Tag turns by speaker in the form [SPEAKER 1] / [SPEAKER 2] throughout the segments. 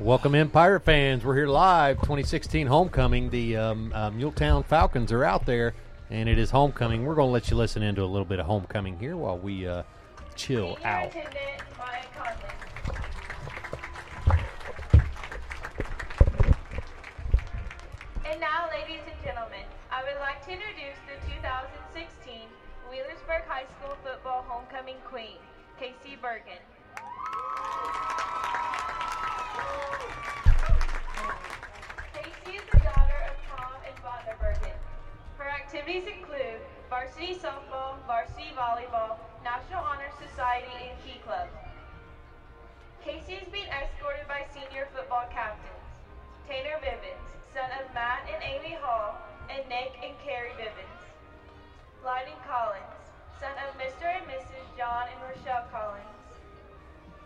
[SPEAKER 1] Welcome in, Pirate fans. We're here live, 2016 homecoming. The um, uh, Muletown Falcons are out there, and it is homecoming. We're going to let you listen into a little bit of homecoming here while we uh, chill out.
[SPEAKER 2] And now, ladies and gentlemen, I would like to introduce the 2016 Wheelersburg High School Football Homecoming Queen, Casey Bergen. Casey is the daughter of Tom and Vonda Bergen. Her activities include varsity softball, varsity volleyball, National Honor Society, and key clubs. Casey is being escorted by senior football captains Tanner Bivens, son of Matt and Amy Hall, and Nick and Carrie Bivens. Lyden Collins, son of Mr. and Mrs. John and Rochelle Collins.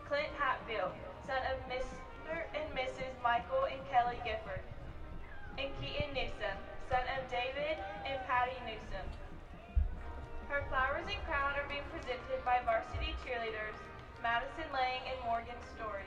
[SPEAKER 2] Clint Hatfield, son of Mr. and Mrs. Michael and Kelly Gifford. And Keaton Newsom, son of David and Patty Newsom. Her flowers and crown are being presented by varsity cheerleaders Madison Lang and Morgan Story.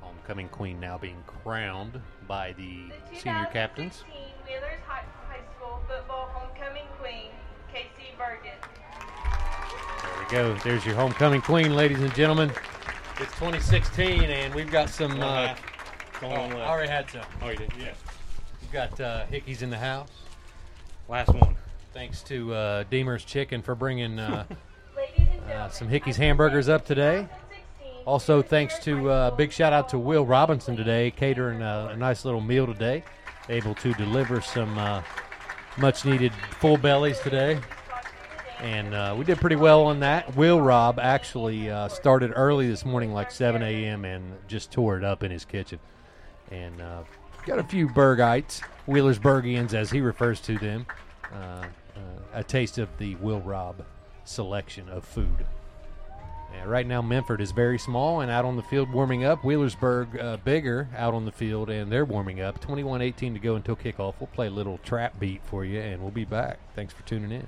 [SPEAKER 1] Homecoming queen now being crowned by the
[SPEAKER 2] The
[SPEAKER 1] senior captains.
[SPEAKER 2] 2016 Wheelers High High School Football Homecoming Queen, Casey Bergen.
[SPEAKER 1] There we go. There's your homecoming queen, ladies and gentlemen. It's 2016, and we've got some. Uh,
[SPEAKER 3] Going
[SPEAKER 1] oh,
[SPEAKER 3] on
[SPEAKER 1] I
[SPEAKER 3] left.
[SPEAKER 1] already had some.
[SPEAKER 3] Oh, you did? Yeah.
[SPEAKER 1] We've got uh, Hickey's in the house.
[SPEAKER 3] Last one.
[SPEAKER 1] Thanks to uh, Deemer's Chicken for bringing. Uh,
[SPEAKER 2] Ladies and gentlemen,
[SPEAKER 1] some Hickey's hamburgers up today. Also, thanks to uh, big shout out to Will Robinson today, catering uh, a nice little meal today, able to deliver some uh, much needed full bellies today. And uh, we did pretty well on that. Will Rob actually uh, started early this morning, like 7 a.m., and just tore it up in his kitchen. And uh, got a few Bergites, Wheelersburgians, as he refers to them, uh, uh, a taste of the Will Rob selection of food. Yeah, right now, Memphis is very small and out on the field warming up. Wheelersburg uh, bigger out on the field and they're warming up. 21 18 to go until kickoff. We'll play a little trap beat for you and we'll be back. Thanks for tuning in.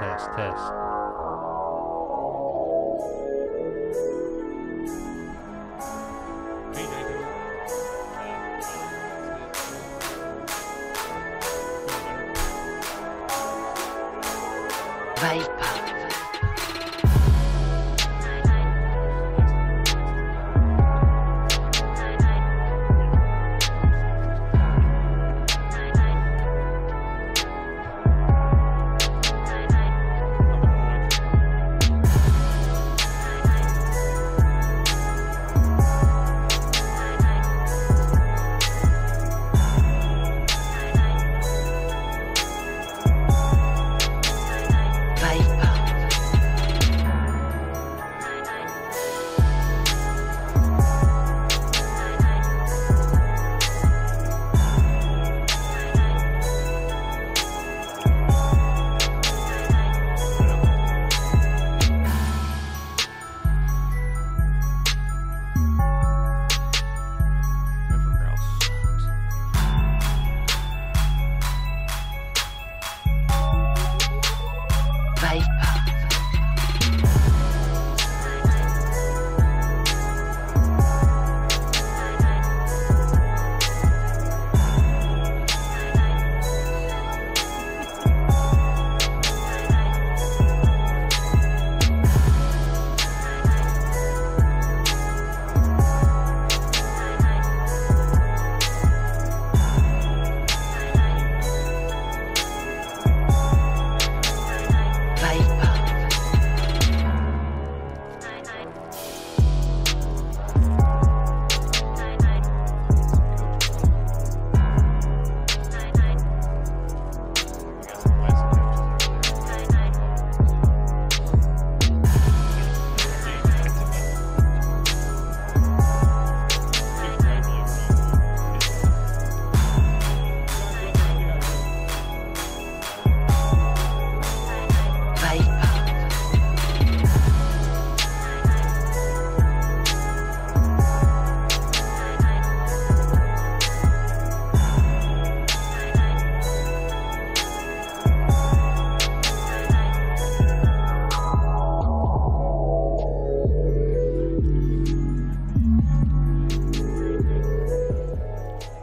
[SPEAKER 1] Test, test.
[SPEAKER 4] Oh,
[SPEAKER 5] Viper. Viper.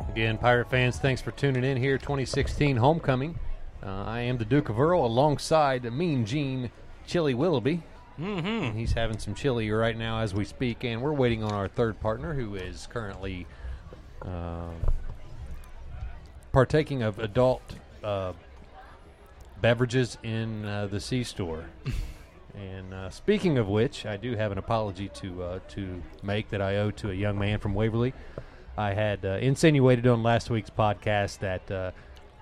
[SPEAKER 1] Again, Pirate fans, thanks for tuning in here. 2016 Homecoming. Uh, I am the Duke of Earl alongside Mean Gene Chili Willoughby. Mm-hmm. He's having some chili right now as we speak, and we're waiting on our third partner who is currently uh, partaking of adult uh, beverages in uh, the C store. and uh, speaking of which, I do have an apology to uh, to make that I owe to a young man from Waverly. I had uh, insinuated on last week's podcast that uh,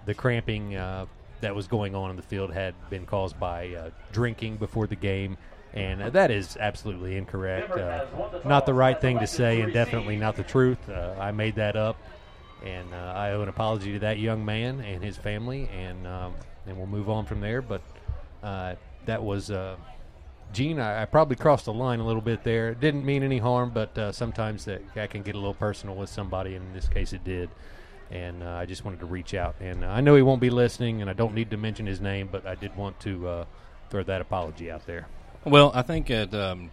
[SPEAKER 1] the cramping uh, that was going on in the field had been caused by uh, drinking before the game. And uh, that is absolutely incorrect. Uh, not the right thing to say, and definitely not the truth. Uh, I made that up, and uh, I owe an apology to that young man and his family, and um, and we'll move on from there. But uh, that was uh, Gene. I, I probably crossed the line a little bit there. It Didn't mean any harm, but uh, sometimes that I can get a little personal with somebody, and in this case, it did. And uh, I just wanted to reach out, and uh, I know he won't be listening, and I don't need to mention his name, but I did want to uh, throw that apology out there.
[SPEAKER 6] Well, I think that um,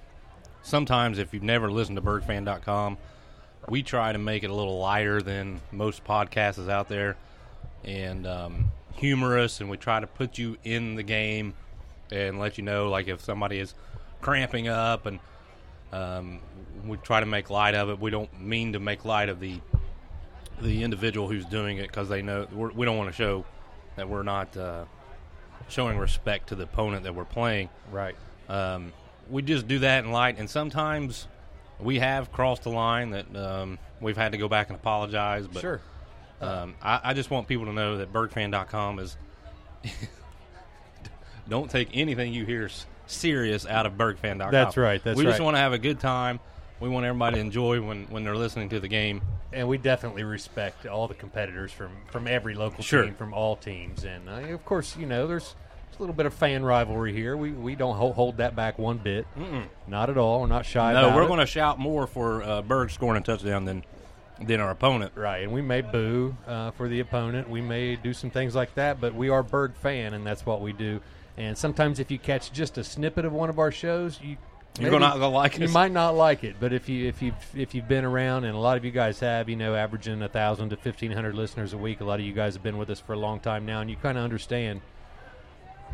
[SPEAKER 6] sometimes if you've never listened to BirdFan.com, we try to make it a little lighter than most podcasts is out there and um, humorous, and we try to put you in the game and let you know, like, if somebody is cramping up, and um, we try to make light of it. We don't mean to make light of the the individual who's doing it because they know we're, we don't want to show that we're not uh, showing respect to the opponent that we're playing.
[SPEAKER 1] Right.
[SPEAKER 6] Um, we just do that in light, and sometimes we have crossed the line that um, we've had to go back and apologize. But
[SPEAKER 1] sure.
[SPEAKER 6] um, I, I just want people to know that BirdFan.com is don't take anything you hear s- serious out of BirdFan.com.
[SPEAKER 1] That's right, that's
[SPEAKER 6] we just
[SPEAKER 1] right.
[SPEAKER 6] want to have a good time. We want everybody to enjoy when, when they're listening to the game.
[SPEAKER 1] and we definitely respect all the competitors from from every local
[SPEAKER 6] Sure.
[SPEAKER 1] team, from all teams, and uh, of course, you know, there's, there's a little bit of fan rivalry here. We we don't ho- hold that back one bit, Mm-mm. not at all. We're not shy.
[SPEAKER 6] No,
[SPEAKER 1] about
[SPEAKER 6] we're
[SPEAKER 1] it.
[SPEAKER 6] going to shout more for uh, Bird scoring a touchdown than than our opponent.
[SPEAKER 1] right, and we may boo uh, for the opponent. We may do some things like that, but we are Berg fan, and that's what we do. And sometimes, if you catch just a snippet of one of our shows, you
[SPEAKER 6] You're
[SPEAKER 1] maybe-
[SPEAKER 6] not gonna like
[SPEAKER 1] You
[SPEAKER 6] us.
[SPEAKER 1] might not like it, but if you if you if you've been around, and a lot of you guys have, you know, averaging a thousand to fifteen hundred listeners a week. A lot of you guys have been with us for a long time now, and you kind of understand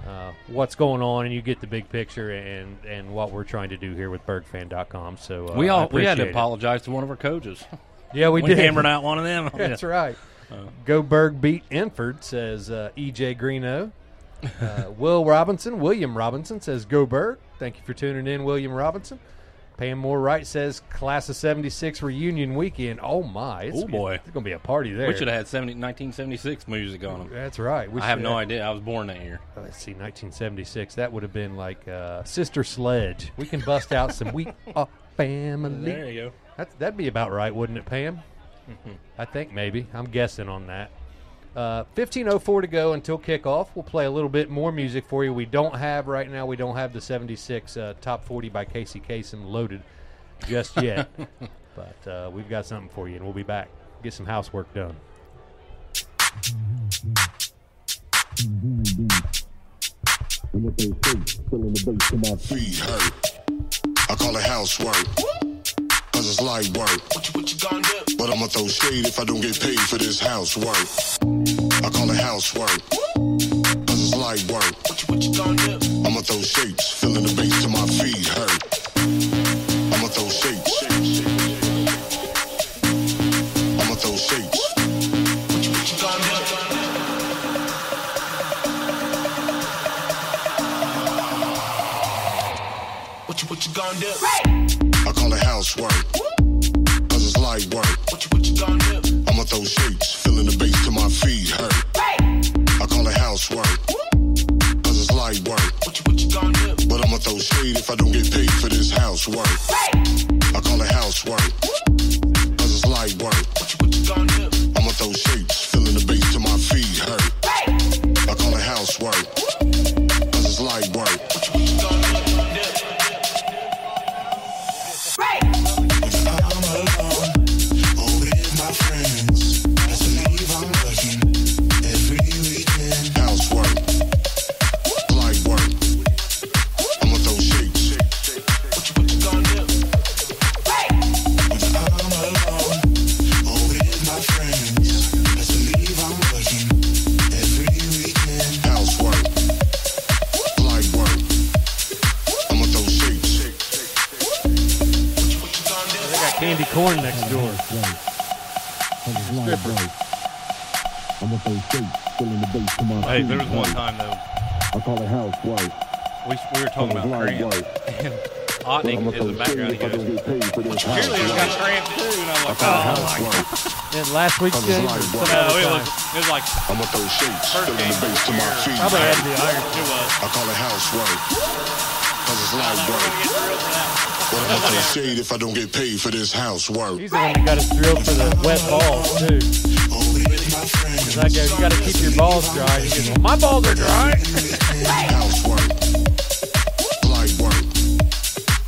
[SPEAKER 1] uh, what's going on, and you get the big picture and and what we're trying to do here with BergFan.com. So uh,
[SPEAKER 6] we
[SPEAKER 1] I
[SPEAKER 6] all we had to
[SPEAKER 1] appreciate it.
[SPEAKER 6] apologize to one of our coaches.
[SPEAKER 1] Yeah, we,
[SPEAKER 6] We
[SPEAKER 1] did.
[SPEAKER 6] hammered out one of them.
[SPEAKER 1] That's right.
[SPEAKER 6] Uh,
[SPEAKER 1] Go Berg beat Enford says uh, EJ Greeno. Uh, Will Robinson, William Robinson says Go Berg. Thank you for tuning in, William Robinson. Pam Moore Wright says Class of '76 reunion weekend. Oh my! It's
[SPEAKER 6] Oh, boy.
[SPEAKER 1] it's gonna be a party there.
[SPEAKER 6] We should have had 70, 1976 music on them.
[SPEAKER 1] That's right. We
[SPEAKER 6] I have
[SPEAKER 1] should
[SPEAKER 6] no idea. I was born that year.
[SPEAKER 1] Let's see, 1976. That would have been like uh, Sister Sledge. We can bust out some We Are Family.
[SPEAKER 6] There you go.
[SPEAKER 1] That's, that'd be about right, wouldn't it, Pam? I think maybe. I'm guessing on that. Uh, 15.04 to go until kickoff. We'll play a little bit more music for you. We don't have right now, we don't have the 76 uh, Top 40 by Casey Kasem loaded just yet. but uh, we've got something for you, and we'll be back. Get some housework done.
[SPEAKER 7] And if they fake, feeling the bass in my feet.
[SPEAKER 8] feet hurt. I call it housework. Cause it's light work. But I'ma throw shade if I don't get paid for this housework. I call it housework. Cause it's light work. I'ma throw shapes, feeling the bass to my feet hurt. I'ma throw shapes. I'ma throw shapes.
[SPEAKER 9] What you what you gonna do?
[SPEAKER 8] I call it housework. Cause it's light work.
[SPEAKER 9] What you what you gonna do?
[SPEAKER 8] I'ma throw shapes, feeling the bass to my feet hurt. I call it housework. Cause it's light work.
[SPEAKER 9] What you what you gonna do?
[SPEAKER 8] But I'ma throw shade if I don't get paid for this housework. I call it housework. Cause it's light work.
[SPEAKER 9] What you what you gonna do?
[SPEAKER 8] I'ma throw shapes, feeling the bass to my feet hurt. I call it housework. Cause it's light work.
[SPEAKER 9] If I'm alone or with my friends, that's when
[SPEAKER 1] corn next door.
[SPEAKER 10] Stripper. I'm up on stage, filling the bass to my
[SPEAKER 6] Hey,
[SPEAKER 10] feet,
[SPEAKER 6] there was one
[SPEAKER 10] right?
[SPEAKER 6] time though
[SPEAKER 10] I call it house work.
[SPEAKER 6] we, we were talking about cramps. And Otnik is the background. He goes, cheerleaders got cramps too, and I'm like, oh my
[SPEAKER 1] In last week's game, or some
[SPEAKER 6] god,
[SPEAKER 1] other
[SPEAKER 6] oh, it
[SPEAKER 1] time?
[SPEAKER 6] was, it was like
[SPEAKER 8] I'm gonna throw shapes, still in the base to my feet.
[SPEAKER 1] Probably had to be iron. uh.
[SPEAKER 6] it was.
[SPEAKER 8] I call it housework, cause it's light work. But I'm gonna throw shade if I don't get paid for this housework.
[SPEAKER 1] He's the one that got us drilled for the wet balls too. He's like, "Yo, you got to keep your balls dry. He goes, well, my balls are dry.
[SPEAKER 8] Housework, light work.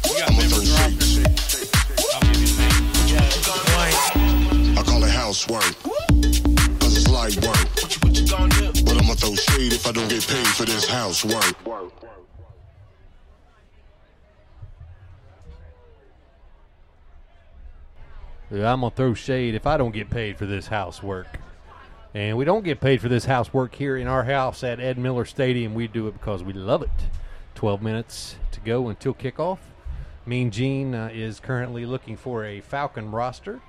[SPEAKER 6] You got
[SPEAKER 8] I'm gonna
[SPEAKER 6] members
[SPEAKER 8] throw
[SPEAKER 6] of the roster.
[SPEAKER 8] shapes.
[SPEAKER 6] I'll give you the name.
[SPEAKER 8] I call it housework, cause it's light work. But I'm gonna throw shade if I don't get paid for this housework.
[SPEAKER 1] Yeah, I'm gonna throw shade if I don't get paid for this housework. And we don't get paid for this housework here in our house at Ed Miller Stadium. We do it because we love it. 12 minutes to go until kickoff. Mean Gene uh, is currently looking for a Falcon roster.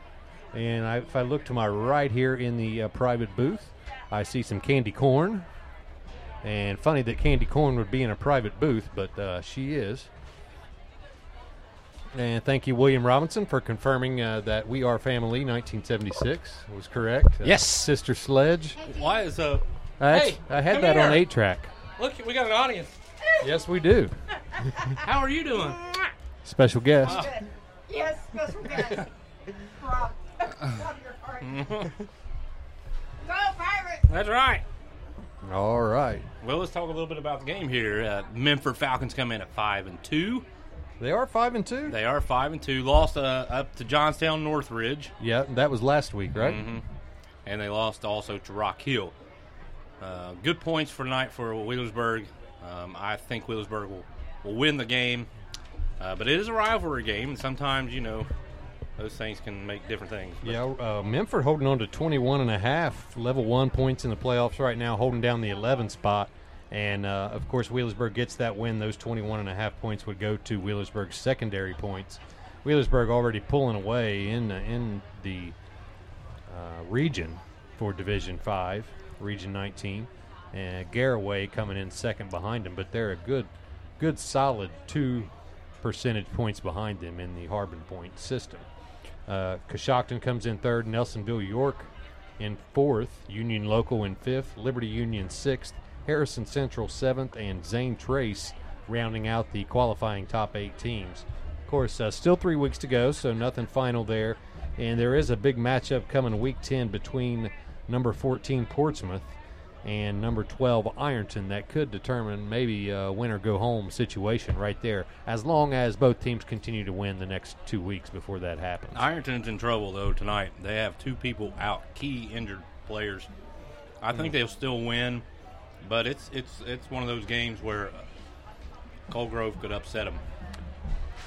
[SPEAKER 1] And I, if I look to my right here in the uh, private booth, I see some candy corn. And funny that candy corn would be in a private booth, but uh, she is. And thank you, William Robinson, for confirming uh, that We Are Family 1976 was correct. Uh,
[SPEAKER 6] Yes.
[SPEAKER 1] Sister Sledge.
[SPEAKER 6] Why is uh?
[SPEAKER 1] I,
[SPEAKER 6] Hey,
[SPEAKER 1] I had
[SPEAKER 6] come
[SPEAKER 1] that on
[SPEAKER 6] here.
[SPEAKER 1] 8 track.
[SPEAKER 6] Look, we got an audience.
[SPEAKER 1] Yes, we do.
[SPEAKER 6] How are you doing?
[SPEAKER 1] Special guest.
[SPEAKER 11] Yes, special guest. Rob. Rob, you're hard. Go Pirates!
[SPEAKER 6] That's right.
[SPEAKER 1] All right.
[SPEAKER 6] Well, let's talk a little bit about the game here. Uh, Memphis Falcons come in at five and two.
[SPEAKER 1] They are 5 and 2.
[SPEAKER 6] They are five and two. Lost uh, up to Johnstown Northridge,
[SPEAKER 1] yeah, that was last week, right?
[SPEAKER 6] Mm-hmm. and they lost also to Rock Hill. Uh, good points for tonight for Wheelersburg. Um, I think Wheelersburg will, will win the game, uh, but it is a rivalry game, and sometimes you know those things can make different things.
[SPEAKER 1] Yeah, uh, Memphis holding on to 21 and a half, level one points in the playoffs right now, holding down the 11 spot. And uh, of course, Wheelersburg gets that win. Those 21 and a half points would go to Wheelersburg's secondary points. Wheelersburg already pulling away in the, in the uh, region for Division Five, Region 19, and Garaway coming in second behind them. But they're a good, good solid two percentage points behind them in the Harbin point system. Uh, Coshocton comes in third, Nelsonville York in fourth, Union Local in fifth, Liberty Union sixth, Harrison Central seventh, and Zane Trace rounding out the qualifying top eight teams. Of course, uh, still three weeks to go, so nothing final there. And there is a big matchup coming week 10 between number 14 Portsmouth and number 12 Ironton that could determine maybe a win or go home situation right there, as long as both teams continue to win the next two weeks before that happens.
[SPEAKER 6] Ironton's in trouble though tonight. They have two people out, key injured players. I
[SPEAKER 1] Mm.
[SPEAKER 6] think they'll still win, but it's it's it's one of those games where Colgrove could upset them.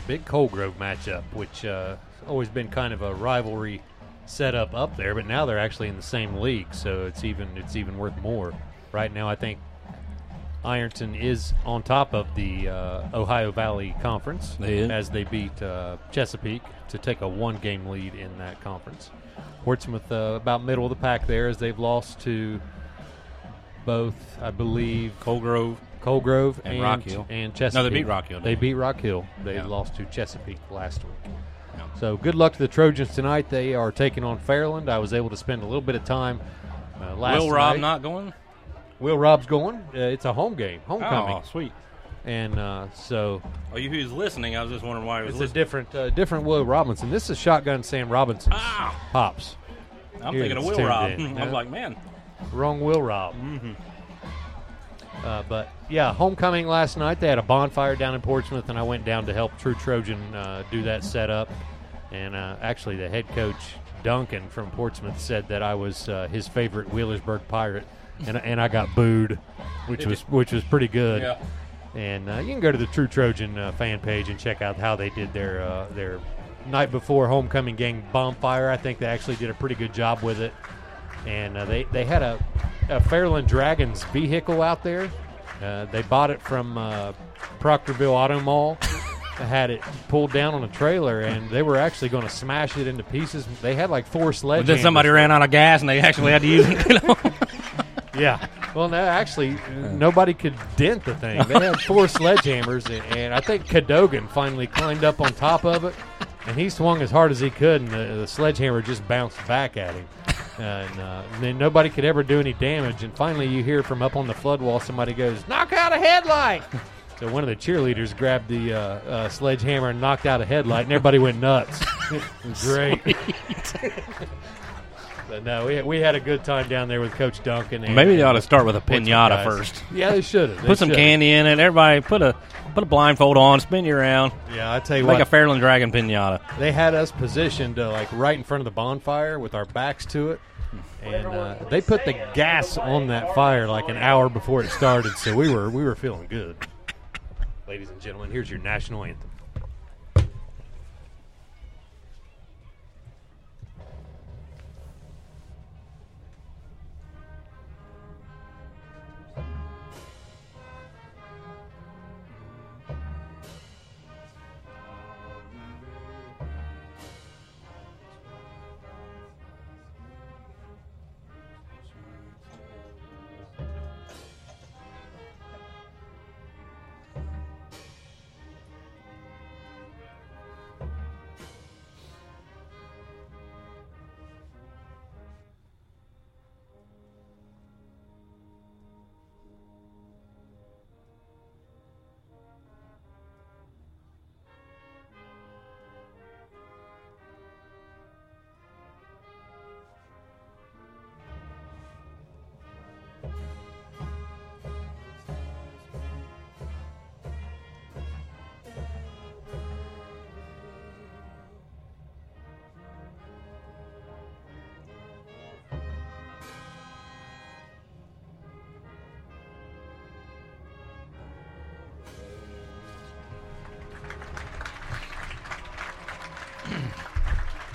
[SPEAKER 1] Big Colgrove matchup, which uh, has always been kind of a rivalry setup up there, but now they're actually in the same league, so it's even it's even worth more. Right now, I think Ironton is on top of the uh, Ohio Valley Conference
[SPEAKER 6] They is.
[SPEAKER 1] as they beat uh, Chesapeake to take a one-game lead in that conference. Portsmouth uh, about middle of the pack there as they've lost to both, I believe,
[SPEAKER 6] Colgrove,
[SPEAKER 1] Colgrove
[SPEAKER 6] And
[SPEAKER 1] and,
[SPEAKER 6] Rock Hill.
[SPEAKER 1] and Chesapeake.
[SPEAKER 6] No, they beat Rock Hill,
[SPEAKER 1] They
[SPEAKER 6] didn't they?
[SPEAKER 1] beat Rock Hill. They
[SPEAKER 6] Yeah.
[SPEAKER 1] lost to Chesapeake last week.
[SPEAKER 6] Yeah.
[SPEAKER 1] So good luck to the Trojans tonight. They are taking on Fairland. I was able to spend a little bit of time uh, last
[SPEAKER 6] Will Rob
[SPEAKER 1] night.
[SPEAKER 6] not going?
[SPEAKER 1] Will Rob's going. Uh, it's a home game, homecoming,
[SPEAKER 6] Oh, sweet.
[SPEAKER 1] and uh, so
[SPEAKER 6] Oh, you who's listening? I was just wondering why he was
[SPEAKER 1] it's a
[SPEAKER 6] listening.
[SPEAKER 1] different uh, different Will Robinson. This is Shotgun Sam Robinson's
[SPEAKER 6] Ah!
[SPEAKER 1] pops.
[SPEAKER 6] I'm
[SPEAKER 1] Here,
[SPEAKER 6] thinking of
[SPEAKER 1] it's
[SPEAKER 6] Will
[SPEAKER 1] tuned
[SPEAKER 6] Rob.
[SPEAKER 1] in.
[SPEAKER 6] I was
[SPEAKER 1] No.
[SPEAKER 6] like, man,
[SPEAKER 1] Wrong Will Rob. Uh, but yeah, homecoming last night. They had a bonfire down in Portsmouth, and I went down to help True Trojan uh, do that setup. And uh, actually, the head coach Duncan from Portsmouth said that I was uh, his favorite Wheelersburg Pirate, and uh, and I got booed, which was which was pretty good.
[SPEAKER 6] Yeah.
[SPEAKER 1] And uh, you can go to the True Trojan uh, fan page and check out how they did their uh, their night before homecoming gang bonfire. I think they actually did a pretty good job with it. And uh, they they had a, a Fairland Dragons vehicle out there. Uh, they bought it from uh, Proctorville Auto Mall. had it pulled down on a trailer, and they were actually going to smash it into pieces. They had like four
[SPEAKER 6] But
[SPEAKER 1] sledgehammers.
[SPEAKER 6] then somebody ran out of gas and they actually had to use it. you know?
[SPEAKER 1] Yeah. Well, no, actually, nobody could dent the thing. They had four sledgehammers, and, and I think Cadogan finally climbed up on top of it, and he swung as hard as he could, and the, the sledgehammer just bounced back at him. And, uh, and then nobody could ever do any damage. And finally, you hear from up on the flood wall, somebody goes, "Knock out a headlight!" So one of the cheerleaders grabbed the uh, uh, sledgehammer and knocked out a headlight, and everybody went nuts. It was great. But no, we, we had a good time down there with Coach Duncan. And,
[SPEAKER 6] Maybe they ought to start with a
[SPEAKER 1] What's up,
[SPEAKER 6] pinata
[SPEAKER 1] guys?
[SPEAKER 6] first.
[SPEAKER 1] Yeah, they should have. They
[SPEAKER 6] Put some
[SPEAKER 1] shoulda.
[SPEAKER 6] candy in it. Everybody put a put a blindfold on. Spin you around.
[SPEAKER 1] Yeah, I tell you
[SPEAKER 6] Like
[SPEAKER 1] what,
[SPEAKER 6] a Fairland Dragon pinata.
[SPEAKER 1] they had us positioned uh, like right in front of the bonfire with our backs to it, and uh, they put the gas on that fire like an hour before it started, so we were we were feeling good. Ladies and gentlemen, here's your national anthem.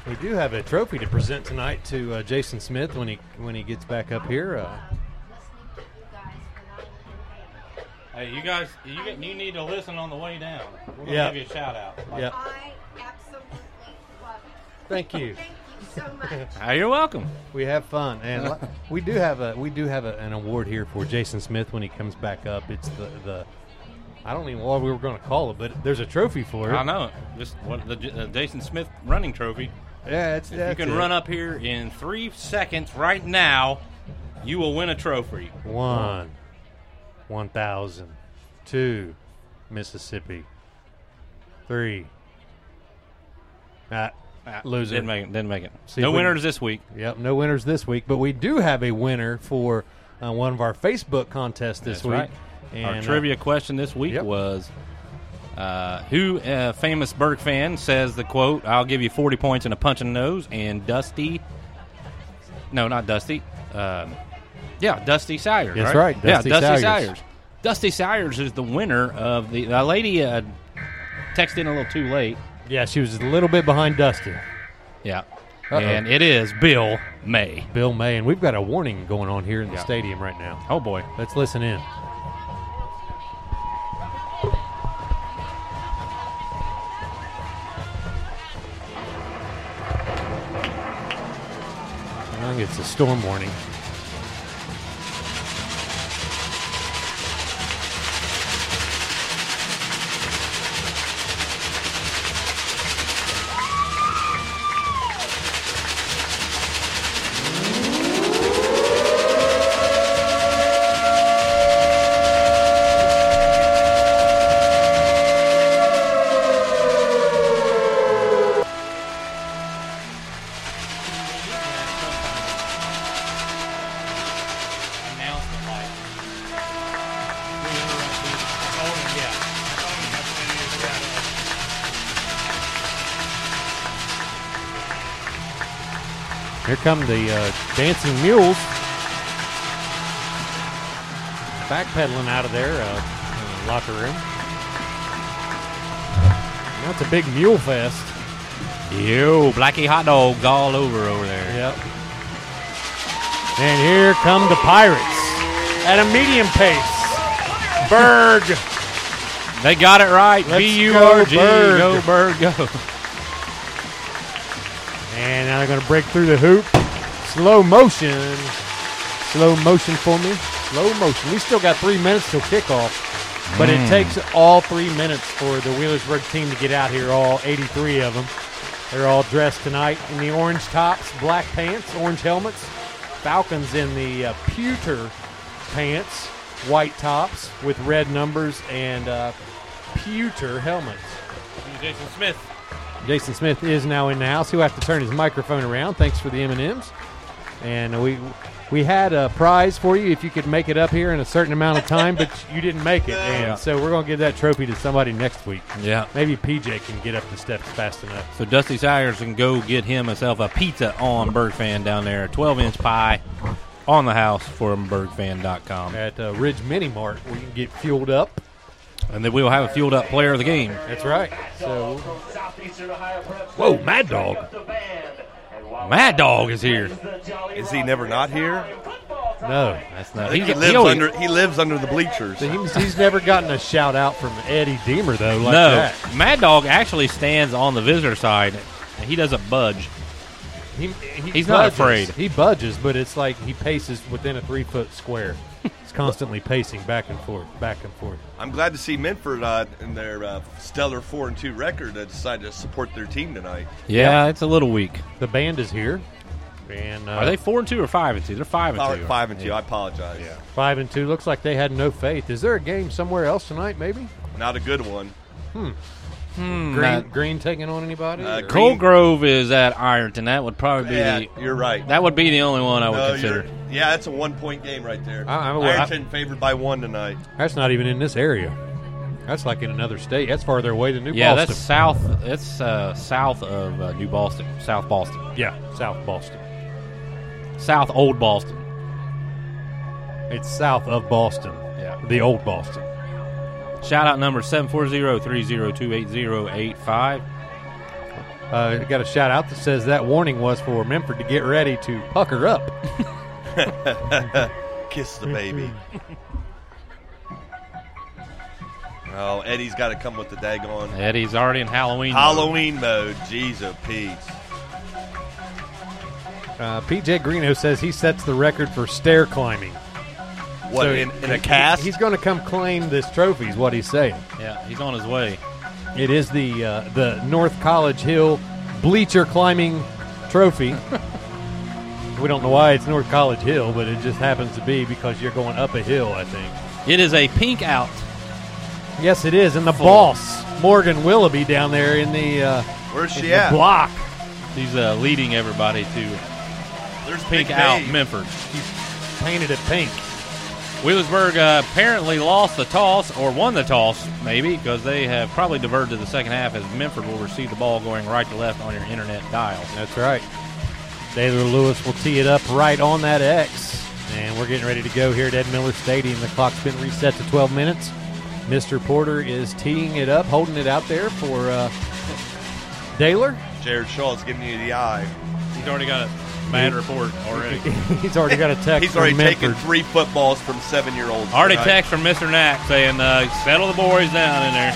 [SPEAKER 1] We do have a trophy to present tonight to uh, Jason Smith when he when he gets back up here. Uh,
[SPEAKER 6] Hey, you guys, you, you need to listen on the way down. We're
[SPEAKER 1] gonna Yeah. give you
[SPEAKER 6] a shout out.
[SPEAKER 1] yeah,
[SPEAKER 12] I absolutely love it.
[SPEAKER 1] thank you.
[SPEAKER 12] Thank you so much.
[SPEAKER 6] Ah, you're welcome.
[SPEAKER 1] We have fun, and li- we do have a we do have a, an award here for Jason Smith when he comes back up. It's the the I don't even know what we were going to call it, but there's a trophy for it.
[SPEAKER 6] I know. Just what the J- uh, Jason Smith running trophy.
[SPEAKER 1] Yeah, it's
[SPEAKER 6] If
[SPEAKER 1] that's
[SPEAKER 6] you can
[SPEAKER 1] it.
[SPEAKER 6] run up here in three seconds right now, you will win a trophy.
[SPEAKER 1] one, one thousand, two, Mississippi, three. Ah,
[SPEAKER 6] Ah,
[SPEAKER 1] Loser.
[SPEAKER 6] Didn't make it. Didn't make it.
[SPEAKER 1] See
[SPEAKER 6] no
[SPEAKER 1] if we can-
[SPEAKER 6] winners this week.
[SPEAKER 1] Yep, no winners this week, but we do have a winner for uh, one of our Facebook contests this
[SPEAKER 6] That's
[SPEAKER 1] week.
[SPEAKER 6] right. Our
[SPEAKER 1] uh,
[SPEAKER 6] trivia question this week
[SPEAKER 1] Yep.
[SPEAKER 6] was uh, Who uh, famous Berg fan says the quote, I'll give you 40 points and a punch in the nose? And Dusty, no, not Dusty. Um, yeah, Dusty Sires.
[SPEAKER 1] That's
[SPEAKER 6] right.
[SPEAKER 1] right,
[SPEAKER 6] Yeah,
[SPEAKER 1] Dusty
[SPEAKER 6] Dusty
[SPEAKER 1] Sayers.
[SPEAKER 6] Sires. Dusty Sires is the winner of the. The lady uh, texted in a little too late.
[SPEAKER 1] yeah, she was a little bit behind Dusty.
[SPEAKER 6] Yeah.
[SPEAKER 1] Uh-oh.
[SPEAKER 6] And it is Bill May.
[SPEAKER 1] Bill May, and we've got a warning going on here in the stadium right now.
[SPEAKER 6] Oh, boy.
[SPEAKER 1] Let's listen in. I think it's a storm warning. Here come the uh, dancing mules. Backpedaling out of their uh, uh, locker room. That's a big mule fest.
[SPEAKER 6] Yo, Oh, Blackie Hot Dog all over over there.
[SPEAKER 1] Yep. And here come the pirates at a medium pace. Berg
[SPEAKER 6] They got it right.
[SPEAKER 1] Let's
[SPEAKER 6] B U R G.
[SPEAKER 1] go, Bird.
[SPEAKER 6] Go bird, go.
[SPEAKER 1] And now they're going to break through the hoop. Slow motion. Slow motion for me. Slow motion. We still got three minutes till kickoff. But it takes all three minutes for the Wheelersburg team to get out here, all 83 of them. They're all dressed tonight in the orange tops, black pants, orange helmets. Falcons in the uh, pewter pants, white tops with red numbers and uh, pewter helmets.
[SPEAKER 6] Jason Smith.
[SPEAKER 1] Jason Smith is now in the house. He'll have to turn his microphone around. Thanks for the M and M's. And we we had a prize for you if you could make it up here in a certain amount of time, but you didn't make it. And
[SPEAKER 6] Yeah.
[SPEAKER 1] so we're gonna give that trophy to somebody next week.
[SPEAKER 6] Yeah.
[SPEAKER 1] Maybe PJ can get up the steps fast enough.
[SPEAKER 6] So Dusty Sires can go get him himself a pizza on Berg Fan down there. 12 inch pie on the house for BergFan.com.
[SPEAKER 1] At uh, Ridge Mini Mart, we can get fueled up.
[SPEAKER 6] And then we will have a fueled up player of the game.
[SPEAKER 1] That's right. So
[SPEAKER 6] Whoa, Mad Dog. Mad Dog is here.
[SPEAKER 9] Is he never not here?
[SPEAKER 1] no,
[SPEAKER 6] That's not.
[SPEAKER 9] He
[SPEAKER 6] he's-
[SPEAKER 9] lives
[SPEAKER 6] always-
[SPEAKER 9] under he lives under the bleachers.
[SPEAKER 1] So he's, he's never gotten a shout out from Eddie Deemer though. Like
[SPEAKER 6] no,
[SPEAKER 1] that.
[SPEAKER 6] Mad Dog actually stands on the visitor side. and He doesn't budge.
[SPEAKER 1] He, he
[SPEAKER 6] He's not
[SPEAKER 1] budges.
[SPEAKER 6] afraid.
[SPEAKER 1] He budges, but it's like he paces within a three foot square. He's constantly pacing back and forth, back and forth.
[SPEAKER 9] I'm glad to see Menford uh, in their uh, stellar four and two record uh, decided to support their team tonight.
[SPEAKER 6] Yeah, it's a little weak.
[SPEAKER 1] The band is here, and uh,
[SPEAKER 6] Are they four and two or five and two? They're five and
[SPEAKER 9] Five,
[SPEAKER 6] two.
[SPEAKER 9] five and two. I apologize. Yeah.
[SPEAKER 1] five and two? Looks like they had no faith. Is there a game somewhere else tonight? Maybe
[SPEAKER 9] Not a good one.
[SPEAKER 1] Green
[SPEAKER 6] not-
[SPEAKER 1] Green taking on anybody?
[SPEAKER 9] Uh,
[SPEAKER 1] Or-
[SPEAKER 9] Green-
[SPEAKER 6] Cole Grove is at Ironton. That would probably be
[SPEAKER 9] Yeah,
[SPEAKER 6] the,
[SPEAKER 9] you're right.
[SPEAKER 6] that would be the only one I would
[SPEAKER 9] No,
[SPEAKER 6] consider.
[SPEAKER 9] Oh, you're- yeah, that's a one point game right there.
[SPEAKER 1] I- I'm aware-
[SPEAKER 9] Ironton favored by one tonight.
[SPEAKER 1] that's not even in this area. That's like in another state. That's farther away than New
[SPEAKER 6] Yeah,
[SPEAKER 1] Boston.
[SPEAKER 6] that's south. That's uh, south of uh, New Boston, South Boston,
[SPEAKER 1] yeah, South Boston.
[SPEAKER 6] South Old Boston.
[SPEAKER 1] It's south of Boston.
[SPEAKER 6] Yeah.
[SPEAKER 1] the old Boston.
[SPEAKER 6] Shout out number 740-302-8085.
[SPEAKER 1] Uh, got a shout out that says that warning was for Memphis to get ready to pucker up.
[SPEAKER 9] Kiss the baby. oh, Eddie's got to come with the daggone
[SPEAKER 6] Eddie's already in Halloween. mode.
[SPEAKER 9] Halloween mode. Jesus, Pete.
[SPEAKER 1] Uh, PJ Greeno says he sets the record for stair climbing.
[SPEAKER 9] What
[SPEAKER 1] So
[SPEAKER 9] in, in
[SPEAKER 1] he-
[SPEAKER 9] a cast?
[SPEAKER 1] He's going to come claim this trophy. Is what he's saying.
[SPEAKER 6] Yeah, he's on his way.
[SPEAKER 1] It is the uh, the North College Hill bleacher climbing trophy. we don't know why it's North College Hill, but it just happens to be because you're going up a hill. I think.
[SPEAKER 6] It is a pink out.
[SPEAKER 1] Yes, it is. And the boss Morgan Willoughby down there in the, uh,
[SPEAKER 9] Where's
[SPEAKER 1] in
[SPEAKER 9] she
[SPEAKER 1] the
[SPEAKER 9] at?
[SPEAKER 1] block.
[SPEAKER 6] He's uh, leading everybody to
[SPEAKER 9] There's
[SPEAKER 6] pink
[SPEAKER 9] Big
[SPEAKER 6] out
[SPEAKER 9] Dave.
[SPEAKER 6] Memphis.
[SPEAKER 1] He's painted it pink.
[SPEAKER 6] Wheelersburg uh, apparently lost the toss or won the toss, maybe, because they have probably diverted to the second half as Memphis will receive the ball going right to left on your internet dials.
[SPEAKER 1] That's right. Taylor Lewis will tee it up right on that X. And we're getting ready to go here at Ed Miller Stadium. The clock's been reset to 12 minutes. Mr. Porter is teeing it up, holding it out there for uh, Taylor.
[SPEAKER 9] Jared Shaw's giving you the eye.
[SPEAKER 6] He's already got a bad report already.
[SPEAKER 1] He's already got a text
[SPEAKER 9] He's already
[SPEAKER 1] from
[SPEAKER 9] taken
[SPEAKER 1] Medford.
[SPEAKER 9] three footballs from seven-year-olds.
[SPEAKER 6] already
[SPEAKER 9] tonight.
[SPEAKER 6] text from Mr. Knack saying, uh, settle the boys down in there.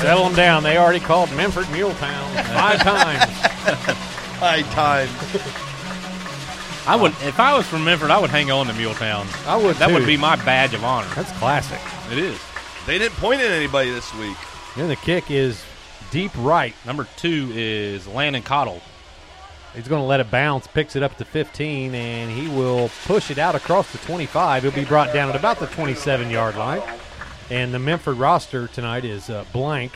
[SPEAKER 1] Settle them down. They already called Memphis Muletown five times.
[SPEAKER 9] High time.
[SPEAKER 6] I would, if I was from Memphis, I would hang on to Muletown.
[SPEAKER 1] I would,
[SPEAKER 6] That would
[SPEAKER 1] too.
[SPEAKER 6] be my badge of honor.
[SPEAKER 1] That's classic.
[SPEAKER 6] It is.
[SPEAKER 9] They didn't point at anybody this week.
[SPEAKER 1] Then the kick is deep right.
[SPEAKER 6] Number two is Landon Cottle.
[SPEAKER 1] He's going to let it bounce, picks it up to 15, and he will push it out across the 25. He'll be brought down at about the 27 yard line. And the Memphis roster tonight is uh, blank.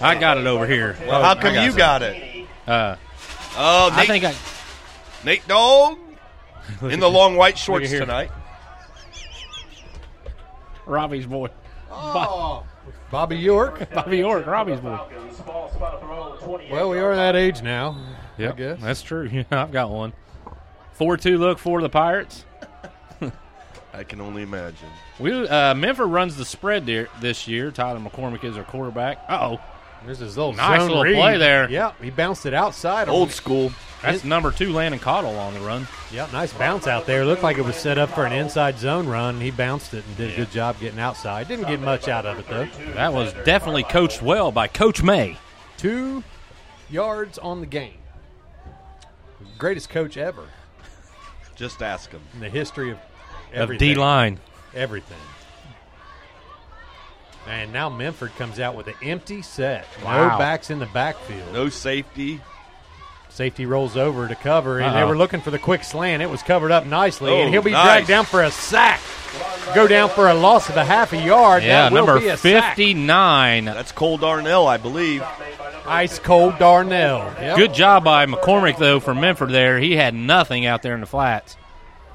[SPEAKER 6] I got it over here.
[SPEAKER 1] Oh,
[SPEAKER 9] Well, how come
[SPEAKER 6] I
[SPEAKER 9] you got it?
[SPEAKER 6] Uh,
[SPEAKER 9] Oh, Nate,
[SPEAKER 6] I think I.
[SPEAKER 9] Nate Dog in the long white shorts
[SPEAKER 6] here.
[SPEAKER 9] tonight.
[SPEAKER 6] Robbie's boy.
[SPEAKER 1] Bobby York.
[SPEAKER 6] Bobby York, Robbie's boy.
[SPEAKER 1] Well, we are that age now. I guess.
[SPEAKER 6] that's true. Yeah, I've got one. 4 2 look for the Pirates.
[SPEAKER 9] I can only imagine.
[SPEAKER 6] We uh, Memphis runs the spread there this year. Tyler McCormick is our quarterback. Uh oh.
[SPEAKER 1] There's his little
[SPEAKER 6] Nice
[SPEAKER 1] zone
[SPEAKER 6] little
[SPEAKER 1] read.
[SPEAKER 6] play there.
[SPEAKER 1] Yeah, he bounced it outside.
[SPEAKER 9] Old school.
[SPEAKER 6] That's number two, Landon Cottle on the run.
[SPEAKER 1] Yeah, nice bounce out there. Looked like it was set up for an inside zone run. He bounced it and did a good job getting outside. Didn't get much out of it though.
[SPEAKER 6] That was definitely coached well by Coach May.
[SPEAKER 1] Two yards on the game. Greatest coach ever
[SPEAKER 9] Just ask him.
[SPEAKER 1] in the history of
[SPEAKER 6] Of
[SPEAKER 1] everything.
[SPEAKER 6] D line.
[SPEAKER 1] Everything. And now Memphis comes out with an empty set. No
[SPEAKER 6] Wow.
[SPEAKER 1] backs in the backfield.
[SPEAKER 9] No safety.
[SPEAKER 1] Safety rolls over to cover, and they
[SPEAKER 6] Uh-oh.
[SPEAKER 1] were looking for the quick slant. It was covered up nicely,
[SPEAKER 9] Oh,
[SPEAKER 1] and he'll be
[SPEAKER 9] nice.
[SPEAKER 1] dragged down for a sack. Go down for a loss of a half a yard.
[SPEAKER 6] Yeah,
[SPEAKER 1] that will
[SPEAKER 6] number
[SPEAKER 1] be a sack.
[SPEAKER 6] 59.
[SPEAKER 9] That's Cole Darnell, I believe.
[SPEAKER 1] Ice cold Darnell. Yep.
[SPEAKER 6] Good job by McCormick, though, from Memphis there. He had nothing out there in the flats.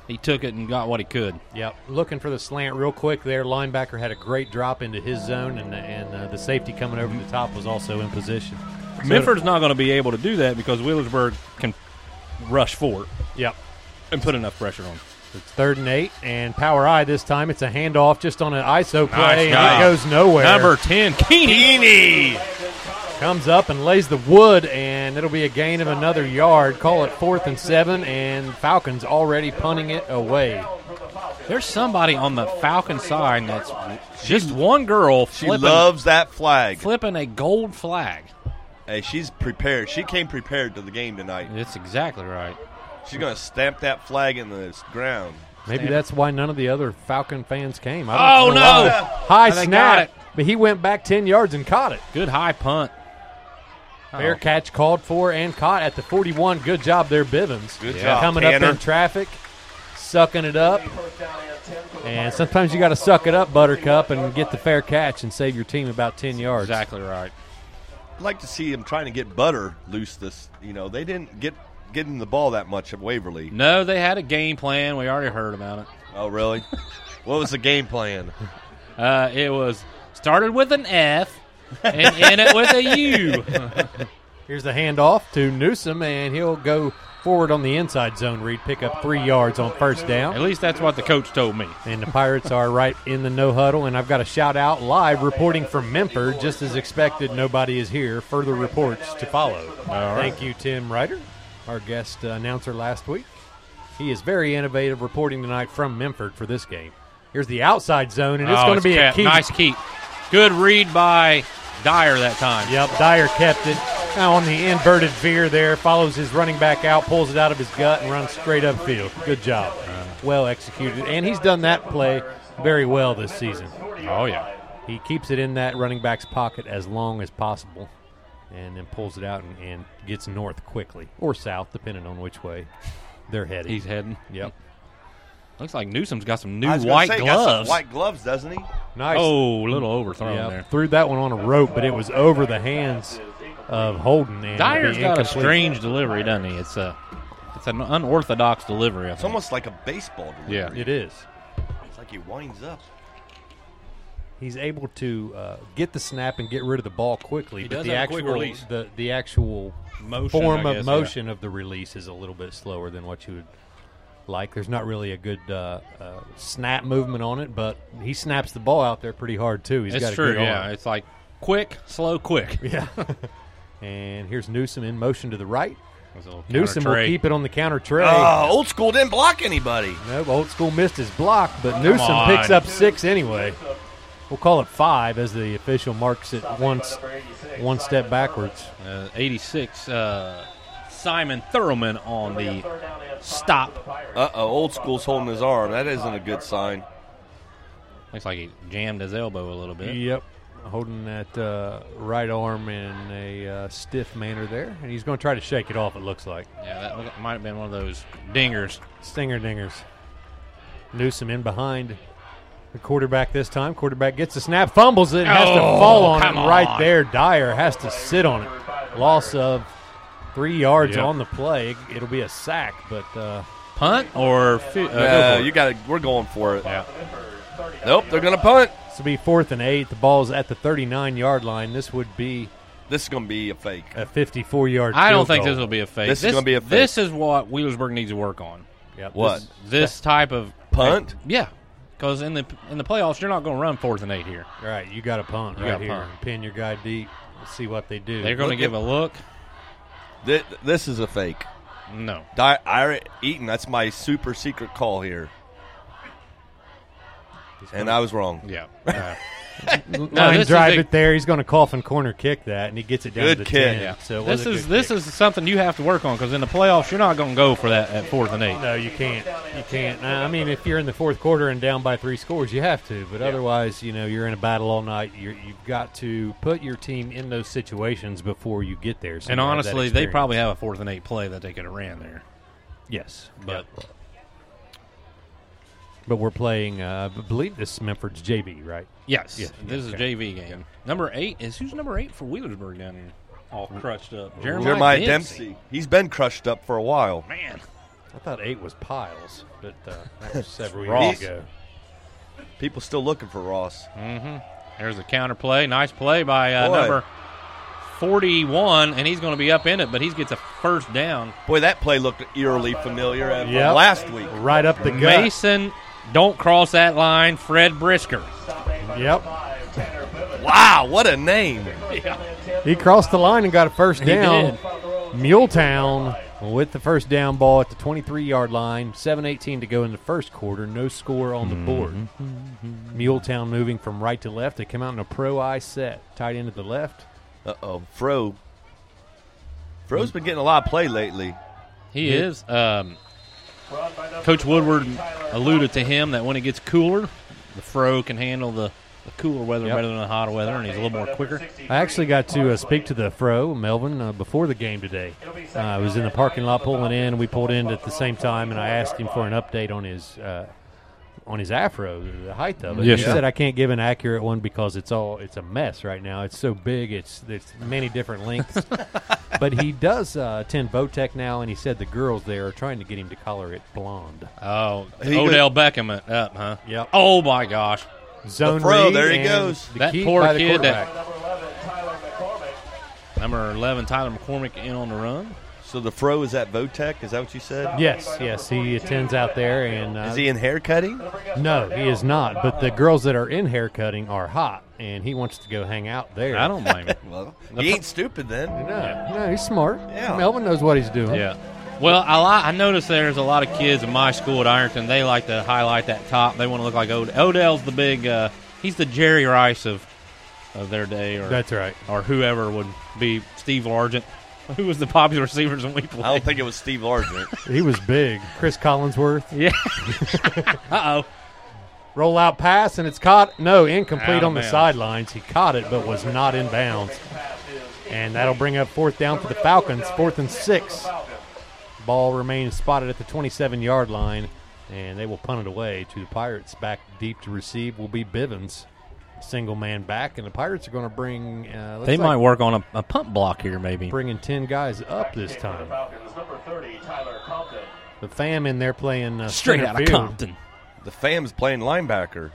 [SPEAKER 6] He took it and got what he could.
[SPEAKER 1] Yep. Looking for the slant real quick there. Linebacker had a great drop into his zone, and, and uh, the safety coming over the top was also in position. So-
[SPEAKER 6] Memphis not going to be able to do that because Wheelersburg can rush forward
[SPEAKER 1] Yep.
[SPEAKER 6] and put enough pressure on. him.
[SPEAKER 1] It's third and eight, and Power Eye this time. It's a handoff just on an ISO play,
[SPEAKER 6] Nice
[SPEAKER 1] and
[SPEAKER 6] job.
[SPEAKER 1] it goes nowhere.
[SPEAKER 6] Number 10, Keeney.
[SPEAKER 1] comes up and lays the wood, and it'll be a gain of another yard. Call it fourth and seven, and Falcons already punting it away.
[SPEAKER 6] There's somebody on the Falcon side that's just one girl
[SPEAKER 9] She
[SPEAKER 6] flipping,
[SPEAKER 9] loves that flag.
[SPEAKER 6] flipping a gold flag.
[SPEAKER 9] Hey, she's prepared. She came prepared to the game tonight.
[SPEAKER 6] That's exactly right.
[SPEAKER 9] She's gonna stamp that flag in the ground.
[SPEAKER 1] Maybe
[SPEAKER 6] Stand-
[SPEAKER 1] that's why none of the other Falcon fans came. I
[SPEAKER 6] Oh,
[SPEAKER 1] don't know why.
[SPEAKER 6] no.
[SPEAKER 1] High
[SPEAKER 6] And they got
[SPEAKER 1] snap,
[SPEAKER 6] it.
[SPEAKER 1] but he went back ten yards and caught it.
[SPEAKER 6] Good high punt.
[SPEAKER 1] Fair catch called for and caught at the 41. Good job there, Bivens.
[SPEAKER 9] Good
[SPEAKER 1] Yeah.
[SPEAKER 9] job,
[SPEAKER 1] Coming
[SPEAKER 9] Tanner.
[SPEAKER 1] up in traffic, sucking it up. And sometimes you got to suck it up, Buttercup, and get the fair catch and save your team about 10 yards.
[SPEAKER 6] Exactly right.
[SPEAKER 9] I'd like to see him trying to get Butter loose. This, you know, they didn't get getting the ball that much at Waverly.
[SPEAKER 6] No, they had a game plan. We already heard about it.
[SPEAKER 9] Oh, really? what was the game plan?
[SPEAKER 6] Uh, it was started with an F and ended with a U.
[SPEAKER 1] Here's the handoff to Newsom, and he'll go forward on the inside zone read, pick up three yards on first
[SPEAKER 6] At
[SPEAKER 1] down.
[SPEAKER 6] least that's what the coach told me.
[SPEAKER 1] And the Pirates are right in the no huddle. And I've got a shout out live reporting from Memphis. Just as expected, nobody is here. Further reports to follow. Thank you, Tim Ryder, our guest uh, announcer last week. He is very innovative reporting tonight from Memphis for this game. Here's the outside zone, and it's
[SPEAKER 6] Oh,
[SPEAKER 1] going to be a
[SPEAKER 6] kept.
[SPEAKER 1] key.
[SPEAKER 6] Nice keep. Good read by Dyer that time.
[SPEAKER 1] Yep, Dyer kept it. Now on the inverted veer there, follows his running back out, pulls it out of his gut, and runs straight upfield. Good job. Well executed. And he's done that play very well this season.
[SPEAKER 6] Oh, yeah.
[SPEAKER 1] He keeps it in that running back's pocket as long as possible and then pulls it out and, and gets north quickly or south, depending on which way they're heading.
[SPEAKER 6] He's heading.
[SPEAKER 1] yep.
[SPEAKER 6] Looks like Newsom's got some new
[SPEAKER 9] I was gonna
[SPEAKER 6] white
[SPEAKER 9] say, he got some
[SPEAKER 6] gloves.
[SPEAKER 9] White gloves, doesn't he?
[SPEAKER 1] Nice.
[SPEAKER 6] Oh, a little overthrown
[SPEAKER 1] Yep.
[SPEAKER 6] there.
[SPEAKER 1] Threw that one on a rope, but it was over the hands of Holden. And it'll be
[SPEAKER 6] Dyer's got a
[SPEAKER 1] incomplete.
[SPEAKER 6] strange delivery, doesn't he? It's a, it's an unorthodox delivery. I
[SPEAKER 9] It's almost like a baseball
[SPEAKER 6] Yeah.
[SPEAKER 9] delivery.
[SPEAKER 1] It is.
[SPEAKER 9] It's like he winds up.
[SPEAKER 1] He's able to uh, get the snap and get rid of the ball quickly,
[SPEAKER 6] He
[SPEAKER 1] but
[SPEAKER 6] does
[SPEAKER 1] the
[SPEAKER 6] have a
[SPEAKER 1] actual
[SPEAKER 6] quick release.
[SPEAKER 1] the the actual
[SPEAKER 6] Motion,
[SPEAKER 1] form
[SPEAKER 6] I
[SPEAKER 1] of
[SPEAKER 6] guess, yeah.
[SPEAKER 1] motion of the release is a little bit slower than what you would like. There's not really a good uh, uh, snap movement on it, but he snaps the ball out there pretty hard too. He's got
[SPEAKER 6] it's
[SPEAKER 1] a
[SPEAKER 6] true.
[SPEAKER 1] good
[SPEAKER 6] Yeah,
[SPEAKER 1] arm.
[SPEAKER 6] it's like quick, slow, quick.
[SPEAKER 1] And here's Newsom in motion to the right.
[SPEAKER 6] It's a little
[SPEAKER 1] Newsom will
[SPEAKER 6] counter-tray.
[SPEAKER 1] keep it on the counter tray.
[SPEAKER 9] Oh, old school didn't block anybody.
[SPEAKER 1] No, old school missed his block, but Newsom
[SPEAKER 6] on.
[SPEAKER 1] picks up six anyway. We'll call it five as the official marks it one, s- one step backwards.
[SPEAKER 6] Uh, 86. Uh, Simon Thurman on the stop.
[SPEAKER 9] Uh oh, old school's holding his arm. That isn't a good sign.
[SPEAKER 6] Looks like he jammed his elbow a little bit.
[SPEAKER 1] Yep. Holding that uh, right arm in a uh, stiff manner there. And he's going to try to shake it off, it looks like.
[SPEAKER 6] Yeah, that look- might have been one of those dingers.
[SPEAKER 1] Stinger dingers. Newsom in behind the quarterback this time. Quarterback gets the snap, fumbles it, and has to
[SPEAKER 6] Oh,
[SPEAKER 1] fall on it
[SPEAKER 6] come
[SPEAKER 1] right
[SPEAKER 6] on.
[SPEAKER 1] there. Dyer has to sit on it. Loss of three yards
[SPEAKER 6] Yep.
[SPEAKER 1] on the play. It'll be a sack, but uh,
[SPEAKER 6] Punt or fi- uh, go
[SPEAKER 9] Uh,
[SPEAKER 6] for it.
[SPEAKER 9] you got. We're going for it.
[SPEAKER 6] Yeah.
[SPEAKER 9] Nope, they're gonna punt.
[SPEAKER 1] this will be fourth and eight. The ball's at the 39 yard line. This would be
[SPEAKER 9] This is gonna be a fake.
[SPEAKER 1] a 54 yard
[SPEAKER 6] I don't think this will be a fake.
[SPEAKER 9] This is gonna be a fake.
[SPEAKER 6] This is what Wheelersburg needs to work on.
[SPEAKER 1] Yep,
[SPEAKER 9] What?
[SPEAKER 1] this-
[SPEAKER 6] This type of
[SPEAKER 9] Punt?
[SPEAKER 6] Yeah, because in the in the playoffs, you're not going to run fourth and eight here.
[SPEAKER 1] All right, you got to punt
[SPEAKER 6] You
[SPEAKER 1] right
[SPEAKER 6] gotta
[SPEAKER 1] here.
[SPEAKER 6] punt.
[SPEAKER 1] Pin your guy deep. Let's see what they do.
[SPEAKER 6] They're going to
[SPEAKER 9] Look
[SPEAKER 6] give
[SPEAKER 9] at-
[SPEAKER 6] a look.
[SPEAKER 9] Thi- This is a fake.
[SPEAKER 6] No.
[SPEAKER 9] Di- Ira Eaton, that's my super secret call here. And I was wrong.
[SPEAKER 6] Yeah. Uh,
[SPEAKER 1] Line
[SPEAKER 6] this is
[SPEAKER 1] drive
[SPEAKER 6] a-
[SPEAKER 1] it there. He's going to cough and corner kick that, and he gets it down
[SPEAKER 9] Good
[SPEAKER 1] to the
[SPEAKER 9] kick.
[SPEAKER 1] 10.
[SPEAKER 9] Yeah.
[SPEAKER 1] So it was
[SPEAKER 6] this
[SPEAKER 1] a
[SPEAKER 6] is
[SPEAKER 1] good
[SPEAKER 6] this
[SPEAKER 1] kick.
[SPEAKER 6] is something you have to work on because in the playoffs you're not going to go for that at fourth and eight.
[SPEAKER 1] No, you can't. You can't. Now, I mean, if you're in the fourth quarter and down by three scores, you have to. But otherwise, you know, you're in a battle all night. You're, you've got to put your team in those situations before you get there. So
[SPEAKER 6] And
[SPEAKER 1] you have that
[SPEAKER 6] honestly, they
[SPEAKER 1] experience.
[SPEAKER 6] probably have a fourth and eight play that they could have ran there.
[SPEAKER 1] yes,
[SPEAKER 6] But
[SPEAKER 1] but we're playing. Uh, I believe this is Memphis JB, right?
[SPEAKER 6] yes,
[SPEAKER 1] Yeah,
[SPEAKER 6] this is a
[SPEAKER 1] okay.
[SPEAKER 6] JV game. Number eight is who's number eight for Wheelersburg down here? All crushed up. Jeremiah,
[SPEAKER 9] Jeremiah
[SPEAKER 6] Dempsey.
[SPEAKER 9] Dempsey. He's been crushed up for a while.
[SPEAKER 6] Man,
[SPEAKER 1] I thought eight was Piles, but uh, that was several
[SPEAKER 9] Ross.
[SPEAKER 1] years ago.
[SPEAKER 9] People still looking for Ross.
[SPEAKER 6] Mm-hmm. there's a counter play. Nice play by uh,
[SPEAKER 9] Boy.
[SPEAKER 6] number forty-one, and he's going to be up in it, but he gets a first down.
[SPEAKER 9] Boy, that play looked eerily familiar from
[SPEAKER 1] Yep.
[SPEAKER 9] last week.
[SPEAKER 1] Right up the gut.
[SPEAKER 6] Mason, don't cross that line. Fred Brisker.
[SPEAKER 1] Yep.
[SPEAKER 9] Wow, what a name.
[SPEAKER 1] He crossed the line and got a first
[SPEAKER 6] He
[SPEAKER 1] down. Muletown with the first down ball at the 23 yard line. 7.18 to go in the first quarter. No score on the board. Muletown moving from right to left. They come out in a pro eye set. Tight end to the left.
[SPEAKER 9] Uh oh, Fro. Fro's been getting a lot of play lately.
[SPEAKER 6] He is. Um, Coach Woodward alluded to him that when it gets cooler, the fro can handle the, the cooler weather
[SPEAKER 1] Yep.
[SPEAKER 6] better than the hotter weather, and he's a little more quicker.
[SPEAKER 1] I actually got to uh, speak to the fro, Melvin, uh, before the game today. Uh, I was in the parking lot pulling in. We pulled in at the same time, and I asked him for an update on his uh, on his afro, the height of it.
[SPEAKER 6] Yes,
[SPEAKER 1] he
[SPEAKER 6] sir.
[SPEAKER 1] said I can't give an accurate one because it's all it's a mess right now. It's so big. It's it's many different lengths. but he does uh, attend Votech now, and he said the girls there are trying to get him to color it blonde.
[SPEAKER 6] Oh,
[SPEAKER 9] He
[SPEAKER 6] Odell Beckham it up, huh?
[SPEAKER 1] Yep.
[SPEAKER 6] Oh my gosh,
[SPEAKER 1] Zone
[SPEAKER 9] fro,
[SPEAKER 1] read
[SPEAKER 9] there he
[SPEAKER 1] and
[SPEAKER 9] goes.
[SPEAKER 1] the
[SPEAKER 6] That
[SPEAKER 1] keep
[SPEAKER 6] poor
[SPEAKER 1] by the
[SPEAKER 6] kid that-
[SPEAKER 1] quarterback.
[SPEAKER 6] number eleven Tyler McCormick in on the run.
[SPEAKER 9] So the Fro is at Votech? Is that what you said?
[SPEAKER 1] Yes, yes, he attends out there, and uh,
[SPEAKER 9] Is he in haircutting?
[SPEAKER 1] No, he is not. But the girls that are in haircutting are hot, and he wants to go hang out there.
[SPEAKER 6] I don't blame him.
[SPEAKER 9] Well, he ain't stupid then.
[SPEAKER 1] No, no, he's smart.
[SPEAKER 9] Yeah.
[SPEAKER 1] Melvin knows what he's doing.
[SPEAKER 6] Yeah. Well, I, li- I noticed there's a lot of kids in my school at Ironton. They like to highlight that top. They want to look like Od- Odell's the big. Uh, he's the Jerry Rice of of their day, or
[SPEAKER 1] That's right.
[SPEAKER 6] or whoever would be Steve Largent, who was the popular receivers when we played.
[SPEAKER 9] I don't think it was Steve Largent.
[SPEAKER 1] He was big. Chris Collinsworth.
[SPEAKER 6] Uh oh.
[SPEAKER 1] Roll out pass, and it's caught. No, incomplete
[SPEAKER 6] Out of
[SPEAKER 1] on the
[SPEAKER 6] bounds.
[SPEAKER 1] sidelines. He caught it, but was not in bounds. And that'll bring up fourth down for the Falcons. Fourth and six. Ball remains spotted at the 27 yard line, and they will punt it away to the Pirates. Back deep to receive will be Bivens. Single man back, and the Pirates are going to bring. Uh, looks
[SPEAKER 6] They
[SPEAKER 1] like
[SPEAKER 6] might work on a, a pump block here, maybe.
[SPEAKER 1] bringing 10 guys up this time. The fam in there playing uh,
[SPEAKER 6] Straight
[SPEAKER 1] center
[SPEAKER 6] out of
[SPEAKER 1] field.
[SPEAKER 6] Compton.
[SPEAKER 9] the fam's playing linebacker.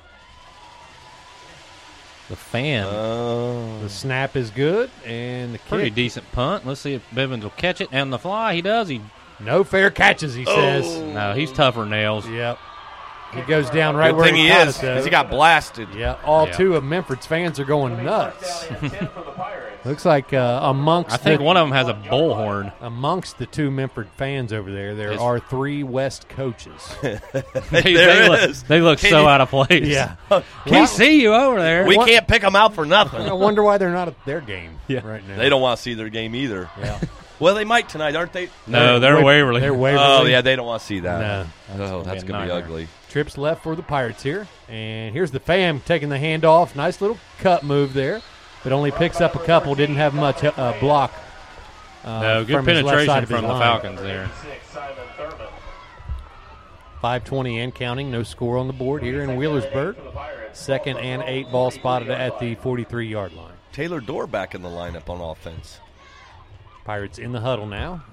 [SPEAKER 6] The fan.
[SPEAKER 9] Oh.
[SPEAKER 1] The snap is good, and the
[SPEAKER 6] Pretty
[SPEAKER 1] kick.
[SPEAKER 6] decent punt. Let's see if Bivens will catch it. And the fly, he does. He
[SPEAKER 1] No fair catches, he says.
[SPEAKER 9] Oh.
[SPEAKER 6] No, he's tougher nails.
[SPEAKER 1] Yep. He goes down right
[SPEAKER 9] Good
[SPEAKER 1] where
[SPEAKER 9] thing
[SPEAKER 1] he,
[SPEAKER 9] he
[SPEAKER 1] caught
[SPEAKER 9] is,
[SPEAKER 1] it, though.
[SPEAKER 9] because he got blasted.
[SPEAKER 1] Yeah, all
[SPEAKER 6] Yeah.
[SPEAKER 1] two of Memphis fans are going nuts. Looks like uh, amongst
[SPEAKER 6] I think
[SPEAKER 1] the,
[SPEAKER 6] one of them has a bullhorn.
[SPEAKER 1] amongst the two Memphis fans over there, there
[SPEAKER 6] Yes.
[SPEAKER 1] are three West coaches.
[SPEAKER 6] they,
[SPEAKER 9] There
[SPEAKER 6] they
[SPEAKER 9] it
[SPEAKER 6] look,
[SPEAKER 9] is.
[SPEAKER 6] they look
[SPEAKER 9] Can
[SPEAKER 6] so
[SPEAKER 9] you-
[SPEAKER 6] out of place. We see you over there.
[SPEAKER 9] We
[SPEAKER 1] What?
[SPEAKER 9] can't pick him out for
[SPEAKER 1] I
[SPEAKER 9] nothing.
[SPEAKER 1] wonder why they're not at their game right now.
[SPEAKER 9] They don't want to see their game either.
[SPEAKER 1] Yeah.
[SPEAKER 9] Well, they might tonight, aren't they?
[SPEAKER 6] no, they're
[SPEAKER 1] Wa-
[SPEAKER 6] Waverly.
[SPEAKER 1] They're Waverly.
[SPEAKER 9] Oh, yeah, they don't want to see that.
[SPEAKER 1] No.
[SPEAKER 9] Oh, that's
[SPEAKER 6] a
[SPEAKER 9] going to be
[SPEAKER 6] nightmare.
[SPEAKER 9] ugly.
[SPEAKER 1] Trips left for the Pirates here. And here's the fam taking the handoff. Nice little cut move there, but only picks up a couple. Didn't have much uh, block. Uh,
[SPEAKER 6] No, good
[SPEAKER 1] from his left side
[SPEAKER 6] penetration
[SPEAKER 1] of his
[SPEAKER 6] from the
[SPEAKER 1] line.
[SPEAKER 6] Falcons there.
[SPEAKER 1] 520 and counting. No score on the board here in Wheelersburg. Second and eight ball spotted at the 43 yard line.
[SPEAKER 9] Taylor Dorr back in the lineup on offense.
[SPEAKER 1] Pirates in the huddle now.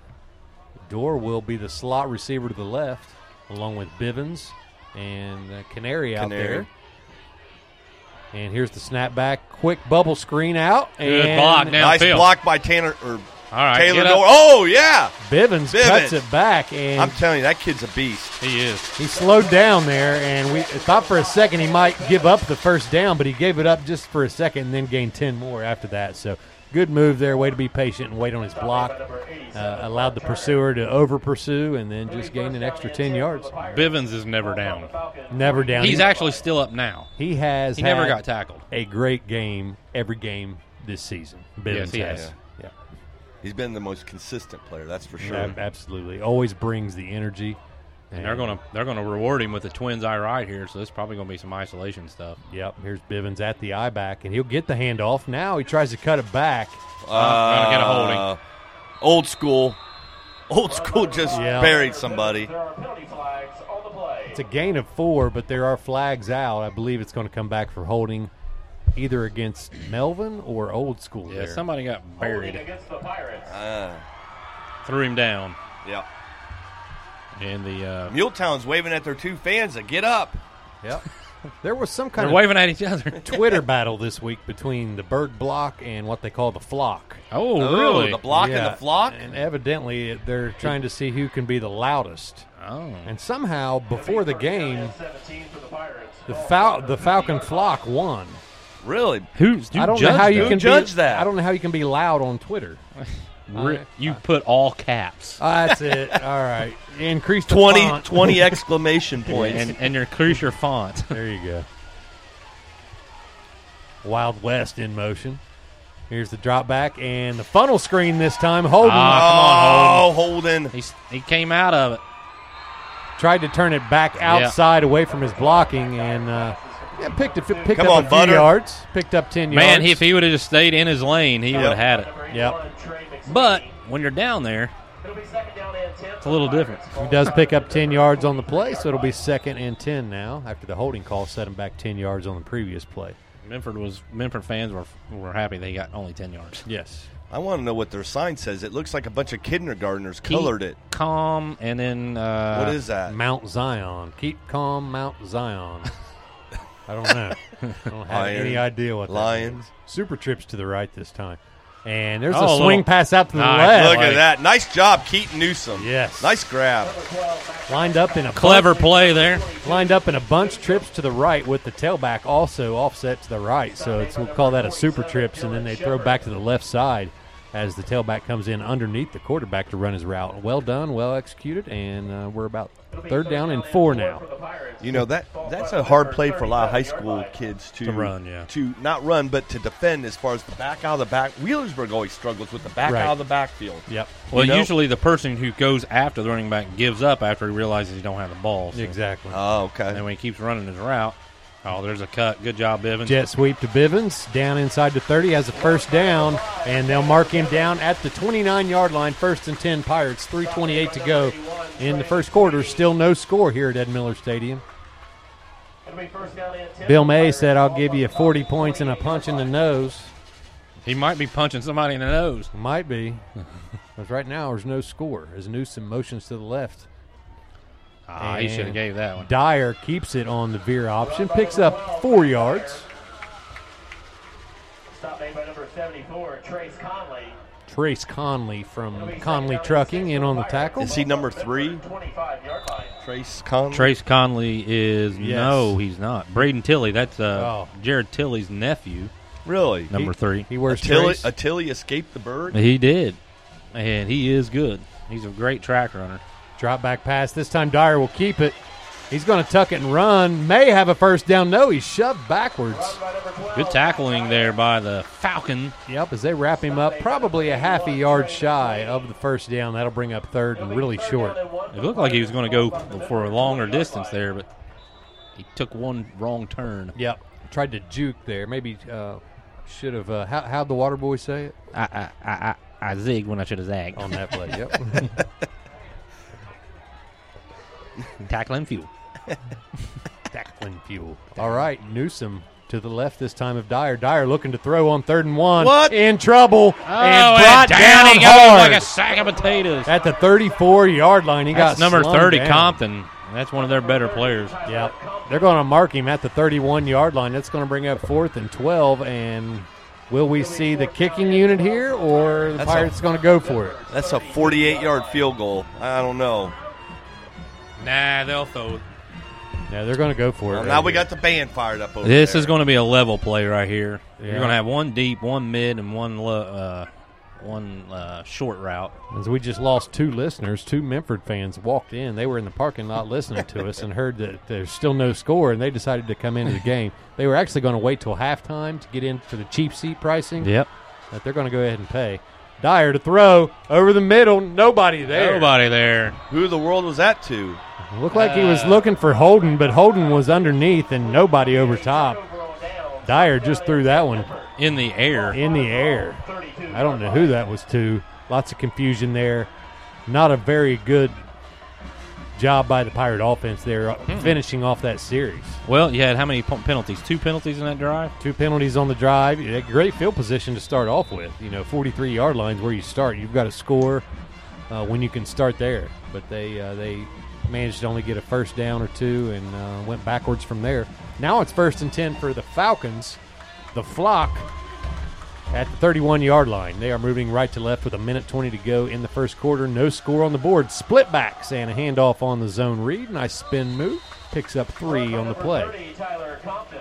[SPEAKER 1] Door will be the slot receiver to the left, along with Bivens and uh, Canary out
[SPEAKER 9] Canary.
[SPEAKER 1] there. And here's the snapback. Quick bubble screen out.
[SPEAKER 6] Good
[SPEAKER 1] and
[SPEAKER 6] block downfield.
[SPEAKER 9] nice block by Tanner or
[SPEAKER 6] All right,
[SPEAKER 9] Taylor
[SPEAKER 6] get up.
[SPEAKER 9] Dorr. Oh yeah,
[SPEAKER 1] Bivens,
[SPEAKER 9] Bivens.
[SPEAKER 1] cuts it back, and
[SPEAKER 9] I'm telling you that kid's a beast.
[SPEAKER 6] He is.
[SPEAKER 1] he slowed down there. And we thought for a second he might give up the first down, but he gave it up just for a second, and then gained ten more after that. So good move there. Way to be patient and wait on his block. Uh, allowed the pursuer to over pursue and then just gain an extra 10 yards.
[SPEAKER 6] Bivens is never down.
[SPEAKER 1] Never down.
[SPEAKER 6] He's
[SPEAKER 1] He-
[SPEAKER 6] actually still up now.
[SPEAKER 1] He has.
[SPEAKER 6] He never
[SPEAKER 1] had
[SPEAKER 6] got tackled.
[SPEAKER 1] A great game every game this season. Bivens
[SPEAKER 6] Yes, he has.
[SPEAKER 1] Yeah,
[SPEAKER 9] He's been the most consistent player, that's for sure.
[SPEAKER 1] Ab- absolutely. Always brings the energy.
[SPEAKER 6] And they're gonna they're gonna reward him with the twins I ride here, so there's probably gonna be some isolation stuff.
[SPEAKER 1] Yep. Here's Bivens at the eye back, and he'll get the handoff. Now he tries to cut it back.
[SPEAKER 6] Gotta get a holding.
[SPEAKER 9] Uh, old school. Old school just
[SPEAKER 1] Yeah.
[SPEAKER 9] buried somebody.
[SPEAKER 1] It's a gain of four, but there are flags out. I believe it's going to come back for holding, either against Melvin or Old School.
[SPEAKER 6] Yeah,
[SPEAKER 1] there.
[SPEAKER 6] somebody got buried,
[SPEAKER 12] against the Pirates.
[SPEAKER 9] Uh,
[SPEAKER 6] threw him down,
[SPEAKER 9] yeah.
[SPEAKER 6] and the uh,
[SPEAKER 9] Muletown's waving at their two fans to get up.
[SPEAKER 1] Yep. There was some kind
[SPEAKER 6] they're
[SPEAKER 1] of
[SPEAKER 6] waving at each other.
[SPEAKER 1] Twitter battle this week between the bird block and what they call the flock.
[SPEAKER 6] Oh,
[SPEAKER 9] Oh,
[SPEAKER 6] really?
[SPEAKER 9] the block
[SPEAKER 1] Yeah,
[SPEAKER 9] and the flock.
[SPEAKER 1] And evidently, they're trying to see who can be the loudest.
[SPEAKER 6] oh,
[SPEAKER 1] And somehow, before the game, the Fal- the Falcon flock won.
[SPEAKER 9] Really?
[SPEAKER 6] who's
[SPEAKER 1] I don't know how you
[SPEAKER 9] that?
[SPEAKER 1] can
[SPEAKER 9] Who judged
[SPEAKER 1] be,
[SPEAKER 9] that?
[SPEAKER 1] I don't know how you can be loud on Twitter.
[SPEAKER 6] you put all caps
[SPEAKER 1] Ah, that's it. All right, increase the
[SPEAKER 9] 20,
[SPEAKER 1] font.
[SPEAKER 9] 20 exclamation points.
[SPEAKER 6] and and your increase your font.
[SPEAKER 1] There you go. Wild West in motion. Here's the drop back and the funnel screen this time. Holden
[SPEAKER 9] Ah, oh, Holden.
[SPEAKER 6] He's, he came out of it.
[SPEAKER 1] tried to turn it back outside away from his blocking and uh, yeah, picked a, picked
[SPEAKER 9] Come
[SPEAKER 1] up
[SPEAKER 9] on,
[SPEAKER 1] a
[SPEAKER 9] Butter.
[SPEAKER 1] few yards. Picked up ten
[SPEAKER 6] Man,
[SPEAKER 1] yards.
[SPEAKER 6] if he would have just stayed in his lane, he would have had it.
[SPEAKER 1] Yep.
[SPEAKER 6] But when you're down there, it's a little different.
[SPEAKER 1] He does pick up 10 yards on the play, so it'll be second and 10 now after the holding call set him back 10 yards on the previous play.
[SPEAKER 6] Memphis was Memphis fans were were happy they got only ten yards.
[SPEAKER 1] Yes.
[SPEAKER 9] I want to know what their sign says. It looks like a bunch of kindergartners colored it.
[SPEAKER 6] calm, and then uh,
[SPEAKER 9] What is that?
[SPEAKER 1] Mount Zion. Keep calm, Mount Zion. I don't know. I don't have
[SPEAKER 9] Iron,
[SPEAKER 1] any idea what that
[SPEAKER 9] lion.
[SPEAKER 1] means. Super trips to the right this time. And there's
[SPEAKER 6] Oh, a
[SPEAKER 1] a
[SPEAKER 6] little-
[SPEAKER 1] swing pass out to the
[SPEAKER 6] Nice.
[SPEAKER 1] left.
[SPEAKER 9] Look at that. Nice job, Keaton Newsom.
[SPEAKER 1] Yes.
[SPEAKER 9] Nice grab.
[SPEAKER 1] Lined up in a
[SPEAKER 6] clever play there?
[SPEAKER 1] lined up in a bunch trips to the right with the tailback also offset to the right. So it's, we'll call that a super trips, and then they throw back to the left side as the tailback comes in underneath the quarterback to run his route. Well done, well executed, and uh, we're about third down and four now.
[SPEAKER 9] You know that that's a hard play for a lot of high school kids to,
[SPEAKER 6] To run, yeah.
[SPEAKER 9] to not run, but to defend as far as the back out of the back. Wheelersburg always struggles with the back
[SPEAKER 1] Right.
[SPEAKER 9] out of the backfield.
[SPEAKER 1] Yep,
[SPEAKER 6] Well,
[SPEAKER 9] You know-
[SPEAKER 6] usually the person who goes after the running back gives up after he realizes he don't have the ball. so-
[SPEAKER 1] exactly.
[SPEAKER 9] Oh, okay.
[SPEAKER 6] And then when he keeps running his route, oh, there's a cut. Good job, Bivens.
[SPEAKER 1] Jet sweep to Bivens, down inside the 30, has a first down, and they'll mark him down at the 29 yard line, first and 10 Pirates, 3.28 to go in the first quarter. Still no score here at Ed Miller Stadium. Bill May said, I'll give you 40 points and a punch in the nose.
[SPEAKER 6] He might be punching somebody in the nose.
[SPEAKER 1] Might be. Because right now there's no score as Newsom motions to the left.
[SPEAKER 6] Ah, he
[SPEAKER 1] And
[SPEAKER 6] should have gave that one.
[SPEAKER 1] Dyer keeps it on the veer option, picks up four yards.
[SPEAKER 12] Stop made by number 74, Trace Conley.
[SPEAKER 1] Trace Conley from Conley Trucking in on the tackle.
[SPEAKER 9] Is he number three?
[SPEAKER 12] 25 yard line.
[SPEAKER 9] Trace Conley.
[SPEAKER 6] Trace Conley is
[SPEAKER 1] Yes.
[SPEAKER 6] no, he's not. Braden Tilly, that's uh,
[SPEAKER 1] Oh.
[SPEAKER 6] Jared Tilly's nephew,
[SPEAKER 9] really?
[SPEAKER 6] number three.
[SPEAKER 1] He wears
[SPEAKER 9] Tilly,
[SPEAKER 1] Trace.
[SPEAKER 9] Attilly escaped the bird.
[SPEAKER 6] He did, and he is good. He's a great track runner.
[SPEAKER 1] Drop back pass. This time Dyer will keep it. He's going to tuck it and run. May have a first down. No, he's shoved backwards.
[SPEAKER 6] Good tackling there by the Falcon.
[SPEAKER 1] Yep, as they wrap him up, probably a half a yard shy of the first down. That'll bring up third and really short.
[SPEAKER 6] It looked like he was going to go for a longer distance there, but he took one wrong turn.
[SPEAKER 1] Yep, tried to juke there. Maybe uh, should have. Uh, how, how'd the water boy say it
[SPEAKER 6] I I I, I, I zig when I should have zagged.
[SPEAKER 1] on that play? Yep.
[SPEAKER 6] Tackling fuel.
[SPEAKER 1] Tackling fuel. All right, Newsom to the left this time of Dyer. Dyer looking to throw on third and one.
[SPEAKER 9] What?
[SPEAKER 1] In trouble. and brought down
[SPEAKER 6] Oh, he goes
[SPEAKER 1] hard.
[SPEAKER 6] like a sack of potatoes.
[SPEAKER 1] At the 34 yard line, he
[SPEAKER 6] That's
[SPEAKER 1] got
[SPEAKER 6] number
[SPEAKER 1] slung
[SPEAKER 6] thirty,
[SPEAKER 1] down.
[SPEAKER 6] Compton. That's one of their better players.
[SPEAKER 1] Yep. They're going to mark him at the 31 yard line. That's going to bring up fourth and 12. And will we see the kicking unit here or the
[SPEAKER 9] That's
[SPEAKER 1] Pirates going to go for it?
[SPEAKER 9] That's a 48 yard field goal. I don't know.
[SPEAKER 6] Nah, they'll throw.
[SPEAKER 1] Yeah, they're going to go for it.
[SPEAKER 9] Well,
[SPEAKER 1] right
[SPEAKER 9] now we
[SPEAKER 1] here.
[SPEAKER 9] got the band fired up over
[SPEAKER 6] This
[SPEAKER 9] there.
[SPEAKER 6] is going to be a level play right here.
[SPEAKER 1] Yeah.
[SPEAKER 6] You're going to have one deep, one mid, and one lo- uh, one uh, short route.
[SPEAKER 1] As we just lost two listeners, two Memphis fans walked in. They were in the parking lot listening to us and heard that there's still no score, and they decided to come into the game. They were actually going to wait till halftime to get in for the cheap seat pricing. That they're going to go ahead and pay. Dyer to throw over the middle. Nobody there.
[SPEAKER 6] Nobody there.
[SPEAKER 9] Who the world was that to?
[SPEAKER 1] Looked like he was looking for Holden, but Holden was underneath and nobody over top. Dyer just threw that one
[SPEAKER 6] In the air.
[SPEAKER 1] in the air. I don't know who that was to. Lots of confusion there. Not a very good job by the Pirate offense there, finishing off that series.
[SPEAKER 6] Well, you had how many p- penalties? Two penalties in that drive?
[SPEAKER 1] Two penalties on the drive. Yeah, Great field position to start off with. You know, 43 yard lines where you start. You've got to score uh, when you can start there. But they uh, they managed to only get a first down or two and uh, went backwards from there. Now it's first and 10 for the Falcons. The flock at the 31 yard line. They are moving right to left with a minute 20 to go in the first quarter. No score on the board. Split backs and a handoff on the zone read. Nice spin move. Picks up three on the play.
[SPEAKER 12] Tyler Compton.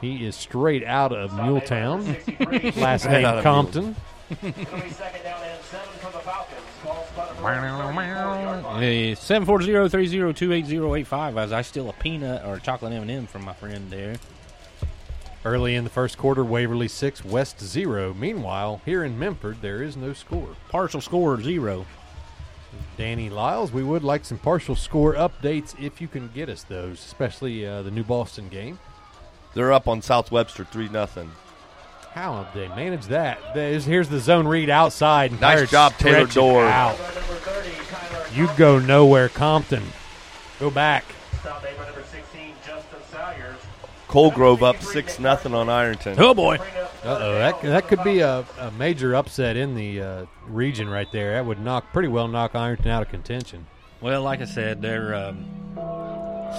[SPEAKER 1] He is straight out of Muletown.
[SPEAKER 12] 63.
[SPEAKER 1] Last
[SPEAKER 9] Straight out
[SPEAKER 1] name
[SPEAKER 9] of
[SPEAKER 1] Compton.
[SPEAKER 12] It'll be second down and seven for the Falcons. Ball spotted around the 34-yard line.
[SPEAKER 6] Uh, 740-302-8085 as I steal a peanut or a chocolate M&M from my friend there.
[SPEAKER 1] Early in the first quarter, Waverly 6, West 0. Meanwhile, here in Memphord, there is no score.
[SPEAKER 6] Partial score, zero.
[SPEAKER 1] Danny Lyles, we would like some partial score updates if you can get us those, especially uh, the New Boston game.
[SPEAKER 9] They're up on South Webster three nothing.
[SPEAKER 1] How have they managed that? There's, here's the zone read outside. And
[SPEAKER 9] Nice
[SPEAKER 1] Pirates
[SPEAKER 9] job, Taylor
[SPEAKER 1] stretch it
[SPEAKER 9] Dorr.
[SPEAKER 1] out.
[SPEAKER 12] By Number 30, Tyler
[SPEAKER 1] You go nowhere, Compton. Go back.
[SPEAKER 12] South Bay by number 16, Justin Sawyers.
[SPEAKER 9] Colgrove up six nothing on Ironton.
[SPEAKER 6] Oh, boy.
[SPEAKER 12] Bring up
[SPEAKER 1] Uh oh, that, that could be a, a major upset in the uh, region right there. That would knock pretty well knock Ironton out of contention.
[SPEAKER 6] Well, like I said, their um,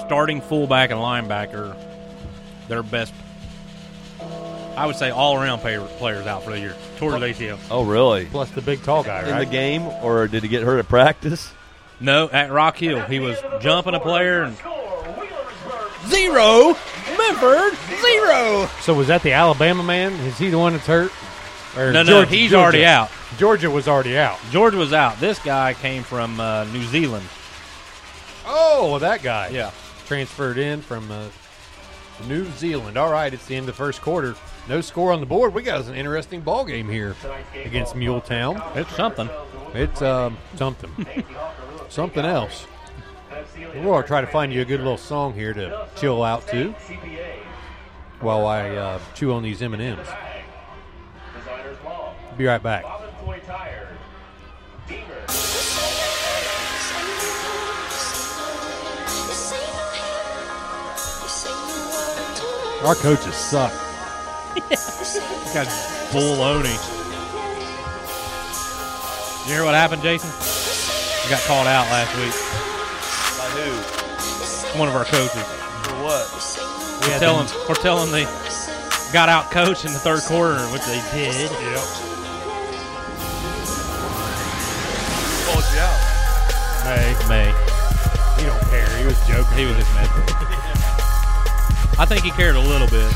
[SPEAKER 6] starting fullback and linebacker, their best, I would say, all-around pay- players out for the year. Towards ACL.
[SPEAKER 9] Oh, really?
[SPEAKER 1] Plus the big tall guy,
[SPEAKER 9] In the
[SPEAKER 1] right?
[SPEAKER 9] game, or did he get hurt at practice?
[SPEAKER 6] No, at Rock Hill, he was jumping a player and
[SPEAKER 12] score, Wheelersburg.
[SPEAKER 6] zero, Memphis zero.
[SPEAKER 1] So was that the Alabama man? Is he the one that's hurt? Or
[SPEAKER 6] No, no,
[SPEAKER 1] Georgia-
[SPEAKER 6] he's
[SPEAKER 1] Georgia.
[SPEAKER 6] already out.
[SPEAKER 1] Georgia was already out.
[SPEAKER 6] Georgia was out. This guy came from uh, New Zealand.
[SPEAKER 1] Oh, that guy. transferred in from uh, New Zealand. All right, it's the end of the first quarter. No score on the board. We got us an interesting ball game here against Muletown.
[SPEAKER 6] it's something.
[SPEAKER 1] It's um, something, something else. We'll try to find you a good little song here to chill out to
[SPEAKER 12] CPA,
[SPEAKER 1] while I uh, chew on these M and M's.
[SPEAKER 12] Designer's Law,
[SPEAKER 1] Be right back.
[SPEAKER 12] Bob and Floyd Tire, Beamer.
[SPEAKER 1] Our coaches suck.
[SPEAKER 6] This guy's bull owning. You hear what happened, Jason? He got called out last week.
[SPEAKER 9] By who?
[SPEAKER 6] One of our coaches.
[SPEAKER 9] For what?
[SPEAKER 6] We're telling, we're telling they got out coached in the third quarter, which they did.
[SPEAKER 9] Called you out.
[SPEAKER 6] May. May.
[SPEAKER 1] He don't care. He was joking.
[SPEAKER 6] He was just mad. I think he cared a little bit.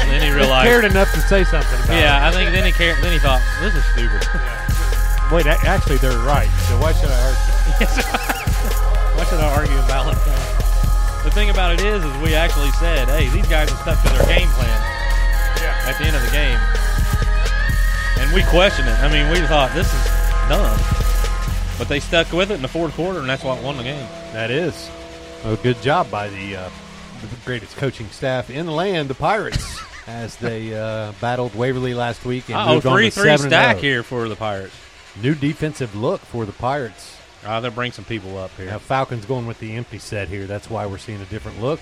[SPEAKER 6] And then he realized.
[SPEAKER 1] Cared enough to say something. About it.
[SPEAKER 6] yeah, I think then he cared. Then he thought, this is stupid.
[SPEAKER 1] Wait, a- actually, they're right. So why should I argue?
[SPEAKER 6] Why should I argue about it? The thing about it is, is we actually said, hey, these guys are stuck to their game plan at the end of the game. And we questioned it. I mean, we thought, this is dumb. But they stuck with it in the fourth quarter, and that's what won the game.
[SPEAKER 1] That is. a good job by the, uh, the greatest coaching staff in the land, the Pirates, as they uh, battled Waverly last week and
[SPEAKER 6] Oh,
[SPEAKER 1] moved on to
[SPEAKER 6] 3 3
[SPEAKER 1] 7
[SPEAKER 6] stack here for the Pirates.
[SPEAKER 1] New defensive look for the Pirates.
[SPEAKER 6] Ah, they'll bring some people up here.
[SPEAKER 1] Now Falcons going with the empty set here. That's why we're seeing a different look.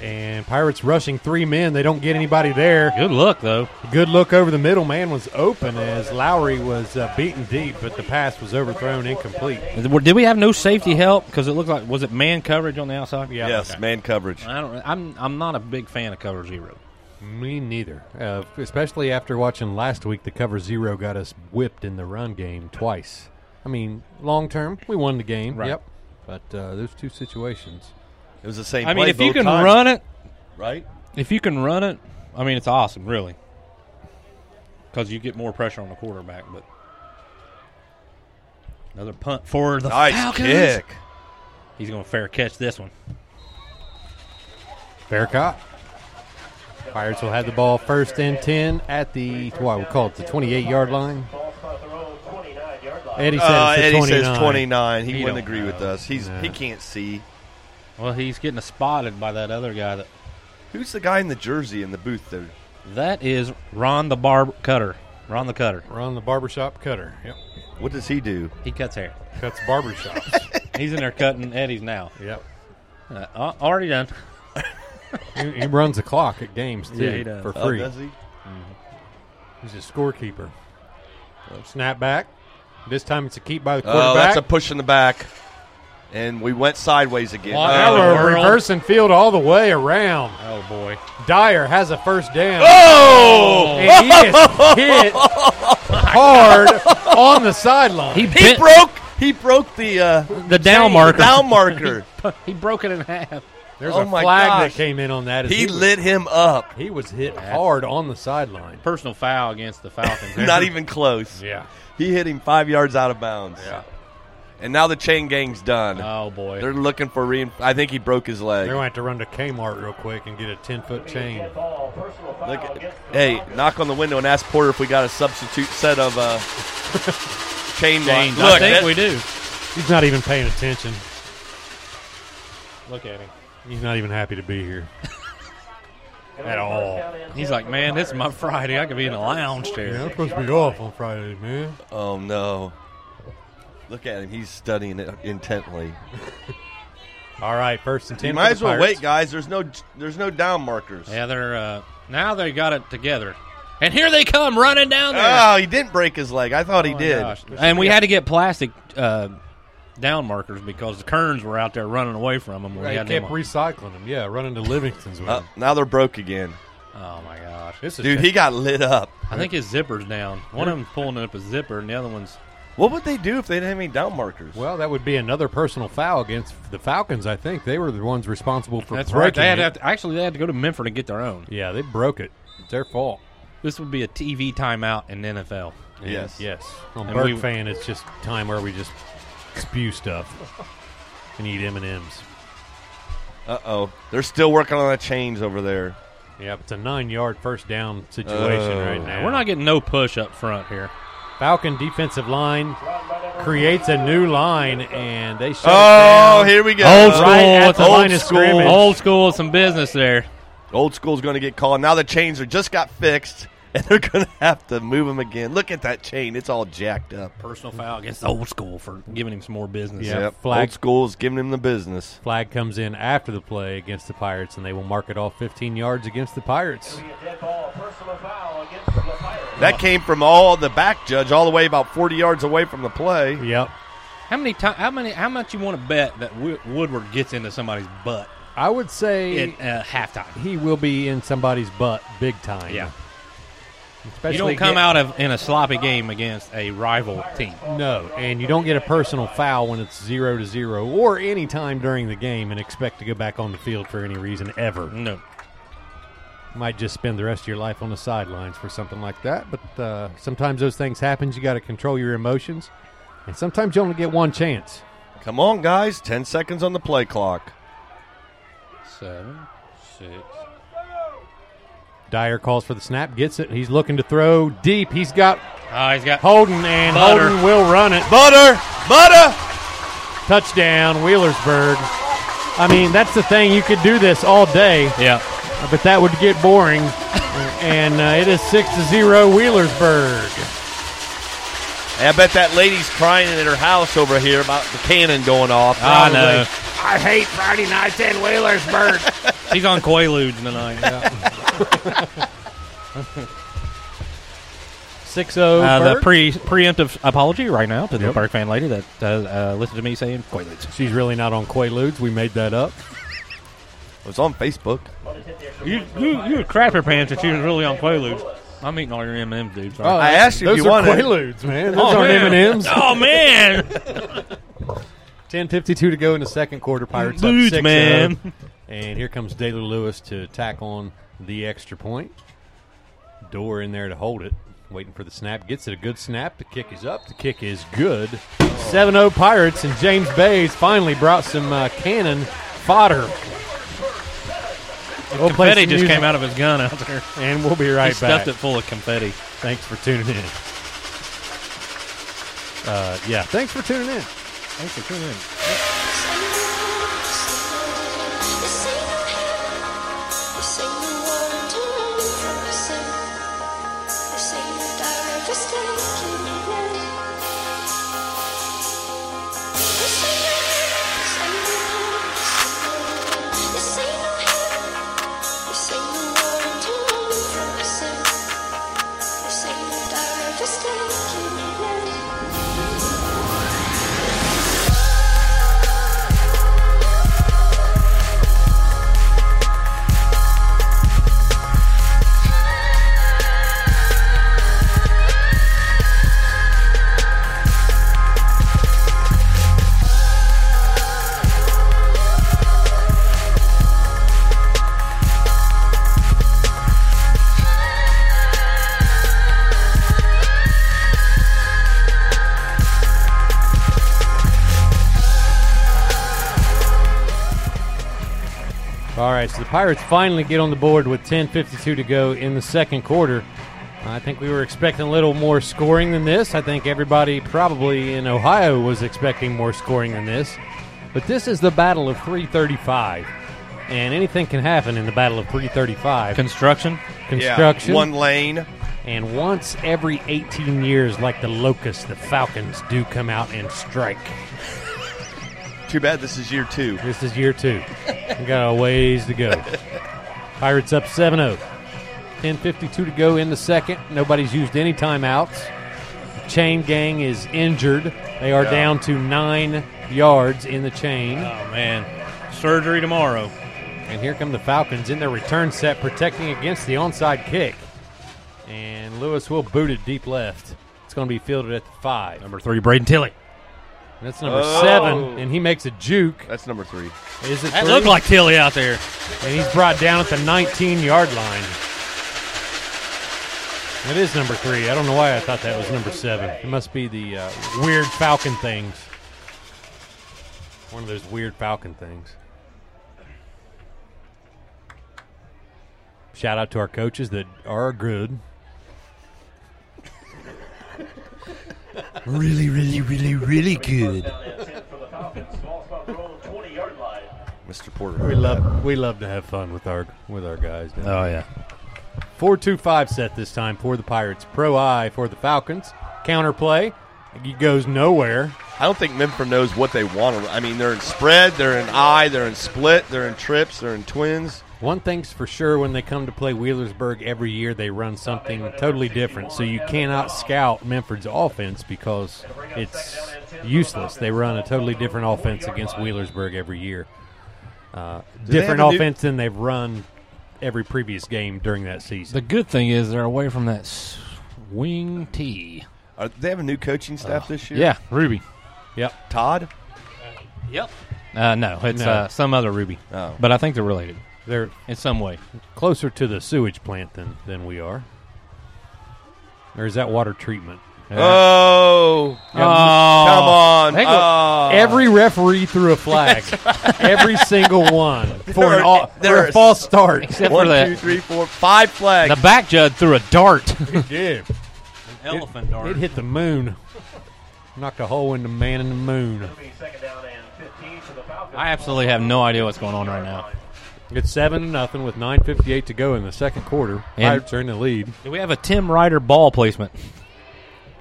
[SPEAKER 1] And Pirates rushing three men. They don't get anybody there.
[SPEAKER 6] Good look, though.
[SPEAKER 1] Good look over the middle. Man was open as Lowry was uh, beaten deep, but the pass was overthrown incomplete.
[SPEAKER 6] Did we have no safety help? Because it looked like was it man coverage on the outside?
[SPEAKER 1] Yeah.
[SPEAKER 9] Yes, man coverage.
[SPEAKER 6] I don't. I'm I'm not a big fan of cover zero.
[SPEAKER 1] Me neither. Uh, especially after watching last week, the cover zero got us whipped in the run game twice. I mean, long term, we won the game.
[SPEAKER 6] Right.
[SPEAKER 1] Yep. But uh, those two situations,
[SPEAKER 9] It was the same.
[SPEAKER 6] I mean,
[SPEAKER 9] play
[SPEAKER 6] if you
[SPEAKER 9] both
[SPEAKER 6] can
[SPEAKER 9] times.
[SPEAKER 6] run it,
[SPEAKER 9] right?
[SPEAKER 6] If you can run it, I mean, it's awesome, really, because you get more pressure on the quarterback. But another punt for the
[SPEAKER 9] Nice
[SPEAKER 6] Falcons.
[SPEAKER 9] kick.
[SPEAKER 6] He's going to fair catch this one.
[SPEAKER 1] Fair cop. Pirates will have the ball first and 10 at the, what we call it, the 28 yard line. Eddie says,
[SPEAKER 9] Uh,
[SPEAKER 1] the
[SPEAKER 9] Eddie
[SPEAKER 1] 29.
[SPEAKER 9] says 29. He,
[SPEAKER 6] He
[SPEAKER 9] wouldn't
[SPEAKER 6] don't
[SPEAKER 9] agree with
[SPEAKER 6] know.
[SPEAKER 9] us. He's
[SPEAKER 1] Nah.
[SPEAKER 9] he can't see.
[SPEAKER 6] Well, he's getting spotted by that other guy. That
[SPEAKER 9] Who's the guy in the jersey in the booth there?
[SPEAKER 6] that is Ron the Barb Cutter. Ron the Cutter.
[SPEAKER 1] We're on the barbershop cutter. Yep.
[SPEAKER 9] What does he do?
[SPEAKER 6] He cuts hair.
[SPEAKER 1] Cuts barbershops.
[SPEAKER 6] He's in there cutting Eddie's now.
[SPEAKER 1] yep.
[SPEAKER 6] Uh, al- already done.
[SPEAKER 1] He, he runs the clock at games, too,
[SPEAKER 6] Yeah, he does.
[SPEAKER 1] for
[SPEAKER 9] Oh,
[SPEAKER 1] free.
[SPEAKER 9] does he?
[SPEAKER 1] He's a scorekeeper. Snap back. This time it's a keep by the quarterback.
[SPEAKER 9] Oh, that's a push in the back, and we went sideways again.
[SPEAKER 6] Wow.
[SPEAKER 1] Now
[SPEAKER 6] Oh,
[SPEAKER 9] Oh,
[SPEAKER 1] we're
[SPEAKER 6] world.
[SPEAKER 1] Uh, reversing field all the way around.
[SPEAKER 6] Oh boy.
[SPEAKER 1] Dyer has a first down.
[SPEAKER 9] Oh!
[SPEAKER 1] And he gets hit hard on the sideline.
[SPEAKER 6] He
[SPEAKER 9] he
[SPEAKER 6] bent
[SPEAKER 9] broke. He broke the uh,
[SPEAKER 6] the down
[SPEAKER 9] chain,
[SPEAKER 6] marker.
[SPEAKER 9] The down marker.
[SPEAKER 6] he broke it in half.
[SPEAKER 1] There's
[SPEAKER 9] oh
[SPEAKER 1] a
[SPEAKER 9] my
[SPEAKER 1] flag
[SPEAKER 9] gosh.
[SPEAKER 1] that came in on that. as
[SPEAKER 9] he
[SPEAKER 1] was-
[SPEAKER 9] lit him up.
[SPEAKER 1] He was hit hard on the sideline.
[SPEAKER 6] Personal foul against the Falcons.
[SPEAKER 9] Not even close.
[SPEAKER 1] Yeah.
[SPEAKER 9] He hit him five yards out of bounds.
[SPEAKER 1] Yeah.
[SPEAKER 9] And now the chain gang's done.
[SPEAKER 6] Oh boy.
[SPEAKER 9] They're looking for rein. I think he broke his leg.
[SPEAKER 1] They're going to have to run to Kmart real quick and get a 10 foot chain.
[SPEAKER 9] Look at- hey, knock on the window and ask Porter if we got a substitute set of uh, chain
[SPEAKER 6] James,
[SPEAKER 9] link. Look,
[SPEAKER 6] I think
[SPEAKER 9] that-
[SPEAKER 6] we do.
[SPEAKER 1] He's not even paying attention.
[SPEAKER 6] Look at him.
[SPEAKER 1] He's not even happy to be here at all.
[SPEAKER 6] He's like, man, this is my Friday. I could be in a lounge chair.
[SPEAKER 1] I'm supposed to be off on Fridays, man.
[SPEAKER 9] Oh no! Look at him. He's studying it intently.
[SPEAKER 1] All right, first and 10.
[SPEAKER 9] You
[SPEAKER 1] for
[SPEAKER 9] might
[SPEAKER 1] the
[SPEAKER 9] as well
[SPEAKER 1] Pirates.
[SPEAKER 9] wait, guys. There's no there's no down markers.
[SPEAKER 6] Yeah, they're uh, now they got it together, and here they come running down there.
[SPEAKER 1] Ah.
[SPEAKER 9] Oh, he didn't break his leg. I thought he
[SPEAKER 6] my
[SPEAKER 9] did.
[SPEAKER 6] gosh. And we had to get plastic uh, down markers because the Kerns were out there running away from them. We
[SPEAKER 1] They
[SPEAKER 6] had
[SPEAKER 1] kept
[SPEAKER 6] them on.
[SPEAKER 1] recycling them. Yeah, running to Livingston's with
[SPEAKER 9] Uh,
[SPEAKER 1] them.
[SPEAKER 9] now they're broke again.
[SPEAKER 6] oh my gosh,
[SPEAKER 1] This is
[SPEAKER 9] Dude, he got lit up.
[SPEAKER 6] I think his zipper's down. One of them's pulling up a zipper, and the other one's
[SPEAKER 9] What would they do if they didn't have any down markers?
[SPEAKER 1] Well, that would be another personal foul against the Falcons. I think they were the ones responsible for
[SPEAKER 6] that's right.
[SPEAKER 1] breaking
[SPEAKER 6] They had
[SPEAKER 1] it.
[SPEAKER 6] to, actually they had to go to Memphis and get their own.
[SPEAKER 1] yeah, they broke it. It's their fault.
[SPEAKER 6] This would be a TV timeout in the NFL.
[SPEAKER 9] yes.
[SPEAKER 1] Yes. On
[SPEAKER 6] And
[SPEAKER 1] Bird
[SPEAKER 6] we-
[SPEAKER 1] fan, it's just time where we just spew stuff and eat M and M's.
[SPEAKER 9] Uh oh. They're still working on a change over there.
[SPEAKER 1] Yep, it's a nine-yard first down situation
[SPEAKER 9] Oh.
[SPEAKER 1] right now.
[SPEAKER 6] We're not getting no push up front here.
[SPEAKER 1] Falcon defensive line creates a new line, and they shut
[SPEAKER 9] Oh,
[SPEAKER 1] it down.
[SPEAKER 9] here we go.
[SPEAKER 6] Old school.
[SPEAKER 1] Right at the
[SPEAKER 9] Old
[SPEAKER 1] line of
[SPEAKER 9] school.
[SPEAKER 1] scrimmage.
[SPEAKER 6] Old school, some business there.
[SPEAKER 9] Old school's going to get called. Now the chains are just got fixed, and they're going to have to move them again. Look at that chain; it's all jacked up.
[SPEAKER 6] Personal foul against old school for giving him some more business.
[SPEAKER 1] Yeah. flag-
[SPEAKER 9] Old school's giving him the business.
[SPEAKER 1] Flag comes in after the play against the Pirates, and they will mark it off 15 yards against the Pirates.
[SPEAKER 9] That came from all the back judge, all the way about forty yards away from the play.
[SPEAKER 1] Yep.
[SPEAKER 6] How many time? How many? How much you want to bet that Wo- Woodward gets into somebody's butt
[SPEAKER 1] I would say
[SPEAKER 6] at uh, halftime?
[SPEAKER 1] he will be in somebody's butt big time.
[SPEAKER 6] Yeah.
[SPEAKER 1] Especially
[SPEAKER 6] you don't come
[SPEAKER 1] get-
[SPEAKER 6] out of in a sloppy game against a rival team.
[SPEAKER 1] No, and you don't get a personal foul when it's zero to zero or any time during the game and expect to go back on the field for any reason ever.
[SPEAKER 6] No,
[SPEAKER 1] Might just spend the rest of your life on the sidelines for something like that, but uh, sometimes those things happen. You got to control your emotions, and sometimes you only get one chance.
[SPEAKER 9] Come on, guys! Ten seconds on the play clock.
[SPEAKER 6] seven, six.
[SPEAKER 1] Dyer calls for the snap, gets it. He's looking to throw deep. He's got
[SPEAKER 6] Oh, he's got
[SPEAKER 1] Holden, and
[SPEAKER 6] Butter.
[SPEAKER 1] Holden will run it.
[SPEAKER 9] Butter, butter.
[SPEAKER 1] Touchdown, Wheelersburg. I mean, that's the thing. You could do this all day.
[SPEAKER 6] yeah.
[SPEAKER 1] but that would get boring. and uh, it is six to zero Wheelersburg.
[SPEAKER 9] Hey, I bet that lady's crying at her house over here about the cannon going off.
[SPEAKER 6] I know
[SPEAKER 1] I hate Friday nights in Wheelersburg.
[SPEAKER 6] he's on Quaaludes tonight.
[SPEAKER 1] Six oh, zero.
[SPEAKER 6] Uh, the
[SPEAKER 1] Berg.
[SPEAKER 6] pre preemptive apology right now to the Park fan lady that uh, uh, listened to me saying Quaaludes.
[SPEAKER 1] She's really not on Quaaludes. We made that up.
[SPEAKER 9] It was on Facebook.
[SPEAKER 6] You you you crap your pants if you was really on Quaaludes. I'm eating all your M M's, dude.
[SPEAKER 3] Oh,
[SPEAKER 6] Sorry.
[SPEAKER 9] Oh, I asked you if
[SPEAKER 1] Those
[SPEAKER 9] you
[SPEAKER 1] are
[SPEAKER 6] Oh,
[SPEAKER 9] wanted.
[SPEAKER 1] Quaaludes, man. Those aren't M and M's.
[SPEAKER 6] Oh man!
[SPEAKER 1] 10:52 to go in the second quarter. Pirates up
[SPEAKER 3] Ludes,
[SPEAKER 1] 6
[SPEAKER 3] man.
[SPEAKER 1] And here comes Daly Lewis to tack on the extra point. Door in there to hold it. Waiting for the snap. Gets it a good snap. The kick is up. The kick is good. 7 0 Pirates, and James Bays finally brought some uh, cannon fodder. We'll play
[SPEAKER 3] confetti
[SPEAKER 1] some
[SPEAKER 3] just
[SPEAKER 1] music,
[SPEAKER 3] came out of his gun out there.
[SPEAKER 1] And we'll be right
[SPEAKER 3] he
[SPEAKER 1] back.
[SPEAKER 3] stuffed it full of confetti.
[SPEAKER 1] Thanks for tuning in. Uh, yeah, thanks for tuning in. Thanks for tuning in. All right, so the Pirates finally get on the board with 10:52 to go in the second quarter. I think we were expecting a little more scoring than this. I think everybody probably in Ohio was expecting more scoring than this. But this is the battle of 335. And anything can happen in the battle of 335.
[SPEAKER 3] Construction.
[SPEAKER 1] Construction.
[SPEAKER 9] Yeah, one lane.
[SPEAKER 1] And once every 18 years, like the locusts, the falcons do come out and strike.
[SPEAKER 9] Too bad this is year two.
[SPEAKER 1] This is year two. We got a ways to go. Pirates up 7 0. 10.52 to go in the second. Nobody's used any timeouts. Chain gang is injured. They are
[SPEAKER 9] Yeah.
[SPEAKER 1] down to nine yards in the chain.
[SPEAKER 3] Oh man, surgery tomorrow.
[SPEAKER 1] And here come the Falcons in their return set, protecting against the onside kick. And Lewis will boot it deep left. It's going to be fielded at the five.
[SPEAKER 3] Number three, Braden Tilly.
[SPEAKER 1] That's number
[SPEAKER 9] Oh.
[SPEAKER 1] seven, and he makes a juke.
[SPEAKER 9] That's number three.
[SPEAKER 1] Is it
[SPEAKER 3] That
[SPEAKER 1] three?
[SPEAKER 3] looked like Tilly out there.
[SPEAKER 1] And he's brought down at the 19 yard line. It is number three. I don't know why I thought that was number seven. It must be the uh, weird Falcon things. One of those weird Falcon things. Shout out to our coaches that are good.
[SPEAKER 3] Really, really, really, really good.
[SPEAKER 12] Down at 10 for the Falcons. Small spot for all 20 yard line.
[SPEAKER 9] Mr. Porter.
[SPEAKER 1] We love we love to have fun with our with our guys. Down
[SPEAKER 3] Oh yeah.
[SPEAKER 1] Four two five set this time for the Pirates. Pro eye for the Falcons. Counter play. He goes nowhere.
[SPEAKER 9] I don't think Memphis knows what they want. I mean, they're in spread, they're in eye, they're in split, they're in trips, they're in twins.
[SPEAKER 1] One thing's for sure when they come to play Wheelersburg every year, they run something totally different. So you cannot scout Memphord's offense because it's useless. They run a totally different offense against Wheelersburg every year. Uh,
[SPEAKER 9] they
[SPEAKER 1] different
[SPEAKER 9] have a new-
[SPEAKER 1] offense than they've run every previous game during that season.
[SPEAKER 3] The good thing is they're away from that swing tee.
[SPEAKER 9] Are, they have a new coaching
[SPEAKER 1] Uh,
[SPEAKER 9] staff this year.
[SPEAKER 3] Yeah, Ruby.
[SPEAKER 1] Yep.
[SPEAKER 9] Todd.
[SPEAKER 3] Yep. Uh, no, it's
[SPEAKER 1] No.
[SPEAKER 3] Uh, some other Ruby.
[SPEAKER 9] Oh.
[SPEAKER 3] But I think they're related
[SPEAKER 1] They're
[SPEAKER 3] in some way.
[SPEAKER 1] closer to the sewage plant than, than we are. Or is that water treatment?
[SPEAKER 9] Oh, come on!
[SPEAKER 1] Hang
[SPEAKER 9] Oh.
[SPEAKER 1] on. Every referee threw a flag. Every single one for, an
[SPEAKER 9] are-
[SPEAKER 1] all,
[SPEAKER 9] there
[SPEAKER 1] for
[SPEAKER 9] are-
[SPEAKER 1] a false start.
[SPEAKER 3] Except
[SPEAKER 9] One,
[SPEAKER 3] for the,
[SPEAKER 9] two, three, four, five flags.
[SPEAKER 3] the back jud threw a dart.
[SPEAKER 1] Yeah.
[SPEAKER 3] Elephant
[SPEAKER 1] It hit the moon. Knocked a hole in the man in the moon.
[SPEAKER 12] Be second down and 15 for the Falcons.
[SPEAKER 3] I absolutely have no idea what's going on right now.
[SPEAKER 1] It's seven to nothing with nine fifty eight to go in the second quarter.
[SPEAKER 3] And-
[SPEAKER 1] Pirates are in the lead.
[SPEAKER 3] Do we have a Tim Ryder ball placement?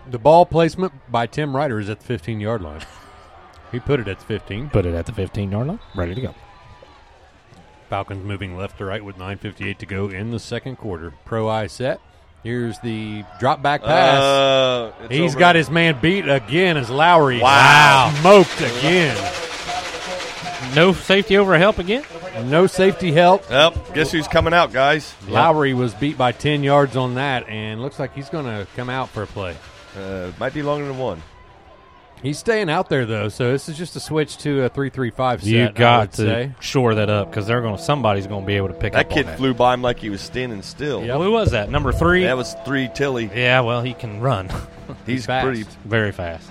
[SPEAKER 1] The ball placement by Tim Ryder is at the fifteen yard line. He put it at the fifteen.
[SPEAKER 3] Put it at the 15 yard line. Ready to go.
[SPEAKER 1] Falcons moving left to right with 9.58 to go in the second quarter. Pro eye set. Here's the drop back pass.
[SPEAKER 9] Oh, Uh, it's
[SPEAKER 1] He's
[SPEAKER 9] over.
[SPEAKER 1] got his man beat again as Lowry.
[SPEAKER 9] Wow.
[SPEAKER 1] Smoked again.
[SPEAKER 3] No safety over help again?
[SPEAKER 1] No safety help.
[SPEAKER 9] Well, guess who's coming out, guys?
[SPEAKER 1] Lowry was beat by 10 yards on that, and looks like he's going to come out for a play.
[SPEAKER 9] Uh, might be longer than one.
[SPEAKER 1] He's staying out there though, so this is just a switch to a three-three-five set.
[SPEAKER 6] You
[SPEAKER 1] I would
[SPEAKER 6] got to
[SPEAKER 1] say.
[SPEAKER 6] shore that up because they're going. to Somebody's going to be able to pick
[SPEAKER 9] That
[SPEAKER 6] up on
[SPEAKER 9] kid
[SPEAKER 6] that.
[SPEAKER 9] flew by him like he was standing still.
[SPEAKER 6] Well, who was that? Number three.
[SPEAKER 9] That was three Tilly.
[SPEAKER 6] yeah. Well, he can run
[SPEAKER 9] He's
[SPEAKER 1] Fast.
[SPEAKER 9] pretty.
[SPEAKER 6] very fast.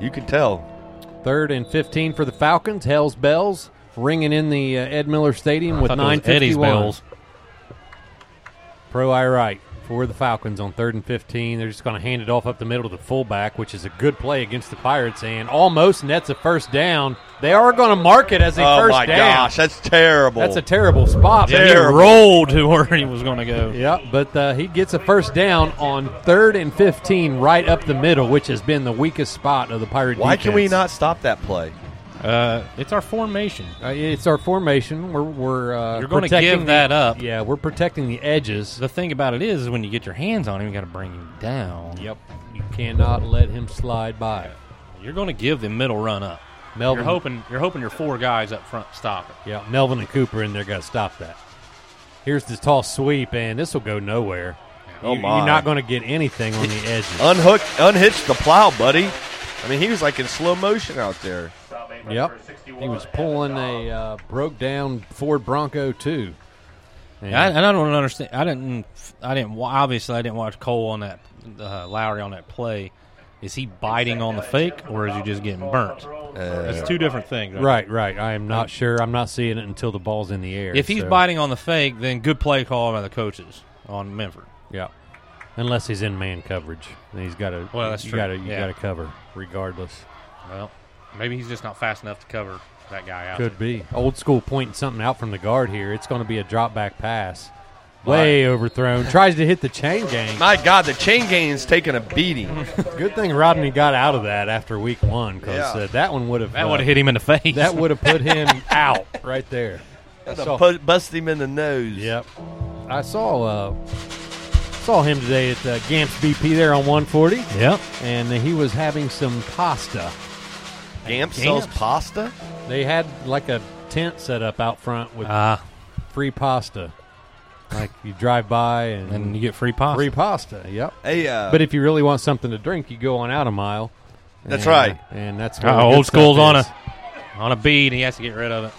[SPEAKER 9] You can tell.
[SPEAKER 1] Third and 15 for the Falcons. Hell's bells ringing in the uh, Ed Miller Stadium
[SPEAKER 6] I
[SPEAKER 1] with
[SPEAKER 6] thought that was Eddie's
[SPEAKER 1] 951.
[SPEAKER 6] bells.
[SPEAKER 1] Pro I right for the Falcons on third and 15. They're just going to hand it off up the middle to the fullback, which is a good play against the Pirates and almost nets a first down. They are going to mark it as a
[SPEAKER 9] Oh
[SPEAKER 1] first
[SPEAKER 9] my
[SPEAKER 1] down.
[SPEAKER 9] gosh, that's terrible.
[SPEAKER 1] That's a terrible spot. but
[SPEAKER 6] He
[SPEAKER 1] he-
[SPEAKER 9] Terrible.
[SPEAKER 6] rolled to where he was going to go.
[SPEAKER 1] Yeah, but uh, he gets a first down on third and 15 right up the middle, which has been the weakest spot of the Pirate
[SPEAKER 9] Why can we
[SPEAKER 1] defense.
[SPEAKER 9] not stop that play?
[SPEAKER 6] Uh, it's our formation.
[SPEAKER 1] Uh, it's our formation. We're we're uh,
[SPEAKER 6] You're gonna
[SPEAKER 1] protecting
[SPEAKER 6] give that
[SPEAKER 1] the-
[SPEAKER 6] up.
[SPEAKER 1] Yeah, we're protecting the edges.
[SPEAKER 6] The thing about it is, when you get your hands on him, you got to bring him down.
[SPEAKER 1] Yep, you cannot let him slide by.
[SPEAKER 6] You're going to give the middle run up.
[SPEAKER 1] Melvin,
[SPEAKER 6] You're hoping you're hoping your four guys up front stop it.
[SPEAKER 1] yeah, Melvin and Cooper in there got to stop that. Here's this tall sweep, and this will go nowhere.
[SPEAKER 9] Oh,
[SPEAKER 1] you,
[SPEAKER 9] my.
[SPEAKER 1] You're not going to get anything on the
[SPEAKER 6] Oh.
[SPEAKER 1] edges.
[SPEAKER 9] Unhook, unhitch the plow, buddy. I mean, he was like in slow motion out there.
[SPEAKER 1] yep, he was pulling a uh, broke down Ford Bronco too. And
[SPEAKER 6] I, and I don't understand. I didn't. I didn't. wa- Obviously, I didn't watch Cole on that. Uh, Lowry on that play. Is he biting on the fake, or is he just getting burnt?
[SPEAKER 1] Uh,
[SPEAKER 6] That's two different things.
[SPEAKER 1] right, right. I am not sure. I'm not seeing it until the ball's in the air.
[SPEAKER 6] If he's
[SPEAKER 1] so-
[SPEAKER 6] biting on the fake, then good play call by the coaches on Memphis.
[SPEAKER 1] Yeah. Unless he's in man coverage, then he's got to.
[SPEAKER 6] Well, that's
[SPEAKER 1] you
[SPEAKER 6] true.
[SPEAKER 1] Gotta, you
[SPEAKER 6] Yeah.
[SPEAKER 1] got to cover regardless.
[SPEAKER 6] Well, maybe he's just not fast enough to cover that guy out.
[SPEAKER 1] Could be old school pointing something out from the guard here. It's going to be a drop back pass, way overthrown. Tries to hit the chain gang.
[SPEAKER 9] My God, the chain gang's taking a beating.
[SPEAKER 1] Good thing Rodney got out of that after week one because
[SPEAKER 9] Yeah.
[SPEAKER 1] uh, that one would have
[SPEAKER 6] That would have hit him in the face.
[SPEAKER 1] that would have put him out right there. I saw-
[SPEAKER 9] Pu- bust him in the nose.
[SPEAKER 1] Yep. I saw uh, saw him today at uh, Gantz BP there on 140,
[SPEAKER 6] Yep.
[SPEAKER 1] and he was having some pasta.
[SPEAKER 9] Gamp sells
[SPEAKER 6] Gamp?
[SPEAKER 9] pasta.
[SPEAKER 1] They had like a tent set up out front with
[SPEAKER 6] Ah,
[SPEAKER 1] free pasta. Like you drive by and,
[SPEAKER 6] and you get free pasta.
[SPEAKER 1] free pasta. Yep.
[SPEAKER 9] Hey, uh,
[SPEAKER 1] But if you really want something to drink, you go on out a mile.
[SPEAKER 9] That's
[SPEAKER 1] And,
[SPEAKER 9] right.
[SPEAKER 1] And that's where the
[SPEAKER 6] Uh,
[SPEAKER 1] good
[SPEAKER 6] old school's
[SPEAKER 1] stuff
[SPEAKER 6] on
[SPEAKER 1] is.
[SPEAKER 6] a on a bead. He has to get rid of it.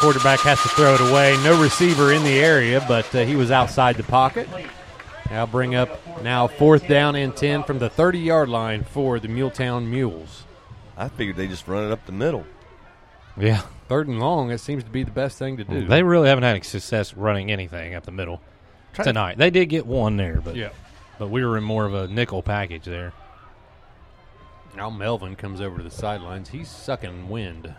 [SPEAKER 1] quarterback has to throw it away. No receiver in the area, but uh, he was outside the pocket. Now bring up now fourth down and ten from the 30-yard line for the Muletown Mules.
[SPEAKER 9] I figured they just run it up the middle.
[SPEAKER 6] Yeah,
[SPEAKER 1] Third and long, it seems to be the best thing to do.
[SPEAKER 6] they really haven't had success running anything up the middle
[SPEAKER 9] Try to-
[SPEAKER 6] tonight. They did get one there, but
[SPEAKER 1] yeah.
[SPEAKER 6] but we were in more of a nickel package there.
[SPEAKER 1] Now Melvin comes over to the sidelines. He's sucking wind.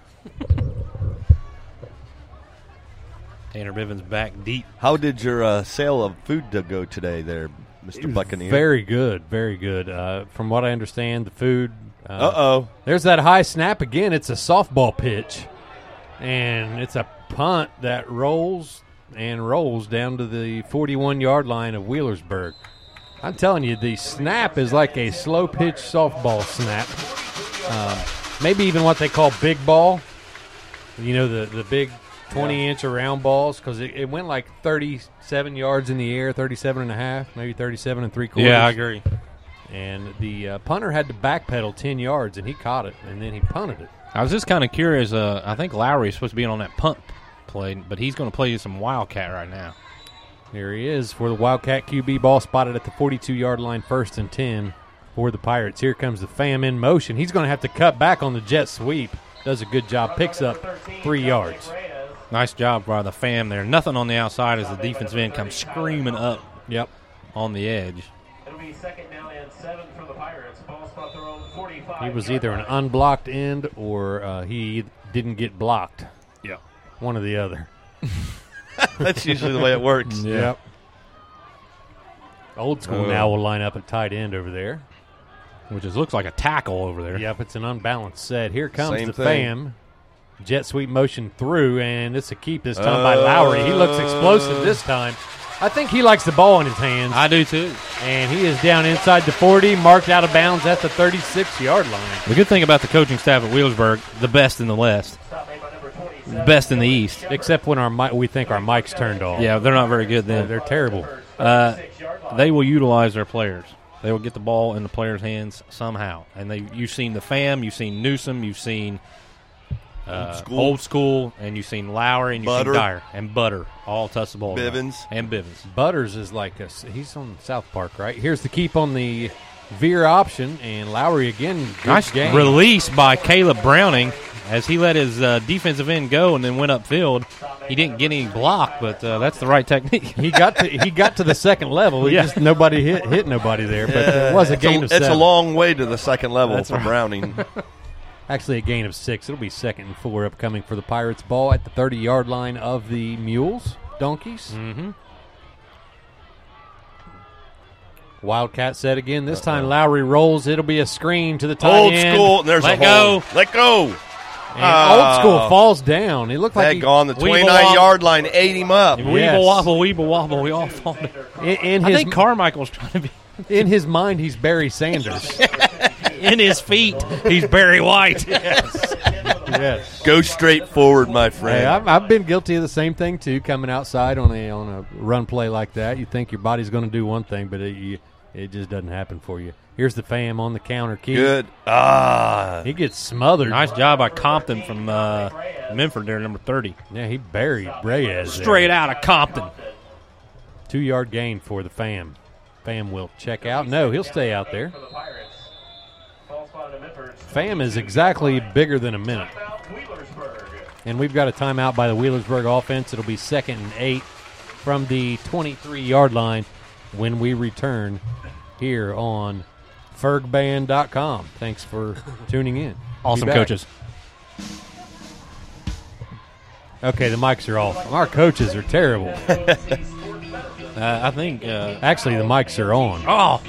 [SPEAKER 6] Tanner Bivens back deep.
[SPEAKER 9] How did your uh, sale of food to go today, there, Mister Buccaneer?
[SPEAKER 1] Very good, very good. Uh, from what I understand, the food. Uh,
[SPEAKER 9] Uh oh.
[SPEAKER 1] There's that high snap again. It's a softball pitch, and it's a punt that rolls and rolls down to the 41 yard line of Wheelersburg. I'm telling you, the snap is like a slow pitch softball snap. Um, maybe even what they call big ball. You know, the, the big 20 inch around balls, because it, it went like 37 yards in the air, 37 and a half, maybe 37 and three quarters
[SPEAKER 6] agree.
[SPEAKER 1] and the uh, punter had to backpedal 10 yards and he caught it and then he punted it
[SPEAKER 6] I was just kind of curious. Uh, I think Lowry's supposed to be on that punt play, but he's going to play some wildcat right now.
[SPEAKER 1] here he is for the wildcat qb ball spotted at the 42 yard line first and 10 for the pirates here comes the fam in motion he's going to have to cut back on the jet sweep does a good job picks up three yards
[SPEAKER 6] Nice job by the fam there. Nothing on the outside as the defensive end comes screaming up
[SPEAKER 1] yep
[SPEAKER 6] on the edge.
[SPEAKER 12] It'll be second down and seven for the Pirates. Ball spot their own 45.
[SPEAKER 1] he was either an unblocked end or uh, he didn't get blocked
[SPEAKER 6] Yeah.
[SPEAKER 1] one or the other
[SPEAKER 9] That's usually the way it works.
[SPEAKER 1] yep old school now will line up at tight end over there
[SPEAKER 6] Which is, looks like a tackle over there.
[SPEAKER 1] Yep, it's an unbalanced set. Here comes
[SPEAKER 9] Same
[SPEAKER 1] the
[SPEAKER 9] thing.
[SPEAKER 1] fam. Jet sweep motion through, and it's a keep this time
[SPEAKER 9] Uh,
[SPEAKER 1] by Lowry. He looks explosive this time. I think he likes the ball in his hands,
[SPEAKER 6] I do too.
[SPEAKER 1] and he is down inside the 40, marked out of bounds at the 36 yard line.
[SPEAKER 6] The good thing about the coaching staff at Wheelsburg, the best in the West, best in the East.
[SPEAKER 1] Except when our mi- we think our mic's turned off.
[SPEAKER 6] Yeah, they're not very good then.
[SPEAKER 1] they're terrible.
[SPEAKER 6] Uh, they will utilize their players.
[SPEAKER 3] They will get the ball in the players' hands somehow. And they, you've seen the fam, you've seen Newsom, you've seen uh,
[SPEAKER 9] Old
[SPEAKER 3] old,
[SPEAKER 9] school.
[SPEAKER 3] school. and you've seen Lowry and you've
[SPEAKER 9] Butter.
[SPEAKER 3] seen Dyer and Butter all touch the ball.
[SPEAKER 9] Bivens.
[SPEAKER 3] and Bivens.
[SPEAKER 1] Butters is like a, he's on South Park, right? Here's the keep on the veer option, and Lowry again. Good
[SPEAKER 3] Nice
[SPEAKER 1] game.
[SPEAKER 3] release by Caleb Browning as he let his uh, defensive end go and then went upfield. He didn't get any block, but uh, that's the right technique.
[SPEAKER 1] He got to he got to the second level. He
[SPEAKER 3] Yeah.
[SPEAKER 1] just nobody hit hit nobody there, but it was a
[SPEAKER 9] it's
[SPEAKER 1] gain
[SPEAKER 9] a,
[SPEAKER 1] of
[SPEAKER 9] It's
[SPEAKER 1] seven.
[SPEAKER 9] a long way to the second level
[SPEAKER 1] That's
[SPEAKER 9] for
[SPEAKER 1] right.
[SPEAKER 9] Browning.
[SPEAKER 1] Actually, a gain of six. It'll be second and four upcoming for the Pirates. Ball at the thirty yard line of the Mules Donkeys. Mm-hmm. Wildcat set again. This time Lowry rolls. It'll be a screen to the tight
[SPEAKER 9] Old
[SPEAKER 1] end.
[SPEAKER 9] school. and There's
[SPEAKER 3] Let
[SPEAKER 9] a hole.
[SPEAKER 3] go.
[SPEAKER 9] Let go.
[SPEAKER 1] And old school falls down. He looked like
[SPEAKER 9] That
[SPEAKER 1] he,
[SPEAKER 9] gone. The
[SPEAKER 3] Weevil
[SPEAKER 9] 29
[SPEAKER 3] off.
[SPEAKER 9] yard line ate him up.
[SPEAKER 3] Weeble
[SPEAKER 1] Yes.
[SPEAKER 3] wobble, weeble wobble. We all fall down.
[SPEAKER 1] in, in
[SPEAKER 3] I
[SPEAKER 1] his
[SPEAKER 3] think Carmichael's trying to be
[SPEAKER 1] in his mind he's Barry Sanders.
[SPEAKER 3] in his feet. He's Barry White.
[SPEAKER 1] yes.
[SPEAKER 9] Go straight forward, my
[SPEAKER 1] Hey,
[SPEAKER 9] friend.
[SPEAKER 1] I've, I've been guilty of the same thing too. Coming outside on a on a run play like that, you think your body's going to do one thing, but it you, it just doesn't happen for you. Here's the fam on the counter. Key.
[SPEAKER 9] Good. Ah.
[SPEAKER 1] He gets smothered.
[SPEAKER 3] nice job by Compton from uh, Memphis there, number 30.
[SPEAKER 1] Yeah, he buried Reyes.
[SPEAKER 3] Straight out of Compton.
[SPEAKER 1] Two yard gain for the fam. Fam will check out. No, he'll stay out there.
[SPEAKER 12] For the Pirates. Ball spotted to Mippers.
[SPEAKER 1] Fam is exactly bigger than a minute.
[SPEAKER 12] Out Wheelersburg.
[SPEAKER 1] And we've got a timeout by the Wheelersburg offense. It'll be second and eight from the 23 yard line when we return here on fergband.com. Thanks for tuning in.
[SPEAKER 3] Awesome
[SPEAKER 1] Be back.
[SPEAKER 3] coaches.
[SPEAKER 1] Okay, the mics are off. Our coaches are terrible.
[SPEAKER 3] Uh, I think. Uh,
[SPEAKER 1] Actually, the mics are on.
[SPEAKER 3] oh,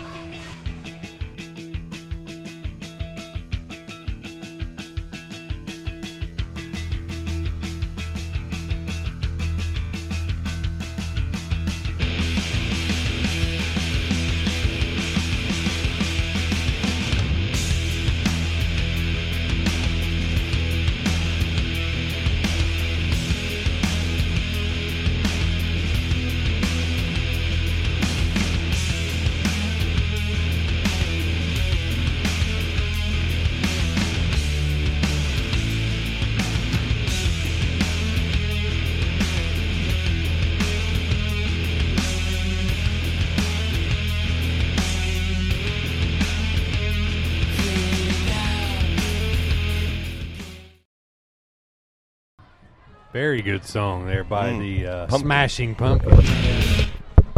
[SPEAKER 1] Very good song there by
[SPEAKER 9] Mm.
[SPEAKER 1] the uh,
[SPEAKER 9] Pumpkin.
[SPEAKER 1] Smashing Pumpkins.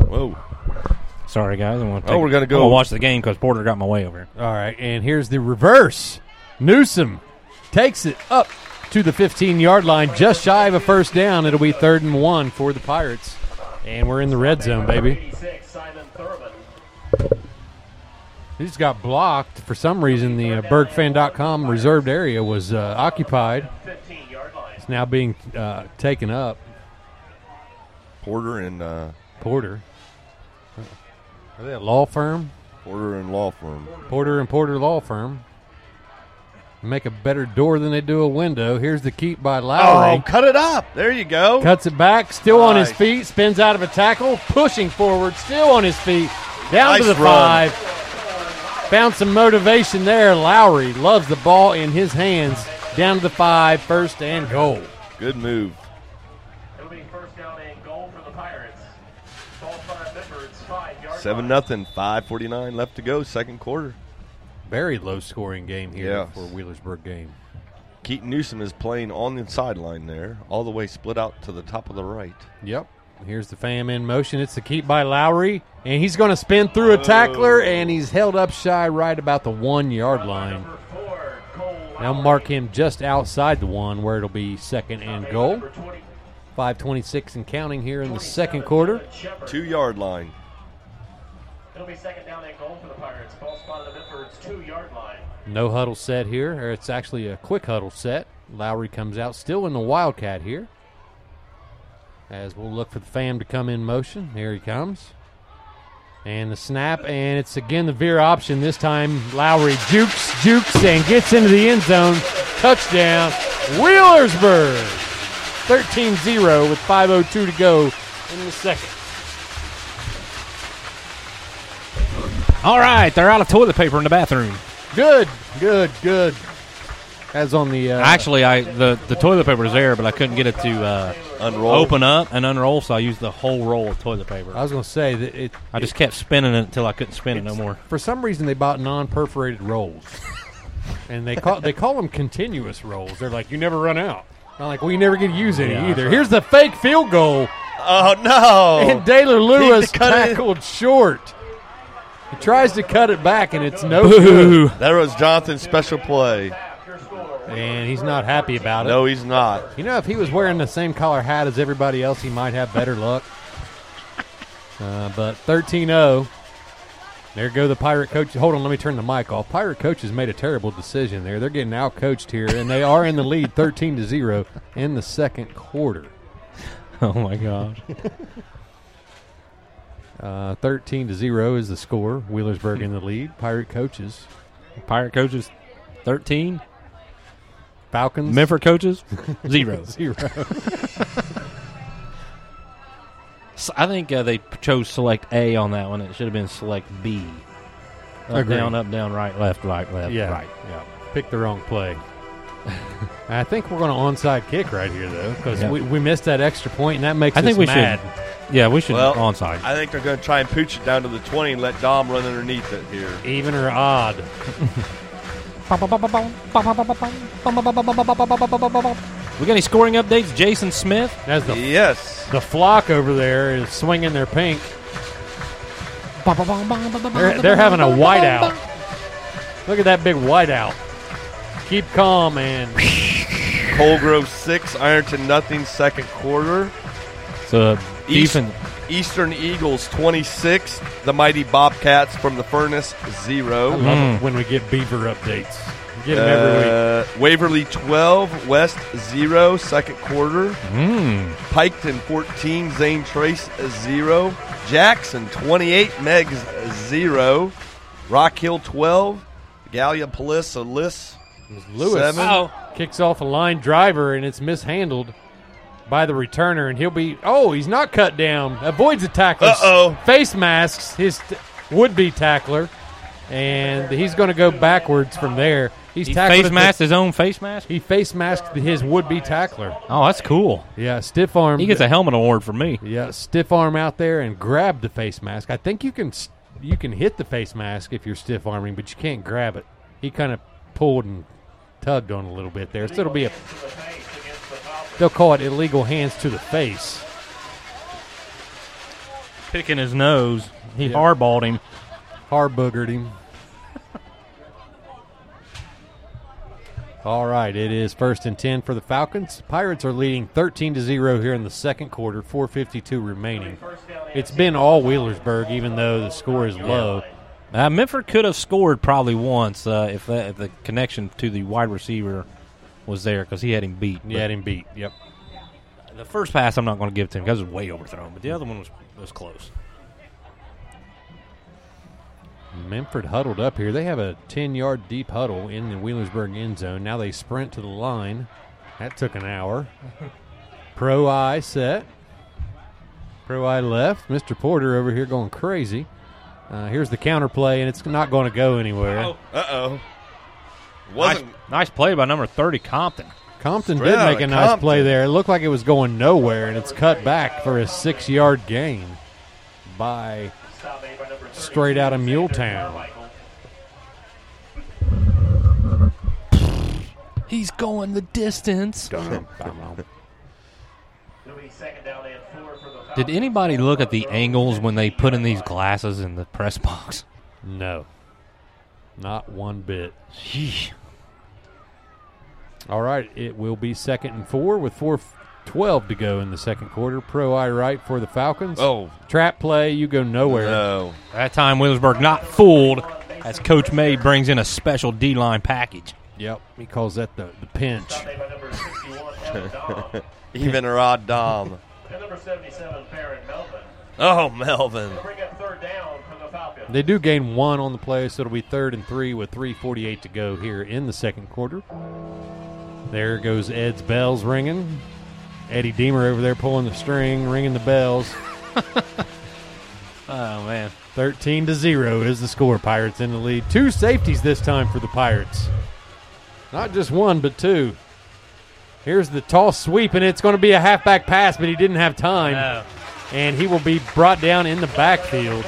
[SPEAKER 9] Whoa.
[SPEAKER 3] sorry guys. I want to.
[SPEAKER 9] Oh, we're gonna go-
[SPEAKER 3] watch the game because Porter got my way over. here.
[SPEAKER 1] All right, and here's the reverse. Newsom takes it up to the 15 yard line, just shy of a first down. It'll be third and one for the Pirates. And we're in the red zone, baby.
[SPEAKER 12] 86, Simon Thurman.
[SPEAKER 1] He just got blocked. For some reason, the uh, BergFan.com reserved area was uh, occupied.
[SPEAKER 12] 15 yard line.
[SPEAKER 1] It's now being uh, taken up.
[SPEAKER 9] Porter and uh,
[SPEAKER 1] Porter. Uh, Are they a law firm?
[SPEAKER 9] Porter and law firm.
[SPEAKER 1] Porter and Porter Law Firm. Make a better door than they do a window. Here's the keep by Lowry.
[SPEAKER 9] Oh, cut it up. There you go.
[SPEAKER 1] Cuts it back, still on his
[SPEAKER 9] Nice.
[SPEAKER 1] feet, spins out of a tackle, pushing forward, still on his feet, down to
[SPEAKER 9] Nice
[SPEAKER 1] the
[SPEAKER 9] run.
[SPEAKER 1] five. Found some motivation there. Lowry loves the ball in his hands, down to the five, first and goal.
[SPEAKER 9] Good move.
[SPEAKER 12] It'll be first down and goal for the Pirates. Ball spotted to Mippers. Five yard
[SPEAKER 9] 7
[SPEAKER 12] line.
[SPEAKER 9] nothing. 5.49 left to go. Second quarter.
[SPEAKER 1] Very low scoring game here
[SPEAKER 9] Yeah.
[SPEAKER 1] for Wheelersburg game.
[SPEAKER 9] Keaton Newsom is playing on the sideline there, all the way split out to the top of the right.
[SPEAKER 1] Yep. Here's the fam in motion. It's the keep by Lowry, and he's going to spin through a tackler, and he's held up shy right about the one yard line.
[SPEAKER 12] Number four, Cole
[SPEAKER 1] Now mark him just outside the one where it'll be second and goal.
[SPEAKER 12] Number 20,
[SPEAKER 1] 526 and counting here in the second quarter.
[SPEAKER 12] Shepard.
[SPEAKER 9] Two yard line.
[SPEAKER 12] It'll be second down and goal for the Pirates. Ball spotted to Mippers. Two yard line.
[SPEAKER 1] No huddle set here, or it's actually a quick huddle set. Lowry comes out still in the Wildcat here. As we'll look for the fam to come in motion. Here he comes. And the snap, and it's again the veer option. This time Lowry jukes, jukes, and gets into the end zone. Touchdown, Wheelersburg. 13 0 with 5.02 to go in the second.
[SPEAKER 6] All right, they're out of toilet paper in the bathroom.
[SPEAKER 1] Good, good, good. As on the uh,
[SPEAKER 6] Actually, I the, the toilet paper is there, but I couldn't get it to uh,
[SPEAKER 9] Unroll.
[SPEAKER 6] open up and unroll, so I used the whole roll of toilet
[SPEAKER 1] I
[SPEAKER 6] paper.
[SPEAKER 1] was going to say that it.
[SPEAKER 6] I just kept spinning it until I couldn't spin it no more.
[SPEAKER 1] For some reason, they bought non-perforated rolls, and they call they call them continuous rolls. They're like you never run out. I'm like, well, you never get to use any
[SPEAKER 6] Yeah.
[SPEAKER 1] either. Here's the fake field goal,
[SPEAKER 9] Oh no!
[SPEAKER 1] and Taylor
[SPEAKER 9] He
[SPEAKER 1] Lewis
[SPEAKER 9] cut it.
[SPEAKER 1] tackled short. He tries to cut it back, and it's no good.
[SPEAKER 6] Boo!
[SPEAKER 9] That was Jonathan's special play.
[SPEAKER 1] And he's not happy about it.
[SPEAKER 9] No, he's not.
[SPEAKER 1] You know, if he was wearing the same color hat as everybody else, he might have better luck. Uh, but 13 0. There go the Pirate coach. Hold on, let me turn the mic off. Pirate coaches made a terrible decision there. They're getting out coached here, and they are in the lead 13 to 0 in the second quarter.
[SPEAKER 6] Oh my gosh!
[SPEAKER 1] Uh, 13 to 0 is the score. Wheelersburg in the lead. Pirate coaches.
[SPEAKER 6] Pirate coaches, thirteen.
[SPEAKER 1] Falcons.
[SPEAKER 6] Memphis coaches, zero.
[SPEAKER 1] Zero.
[SPEAKER 6] S- I think uh, they p- chose select A on that one. It should have been select B. Up,
[SPEAKER 1] Agreed.
[SPEAKER 6] down, up, down, right, left, right, left,
[SPEAKER 1] Yeah.
[SPEAKER 6] right.
[SPEAKER 1] Yeah. Picked the wrong play. I think we're going to onside kick right here, though, because
[SPEAKER 6] Yeah.
[SPEAKER 1] we, we missed that extra point, and that makes
[SPEAKER 6] I think
[SPEAKER 1] us
[SPEAKER 6] we
[SPEAKER 1] mad.
[SPEAKER 6] should. Yeah, we should
[SPEAKER 9] Well,
[SPEAKER 6] onside.
[SPEAKER 9] I think they're going to try and pooch it down to the 20 and let Dom run underneath it here.
[SPEAKER 1] Even or odd.
[SPEAKER 6] We got any scoring updates? Jason Smith.
[SPEAKER 1] As the
[SPEAKER 9] Yes.
[SPEAKER 1] the flock over there is swinging their pink. They're, they're having a whiteout. Look at that big whiteout. Keep calm and
[SPEAKER 9] Colgrove 6, Ironton nothing, second quarter.
[SPEAKER 6] So defense.
[SPEAKER 9] Eastern Eagles 26, the mighty Bobcats from the Furnace 0.
[SPEAKER 1] love
[SPEAKER 6] Mm.
[SPEAKER 1] it when we get beaver updates. We Get them every week.
[SPEAKER 9] Uh, Waverly 12, West 0, second quarter.
[SPEAKER 1] Hmm.
[SPEAKER 9] Piketon 14, Zane Trace 0. Jackson 28, Megs 0. Rock Hill 12, Gallia Palissa Liss.
[SPEAKER 1] Lewis
[SPEAKER 9] seven.
[SPEAKER 1] kicks off a line driver and it's mishandled by the returner, and he'll be. Oh, he's not cut down. Avoids the tackler.
[SPEAKER 9] Uh-oh.
[SPEAKER 1] Face masks his t- would-be tackler, and he's going to go backwards from there. He's
[SPEAKER 6] He
[SPEAKER 1] tackled.
[SPEAKER 6] face
[SPEAKER 1] at the-
[SPEAKER 6] masked his own face mask.
[SPEAKER 1] He face masked his would-be tackler.
[SPEAKER 6] Oh, that's cool.
[SPEAKER 1] Yeah, stiff arm.
[SPEAKER 6] He gets a helmet award from me.
[SPEAKER 1] yeah stiff arm out there and grab the face mask. I think you can s- you can hit the face mask if you're stiff arming, but you can't grab it. He kind of pulled and tugged on a little bit there, so it'll be a they'll call it illegal hands to the face.
[SPEAKER 6] Picking his nose. He
[SPEAKER 1] Yeah.
[SPEAKER 6] hardballed him.
[SPEAKER 1] Hard boogered him. All right, it is first and 10 for the Falcons. Pirates are leading 13 to 0 here in the second quarter, 452 remaining. It's been all Wheelersburg, even though the score is low.
[SPEAKER 6] Uh, Memphis could have scored probably once uh, if, that, if the connection to the wide receiver was there because he had him beat.
[SPEAKER 1] You had him beat. Yep.
[SPEAKER 6] But The first pass I'm not going to give to him because it was way overthrown, but the other one was, was close.
[SPEAKER 1] Memphis huddled up here. They have a 10 yard deep huddle in the Wheelersburg end zone. Now they sprint to the line. That took an hour. Pro eye set. Pro eye left. Mr. Porter over here going crazy. Uh, here's the counter play, and it's not going to go anywhere.
[SPEAKER 9] Uh oh.
[SPEAKER 6] Nice,
[SPEAKER 9] Wasn't.
[SPEAKER 6] nice play by number 30, Compton.
[SPEAKER 1] Compton
[SPEAKER 9] Straight
[SPEAKER 1] did
[SPEAKER 9] outta
[SPEAKER 1] make a nice
[SPEAKER 9] Compton.
[SPEAKER 1] play there. It looked like it was going nowhere, and it's cut back for a six yard gain by straight out of Muletown.
[SPEAKER 6] He's going the distance. Did anybody look at the angles when they put in these glasses in the press box?
[SPEAKER 1] No, not one bit. All right, it will be second and four with four twelve to go in the second quarter. Pro eye right for the Falcons.
[SPEAKER 9] Oh.
[SPEAKER 1] Trap play, you go nowhere.
[SPEAKER 9] No.
[SPEAKER 6] That time, Williamsburg not fooled as Coach May brings in a special D line package.
[SPEAKER 1] Yep, he calls that the, the pinch.
[SPEAKER 9] Even or odd Dom.
[SPEAKER 12] Number 77, Parent Melvin.
[SPEAKER 9] oh, Melvin.
[SPEAKER 12] Bring up third down for the Falcons.
[SPEAKER 1] They do gain one on the play, so it'll be third and three with 3.48 to go here in the second quarter. There goes Ed's bells ringing. Eddie Deemer over there pulling the string, ringing the bells.
[SPEAKER 6] Oh, man.
[SPEAKER 1] 13 to 0 is the score. Pirates in the lead. Two safeties this time for the Pirates. Not just one, but two. Here's the toss sweep, and it's going to be a halfback pass, but he didn't have time.
[SPEAKER 13] No.
[SPEAKER 1] And he will be brought down in the backfield.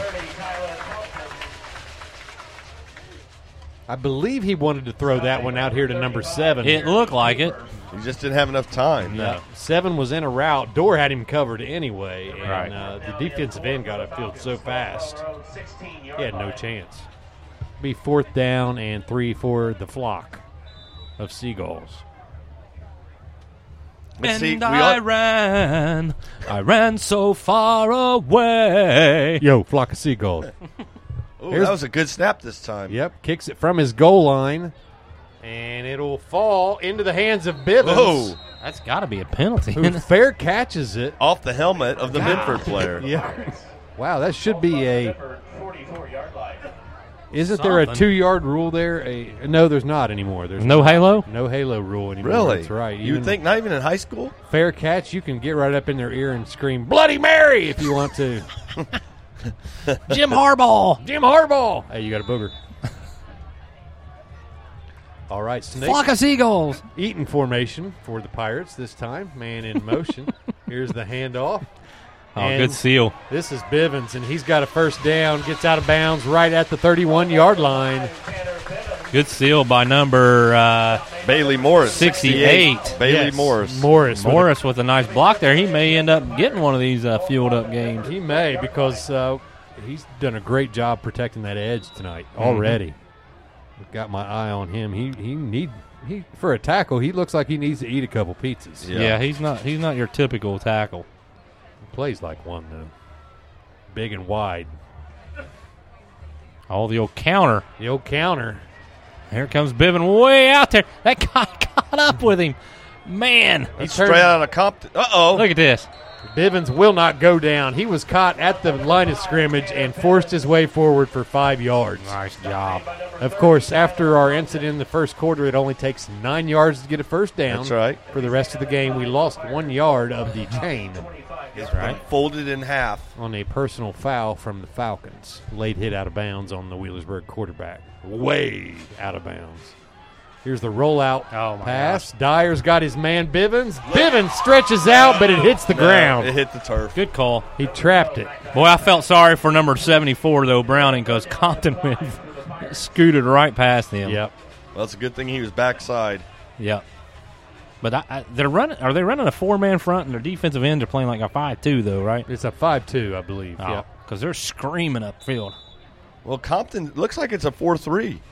[SPEAKER 1] I believe he wanted to throw that one out here to number seven.
[SPEAKER 6] It looked like it.
[SPEAKER 9] He just didn't have enough time.
[SPEAKER 1] Yeah. Uh, Seven was in a route. Door had him covered anyway, and uh, the defensive end got upfield so fast. He had no chance. Be fourth down and three for the flock of seagulls.
[SPEAKER 9] But see,
[SPEAKER 6] and
[SPEAKER 9] we
[SPEAKER 6] I
[SPEAKER 9] all-
[SPEAKER 6] ran, I ran so far away.
[SPEAKER 1] Yo, flock of seagulls.
[SPEAKER 9] Ooh,
[SPEAKER 1] Here's-
[SPEAKER 9] that was a good snap this time.
[SPEAKER 1] Yep, kicks it from his goal line, and it'll fall into the hands of Bivens,
[SPEAKER 9] Whoa.
[SPEAKER 6] That's got to be a penalty.
[SPEAKER 1] who fair catches it.
[SPEAKER 9] Off the helmet of the Minford player.
[SPEAKER 1] Yeah. Wow, that should be a.
[SPEAKER 12] Forty-four-yard line.
[SPEAKER 1] Isn't there a
[SPEAKER 6] Something.
[SPEAKER 1] two-yard rule there? A, no, there's not anymore. There's
[SPEAKER 6] no halo.
[SPEAKER 1] no halo rule anymore.
[SPEAKER 9] Really?
[SPEAKER 1] That's right.
[SPEAKER 9] You would
[SPEAKER 1] Even
[SPEAKER 9] think not even in high school?
[SPEAKER 1] fair catch, you can get right up in their ear and scream "Bloody Mary" if you want to.
[SPEAKER 6] Jim Harbaugh,
[SPEAKER 1] Jim Harbaugh. Hey, you got a booger. All right, snake
[SPEAKER 6] flock of seagulls.
[SPEAKER 1] Eaton formation for the Pirates this time. Man in motion. Here's the handoff.
[SPEAKER 6] Oh,
[SPEAKER 1] And
[SPEAKER 6] good seal.
[SPEAKER 1] This is Bivens, and he's got a first down. Gets out of bounds right at the 31 yard line.
[SPEAKER 6] Good seal by number uh,
[SPEAKER 9] Bailey Morris.
[SPEAKER 6] 68.
[SPEAKER 9] Bailey
[SPEAKER 1] Yes,
[SPEAKER 9] Morris.
[SPEAKER 1] Morris. with a-
[SPEAKER 6] Morris with a nice block there. He may end up getting one of these uh, fueled up games.
[SPEAKER 1] He may because uh, he's done a great job protecting that edge tonight
[SPEAKER 9] Mm-hmm.
[SPEAKER 1] already. Got my eye on him. He he need he for a tackle. He looks like he needs to eat a couple pizzas.
[SPEAKER 9] Yeah.
[SPEAKER 6] Yeah, he's not he's not your typical tackle.
[SPEAKER 1] Plays like one though. Big and wide.
[SPEAKER 6] All the old counter.
[SPEAKER 1] The old counter.
[SPEAKER 6] Here comes Bivin way out there. That guy caught up with him. Man,
[SPEAKER 9] He's straight out of Compton. Uh oh.
[SPEAKER 6] look at this.
[SPEAKER 1] Bivens will not go down. He was caught at the line of scrimmage and forced his way forward for five yards.
[SPEAKER 6] Nice job.
[SPEAKER 1] Of course, after our incident in the first quarter, it only takes nine yards to get a first down.
[SPEAKER 9] That's right.
[SPEAKER 1] For the rest of the game, we lost one yard of the chain
[SPEAKER 9] It's Folded in half.
[SPEAKER 1] on a personal foul from the Falcons. Late hit out of bounds on the Wheelersburg quarterback. Way out of bounds. Here's the rollout
[SPEAKER 6] Oh, my
[SPEAKER 1] pass. Dyer's got his man Bivens. Bivens stretches out, but it hits the ground.
[SPEAKER 9] It hit the turf.
[SPEAKER 6] Good call.
[SPEAKER 1] he trapped it.
[SPEAKER 6] Boy, I felt sorry for number 74, though, Browning, because Compton went, scooted right past him.
[SPEAKER 1] Yep.
[SPEAKER 9] Well, that's a good thing he was backside.
[SPEAKER 6] Yep. But I, I, they're running. Are they running a four-man front and their defensive ends are playing like a five-two though, right?
[SPEAKER 1] It's a 5 2, I believe.
[SPEAKER 9] Oh.
[SPEAKER 6] Yeah.
[SPEAKER 1] Yep.
[SPEAKER 6] Because they're screaming upfield.
[SPEAKER 9] Well, Compton looks like it's a 4 3.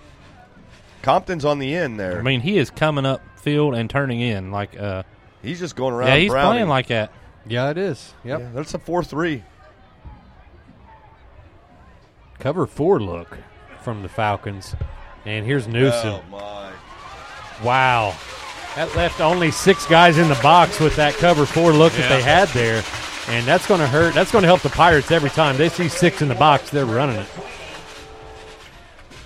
[SPEAKER 9] Compton's on the end there.
[SPEAKER 6] I mean, he is coming upfield and turning in like. Uh,
[SPEAKER 9] he's just going around.
[SPEAKER 6] yeah, he's
[SPEAKER 9] Browning.
[SPEAKER 6] playing like that.
[SPEAKER 1] Yeah, it is. Yep.
[SPEAKER 9] Yeah, that's a 4 3.
[SPEAKER 1] Cover four look from the Falcons. And here's Newsom.
[SPEAKER 9] Oh, my.
[SPEAKER 1] Wow. That left only six guys in the box with that cover four look that they had there. And that's going to hurt. That's going to help the Pirates every time. They see six in the box, they're running it.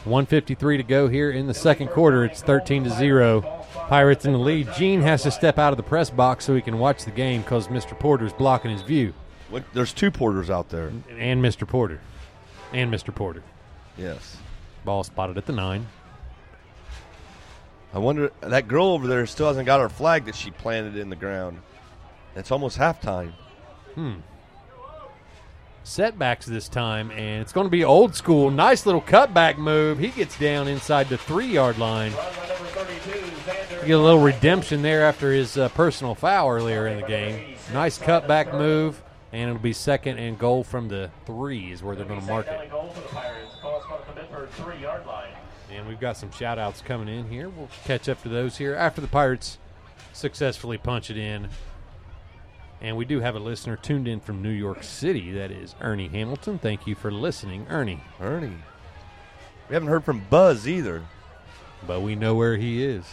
[SPEAKER 1] 153 to go here in the second quarter. It's 13 to 0. Pirates in the lead. Gene has to step out of the press box so he can watch the game because Mr. Porter's blocking his view.
[SPEAKER 9] Look, there's two porters out there.
[SPEAKER 1] And Mr. Porter. And Mr. Porter.
[SPEAKER 9] Yes.
[SPEAKER 1] Ball spotted at the nine.
[SPEAKER 9] I wonder, that girl over there still hasn't got her flag that she planted in the ground. It's almost halftime.
[SPEAKER 1] setbacks this time, and it's going to be old school. Nice little cutback move. He gets down inside the three yard line. Get a little redemption there after his uh, personal foul earlier in the game. Nice cutback move, and it'll be second and goal from the three is where they're going to mark
[SPEAKER 12] Second
[SPEAKER 1] it.
[SPEAKER 12] and goal for the Pirates. Calls from the Midford three-yard line.
[SPEAKER 1] And we've got some shout outs coming in here. We'll catch up to those here after the Pirates successfully punch it in. And we do have a listener tuned in from New York City. That is Ernie Hamilton. Thank you for listening, Ernie.
[SPEAKER 9] Ernie. We haven't heard from Buzz either.
[SPEAKER 1] but we know where he is.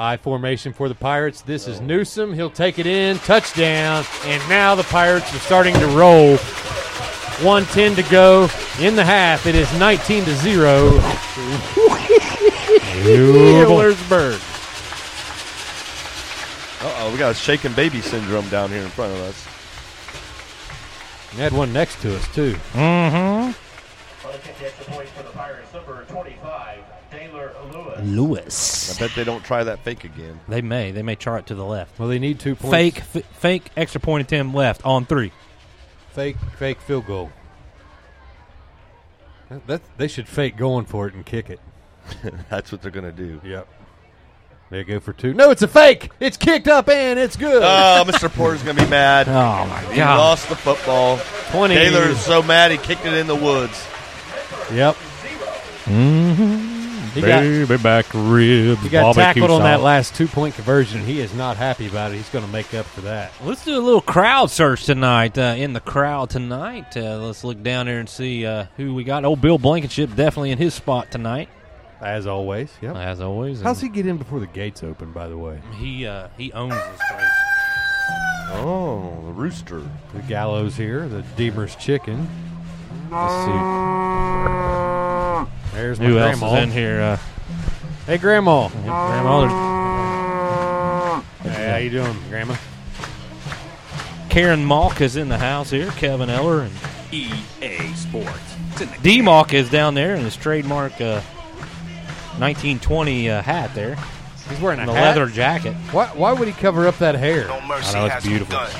[SPEAKER 1] I formation for the Pirates. This is Newsom. He'll take it in. Touchdown. And now the Pirates are starting to roll. 110 to go in the half. It is 19 to 0. Wheelersburg.
[SPEAKER 9] Uh oh, we got a shaken baby syndrome down here in front of us.
[SPEAKER 1] We had one next to us, too.
[SPEAKER 6] Mm-hmm.
[SPEAKER 12] Hudson gets a point for the Pirates, number 25, Taylor Lewis.
[SPEAKER 6] Lewis.
[SPEAKER 9] I bet they don't try that fake again.
[SPEAKER 6] They may. They may try it to the left.
[SPEAKER 1] Well, they need two points.
[SPEAKER 6] Fake, f- fake extra point attempt left on three.
[SPEAKER 1] Fake, fake field goal. That, that- they should fake going for it and kick it.
[SPEAKER 9] That's what they're going to do.
[SPEAKER 1] Yep. They go for two. No, it's a fake. It's kicked up and it's good.
[SPEAKER 9] Oh, Mr. Porter's going to be mad.
[SPEAKER 6] Oh my
[SPEAKER 9] He lost the football.
[SPEAKER 1] 20.
[SPEAKER 9] Taylor is so mad he kicked it in the woods.
[SPEAKER 1] Yep.
[SPEAKER 6] Mm-hmm.
[SPEAKER 1] He got-
[SPEAKER 6] back ribs.
[SPEAKER 1] He got tackled on that last two point conversion. He is not happy about it. He's going to make up for that.
[SPEAKER 6] Let's do a little crowd search tonight. Uh, in the crowd tonight, uh, let's look down there and see uh, who we got. Old Bill Blankenship definitely in his spot tonight,
[SPEAKER 1] As always. Yep.
[SPEAKER 6] as always.
[SPEAKER 1] How's he get in before the gates open, by the way?
[SPEAKER 6] He uh, he owns this place.
[SPEAKER 9] Oh, the rooster.
[SPEAKER 1] The gallows here, the Deemer's chicken. Let's see. There's my
[SPEAKER 6] Who else
[SPEAKER 1] grandma.
[SPEAKER 6] is in here? Uh,
[SPEAKER 1] Hey, grandma.
[SPEAKER 6] grandma, there's
[SPEAKER 1] Hey, how you doing, grandma?
[SPEAKER 6] Karen Malk is in the house here. Kevin Eller and EA Sports. D Malk is down there in his trademark uh, 1920 uh, hat there,
[SPEAKER 1] He's wearing a
[SPEAKER 6] and the
[SPEAKER 1] hat.
[SPEAKER 6] leather jacket.
[SPEAKER 1] Why, why would he cover up that hair?
[SPEAKER 14] No mercy
[SPEAKER 6] I know, it's
[SPEAKER 14] has been
[SPEAKER 6] Oh, beautiful.
[SPEAKER 14] done.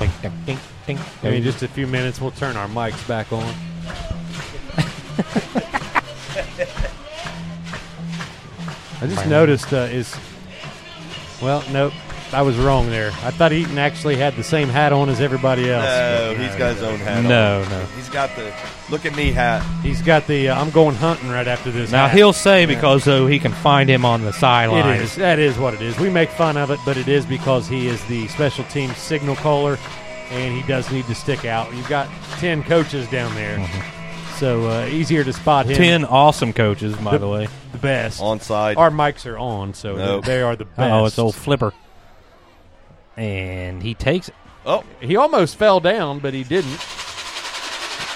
[SPEAKER 1] I mean, just a few minutes, we'll turn our mics back on. I just noticed uh, is well, nope, I was wrong there. I thought Eaton actually had the same hat on as everybody else.
[SPEAKER 9] No, he's got his own hat
[SPEAKER 6] No,
[SPEAKER 9] on.
[SPEAKER 6] no.
[SPEAKER 9] He's got the look at me hat.
[SPEAKER 1] He's got the uh, I'm going hunting right after this.
[SPEAKER 6] Now
[SPEAKER 1] hat.
[SPEAKER 6] he'll say because though he can find him on the
[SPEAKER 1] It
[SPEAKER 6] sideline.
[SPEAKER 1] is. That is what it is. We make fun of it, but it is because he is the special team signal caller, and he does need to stick out. You've got ten coaches down there, so uh, easier to spot him.
[SPEAKER 6] Mm-hmm. Ten awesome coaches, by the way.
[SPEAKER 1] the best.
[SPEAKER 9] Onside.
[SPEAKER 1] Our mics are on, so
[SPEAKER 9] Nope.
[SPEAKER 1] they are the best.
[SPEAKER 6] Oh, it's old Flipper, and he takes it.
[SPEAKER 9] oh,
[SPEAKER 1] He almost fell down, but he didn't.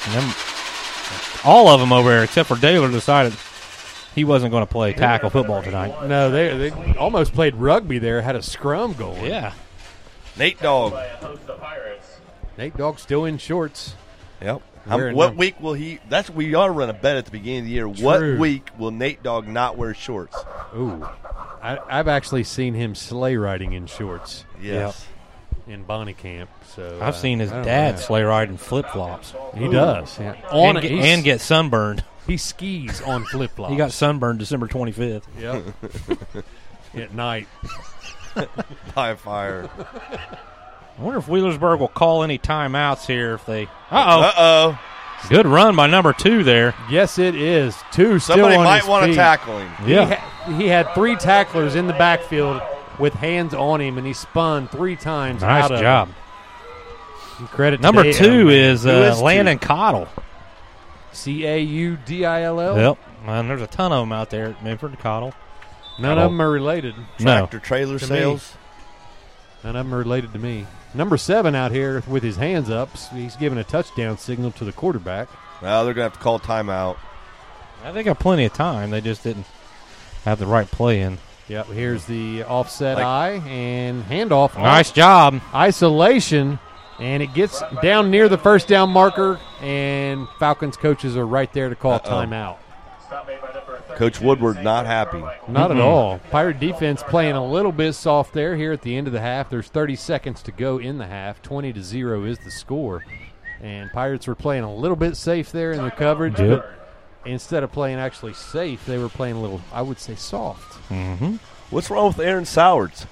[SPEAKER 6] And them- all of them over there except for Taylor decided he wasn't going to play tackle football tonight.
[SPEAKER 1] No, they they almost played rugby there. Had a scrum going.
[SPEAKER 6] Yeah,
[SPEAKER 9] Nate Dog.
[SPEAKER 12] By a host of Pirates.
[SPEAKER 1] Nate Dog still in shorts.
[SPEAKER 9] Yep.
[SPEAKER 1] Wearing
[SPEAKER 9] Um, what
[SPEAKER 1] them.
[SPEAKER 9] week will he? That's we are run a bet at the beginning of the year. What
[SPEAKER 1] True.
[SPEAKER 9] week will Nate Dog not wear shorts?
[SPEAKER 1] Ooh, I, I've actually seen him sleigh riding in shorts
[SPEAKER 9] Yes.
[SPEAKER 1] in Bonnie Camp. So
[SPEAKER 6] I've
[SPEAKER 1] uh,
[SPEAKER 6] seen his
[SPEAKER 1] I don't
[SPEAKER 6] dad
[SPEAKER 1] know.
[SPEAKER 6] sleigh ride in flip flops.
[SPEAKER 1] He does. Yeah.
[SPEAKER 6] And,
[SPEAKER 1] On
[SPEAKER 6] get-
[SPEAKER 1] he s-
[SPEAKER 6] and get sunburned.
[SPEAKER 1] he skis on flip flops.
[SPEAKER 6] He got sunburned December 25th.
[SPEAKER 1] yep. at night.
[SPEAKER 9] By a fire.
[SPEAKER 6] I wonder if Wheelersburg will call any timeouts here if they.
[SPEAKER 9] Uh
[SPEAKER 6] Uh
[SPEAKER 9] oh.
[SPEAKER 6] oh. Good run by number two there.
[SPEAKER 1] Yes, it is. Two still
[SPEAKER 9] Somebody
[SPEAKER 1] on
[SPEAKER 9] might
[SPEAKER 1] his
[SPEAKER 9] want to
[SPEAKER 1] feet.
[SPEAKER 9] tackle him.
[SPEAKER 1] He, ha- he had three tacklers in the backfield with hands on him, and he spun three times.
[SPEAKER 6] Nice
[SPEAKER 1] out of
[SPEAKER 6] job.
[SPEAKER 1] him. Credit to
[SPEAKER 6] Number
[SPEAKER 1] Dale,
[SPEAKER 6] two
[SPEAKER 1] man.
[SPEAKER 6] is,
[SPEAKER 9] Who
[SPEAKER 6] uh,
[SPEAKER 9] is two?
[SPEAKER 6] Landon Cottle.
[SPEAKER 1] C A U D I L L.
[SPEAKER 6] Yep. And there's a ton of them out there at Memphis Cottle.
[SPEAKER 1] None of them are related.
[SPEAKER 6] No.
[SPEAKER 9] Tractor trailer
[SPEAKER 1] To me.
[SPEAKER 9] sales.
[SPEAKER 1] None of them are related to me. Number seven out here with his hands up. s- He's giving a touchdown signal to the quarterback.
[SPEAKER 9] Well, they're gonna have to call timeout.
[SPEAKER 6] I think got plenty of time. They just didn't have the right play in.
[SPEAKER 1] Yep, here's the offset
[SPEAKER 9] Like-
[SPEAKER 1] eye and handoff.
[SPEAKER 6] Nice job.
[SPEAKER 1] isolation, and it gets down near the first down marker, and Falcons coaches are right there to call timeout.
[SPEAKER 12] Stop made by number 32,
[SPEAKER 9] Coach Woodward
[SPEAKER 12] Xavier
[SPEAKER 9] not happy.
[SPEAKER 12] Carmichael.
[SPEAKER 1] Not at all. Pirate defense playing a little bit soft there here at the end of the half. There's 30 seconds to go in the half. 20 to 0 is the score. And Pirates were playing a little bit safe there in the coverage.
[SPEAKER 6] Yep.
[SPEAKER 1] But instead of playing actually safe, they were playing a little, I would say, soft.
[SPEAKER 9] What's wrong with Aaron Sowards?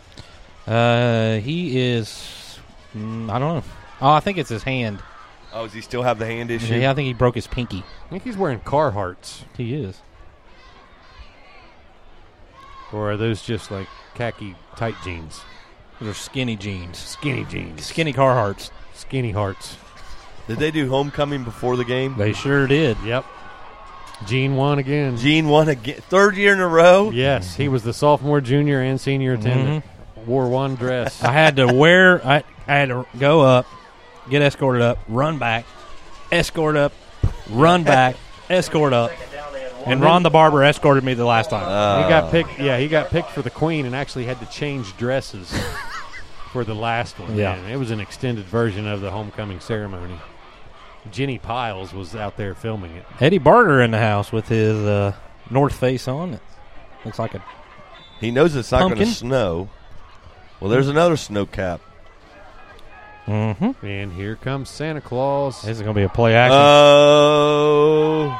[SPEAKER 6] Uh, he is. mm, I don't know. Oh, I think it's his hand.
[SPEAKER 9] Oh, does he still have the hand issue?
[SPEAKER 6] Yeah, I think he broke his pinky.
[SPEAKER 1] I think he's wearing Carhartts.
[SPEAKER 6] He is.
[SPEAKER 1] Or are those just like khaki tight jeans?
[SPEAKER 6] Those are skinny jeans.
[SPEAKER 1] Skinny jeans.
[SPEAKER 6] Skinny Carhartts.
[SPEAKER 1] Skinny hearts.
[SPEAKER 9] Did they do homecoming before the game?
[SPEAKER 6] They sure did.
[SPEAKER 1] Yep. Gene won again.
[SPEAKER 9] Gene won again, third year in a row.
[SPEAKER 1] yes, he was the sophomore, junior, and senior attendant. Wore one dress.
[SPEAKER 6] I had to wear. I, I had to go up, get escorted up, run back, escort up, run back, escort up, Uh, and Ron the barber escorted me the last time.
[SPEAKER 1] he got picked. Yeah, he got picked for the queen and actually had to change dresses. for the last one.
[SPEAKER 6] Yeah.
[SPEAKER 1] And it was an extended version of the homecoming ceremony. Jenny Piles was out there filming it.
[SPEAKER 6] Eddie Barter in the house with his uh, North Face on. It looks like a
[SPEAKER 9] He knows it's not going to
[SPEAKER 6] Pumpkin?
[SPEAKER 9] snow. Well, there's another snow cap.
[SPEAKER 1] Mm-hmm. And here comes Santa Claus.
[SPEAKER 6] This is going to be a play action.
[SPEAKER 9] Oh.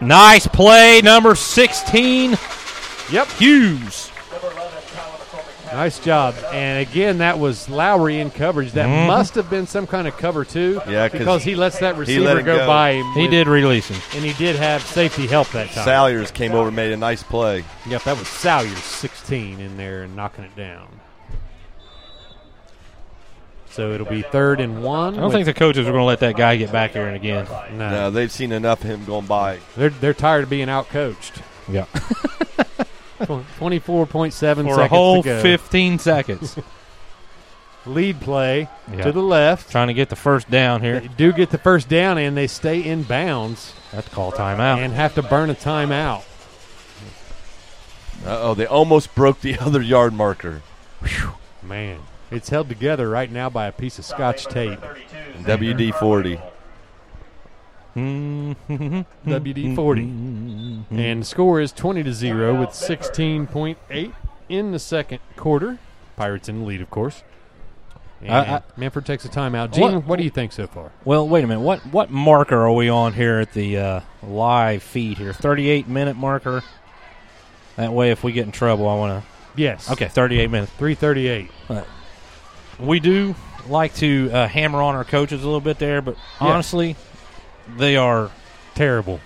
[SPEAKER 6] Nice play, number 16.
[SPEAKER 1] Yep.
[SPEAKER 6] Hughes.
[SPEAKER 1] Nice job. And again, that was Lowry in coverage. That
[SPEAKER 6] Mhm.
[SPEAKER 1] must have been some kind of cover too.
[SPEAKER 9] Mm-hmm. Yeah, 'cause
[SPEAKER 1] because he lets that
[SPEAKER 9] he
[SPEAKER 1] receiver
[SPEAKER 9] let him
[SPEAKER 1] go,
[SPEAKER 9] go.
[SPEAKER 1] by him.
[SPEAKER 6] He
[SPEAKER 1] with-
[SPEAKER 6] did release him.
[SPEAKER 1] and he did have safety help that time.
[SPEAKER 9] Salyers came over and made a nice play.
[SPEAKER 1] Yep, that was Salyer's 16 in there and knocking it down. So it'll be third and one.
[SPEAKER 6] I don't think the coaches are going to let that guy get back there and again.
[SPEAKER 1] No.
[SPEAKER 9] No, they've seen enough of him going by.
[SPEAKER 1] they're they're tired of being out coached.
[SPEAKER 6] Yeah.
[SPEAKER 1] Twenty four point seven
[SPEAKER 6] For
[SPEAKER 1] seconds
[SPEAKER 6] a whole
[SPEAKER 1] to go.
[SPEAKER 6] 15 seconds.
[SPEAKER 1] Lead play
[SPEAKER 6] Yeah.
[SPEAKER 1] to the left.
[SPEAKER 6] Trying to get the first down here.
[SPEAKER 1] They do get the first down and they stay in bounds
[SPEAKER 6] That's call timeout.
[SPEAKER 1] and have to burn a timeout.
[SPEAKER 9] Uh oh, they almost broke the other yard marker.
[SPEAKER 1] Man, it's held together right now by a piece of scotch tape.
[SPEAKER 9] WD 40.
[SPEAKER 6] Mm-hmm.
[SPEAKER 1] WD forty. And score is twenty to zero with sixteen point eight in the second quarter. Pirates in the lead, of course. And
[SPEAKER 6] I- I-
[SPEAKER 1] Manford takes a timeout. Gene, what,
[SPEAKER 6] What-
[SPEAKER 1] do you think so far?
[SPEAKER 6] Well, wait a minute. What what marker are we on here at the uh, live feed here? 38 minute marker. That way, if we get in trouble, I want
[SPEAKER 1] Yes.
[SPEAKER 6] to. Okay, 38 minutes.
[SPEAKER 1] Three thirty eight.
[SPEAKER 6] We do like to uh, hammer on our coaches a little bit there, but honestly, they are
[SPEAKER 1] Terrible.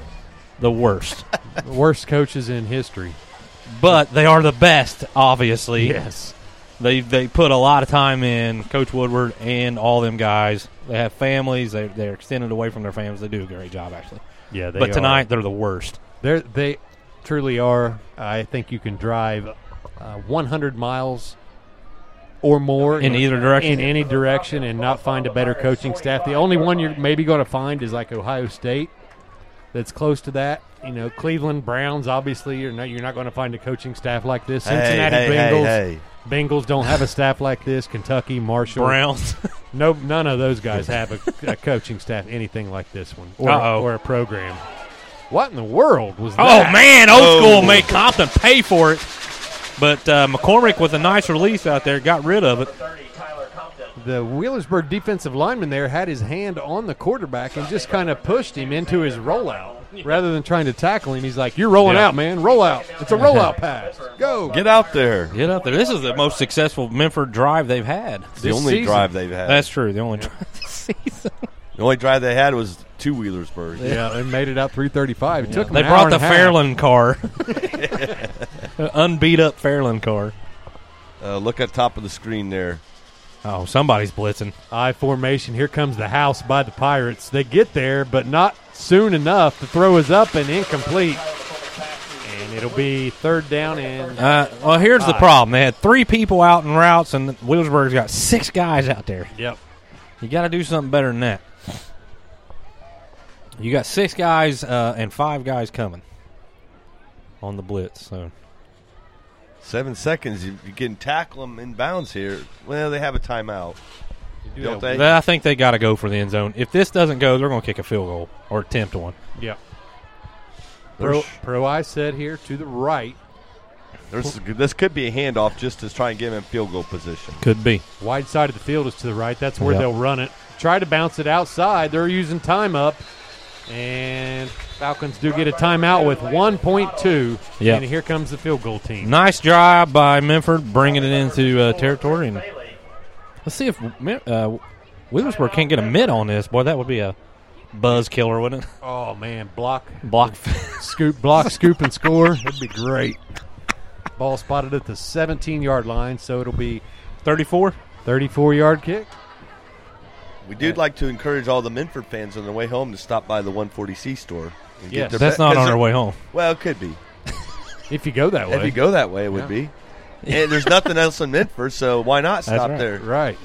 [SPEAKER 6] the worst.
[SPEAKER 1] Worst coaches in history.
[SPEAKER 6] but they are the best, obviously.
[SPEAKER 1] Yes.
[SPEAKER 6] They they put a lot of time in, Coach Woodward and all them guys. They have families. They, they're extended away from their families. They do a great job, actually.
[SPEAKER 1] Yeah, they
[SPEAKER 6] but
[SPEAKER 1] are-
[SPEAKER 6] tonight, they're the worst.
[SPEAKER 1] They're, they truly are. I think you can drive uh, 100 miles or more
[SPEAKER 6] In either direction?
[SPEAKER 1] in any direction, and not find a better coaching staff. The only one you're maybe going to find is like Ohio State, that's close to that. You know, Cleveland Browns. Obviously, you're not you're not going to find a coaching staff like this.
[SPEAKER 9] Hey,
[SPEAKER 1] Cincinnati
[SPEAKER 9] hey, hey,
[SPEAKER 1] Bengals.
[SPEAKER 9] hey.
[SPEAKER 1] Bengals don't have a staff like this. Kentucky, Marshall,
[SPEAKER 6] Browns.
[SPEAKER 1] No, none of those guys have a, a coaching staff anything like this one, or,
[SPEAKER 6] Uh-oh.
[SPEAKER 1] or a program. What in the world was
[SPEAKER 6] Oh
[SPEAKER 1] that?
[SPEAKER 6] man, old
[SPEAKER 9] Oh.
[SPEAKER 6] school made Compton pay for it. But uh, McCormick with a nice release out there got rid of it.
[SPEAKER 1] The Wheelersburg defensive lineman there had his hand on the quarterback and just kind of pushed him into his rollout. Rather than trying to tackle him, he's like, "You're rolling
[SPEAKER 6] Yeah.
[SPEAKER 1] out, man. Roll out. It's a rollout pass. Go."
[SPEAKER 6] Oh.
[SPEAKER 9] Get out there.
[SPEAKER 6] Get up there. This is the most successful Memphis drive they've had.
[SPEAKER 9] It's the
[SPEAKER 1] This
[SPEAKER 9] only
[SPEAKER 1] season.
[SPEAKER 9] drive they've had.
[SPEAKER 6] That's true. The only drive this season.
[SPEAKER 9] the only drive they had was two Wheelersburg.
[SPEAKER 1] yeah, they made it out 335. It took them
[SPEAKER 6] They
[SPEAKER 1] an hour and
[SPEAKER 6] brought the
[SPEAKER 1] a half.
[SPEAKER 6] Fairland car, An unbeat up Fairland car.
[SPEAKER 9] Uh, look at top of the screen there.
[SPEAKER 6] Oh, somebody's blitzing.
[SPEAKER 1] I formation. Here comes the house by the Pirates. They get there, but not soon enough. The throw is up and incomplete. And it'll be third down and
[SPEAKER 6] Uh, well, here's the problem. They had three people out in routes, and Wheelsburg's got six guys out there.
[SPEAKER 1] yep.
[SPEAKER 6] You got to do something better than that. You got six guys uh, and five guys coming on the blitz. So
[SPEAKER 9] Seven seconds. You, you can tackle them in bounds here. Well, they have a timeout. Don't they?
[SPEAKER 6] I think they got to go for the end zone. If this doesn't go, they're going to kick a field goal or attempt one.
[SPEAKER 1] Yep. Pro,
[SPEAKER 9] There's,
[SPEAKER 1] pro I said here to the right.
[SPEAKER 9] there's, this could be a handoff just to try and get him in field goal position.
[SPEAKER 6] Could be.
[SPEAKER 1] Wide side of the field is to the right. That's where
[SPEAKER 6] Yep.
[SPEAKER 1] they'll run it. Try to bounce it outside. They're using time up. And Falcons do get a timeout with 1.2.
[SPEAKER 6] Yep.
[SPEAKER 1] And here comes the field goal team.
[SPEAKER 6] Nice drive by Memphis, bringing it into uh, territory. And let's see if Mem- uh, Wheelersburg can't get a mid on this. Boy, that would be a buzz killer, wouldn't it?
[SPEAKER 1] Oh, man. Block,
[SPEAKER 6] Block.
[SPEAKER 1] scoop, block, scoop, and score. That'd be great. Ball spotted at the 17 yard line, so it'll be
[SPEAKER 6] 34?
[SPEAKER 1] 34 yard kick.
[SPEAKER 9] We do like to encourage all the Menford fans on their way home to stop by the 140C store. And
[SPEAKER 1] Yes.
[SPEAKER 9] their
[SPEAKER 6] That's
[SPEAKER 9] ba-
[SPEAKER 6] not
[SPEAKER 9] 'cause
[SPEAKER 6] on our
[SPEAKER 9] it-
[SPEAKER 6] way home.
[SPEAKER 9] Well, it could be.
[SPEAKER 1] If you go that way.
[SPEAKER 9] If you go that way, it would
[SPEAKER 1] Yeah.
[SPEAKER 9] be. And there's nothing else in Menford, so why not stop
[SPEAKER 6] right.
[SPEAKER 9] there?
[SPEAKER 1] Right.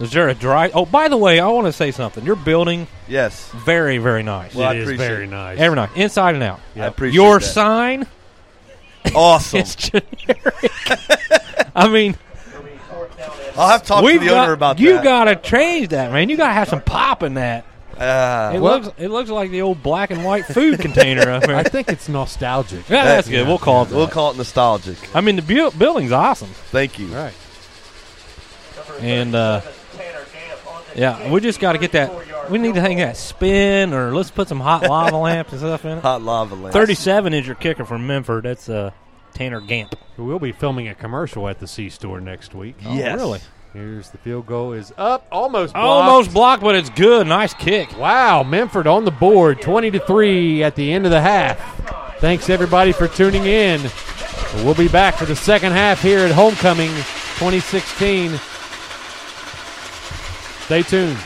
[SPEAKER 6] Is there a drive? Oh, by the way, I want to say something. Your building,
[SPEAKER 9] Yes.
[SPEAKER 6] very, very nice.
[SPEAKER 9] Well, I
[SPEAKER 1] it is
[SPEAKER 9] appreciate
[SPEAKER 1] very
[SPEAKER 9] it.
[SPEAKER 1] nice.
[SPEAKER 6] Every night, inside and out.
[SPEAKER 9] I appreciate
[SPEAKER 6] Your
[SPEAKER 9] that.
[SPEAKER 6] sign
[SPEAKER 9] Awesome.
[SPEAKER 6] is generic. I mean,
[SPEAKER 9] I'll have to talk
[SPEAKER 6] We've
[SPEAKER 9] to the
[SPEAKER 6] got-
[SPEAKER 9] owner about
[SPEAKER 6] you
[SPEAKER 9] that.
[SPEAKER 6] gotta change that, man. You gotta have some pop in that.
[SPEAKER 9] Uh,
[SPEAKER 6] it
[SPEAKER 9] well-
[SPEAKER 6] looks it looks like the old black and white food container. Up there.
[SPEAKER 1] I think it's nostalgic.
[SPEAKER 6] Yeah, that's good. We'll call it.
[SPEAKER 9] We'll call it nostalgic.
[SPEAKER 6] I mean, the bu- building's awesome.
[SPEAKER 9] Thank you.
[SPEAKER 1] Right.
[SPEAKER 6] And uh, yeah, we just got to get that. We need to hang that spin, or let's put some hot lava lamps and stuff in it.
[SPEAKER 9] Hot lava lamps.
[SPEAKER 6] Thirty-seven is your kicker from Memphis. That's uh, Tanner Gamp.
[SPEAKER 1] We'll be filming a commercial at the C store next week.
[SPEAKER 6] Yes. really?
[SPEAKER 1] Here's the field goal is up, almost blocked.
[SPEAKER 6] Almost blocked, but it's good. Nice kick.
[SPEAKER 1] Wow, Memphis on the board, 20 to 3 at the end of the half. Thanks everybody for tuning in. We'll be back for the second half here at Homecoming 2016. Stay tuned.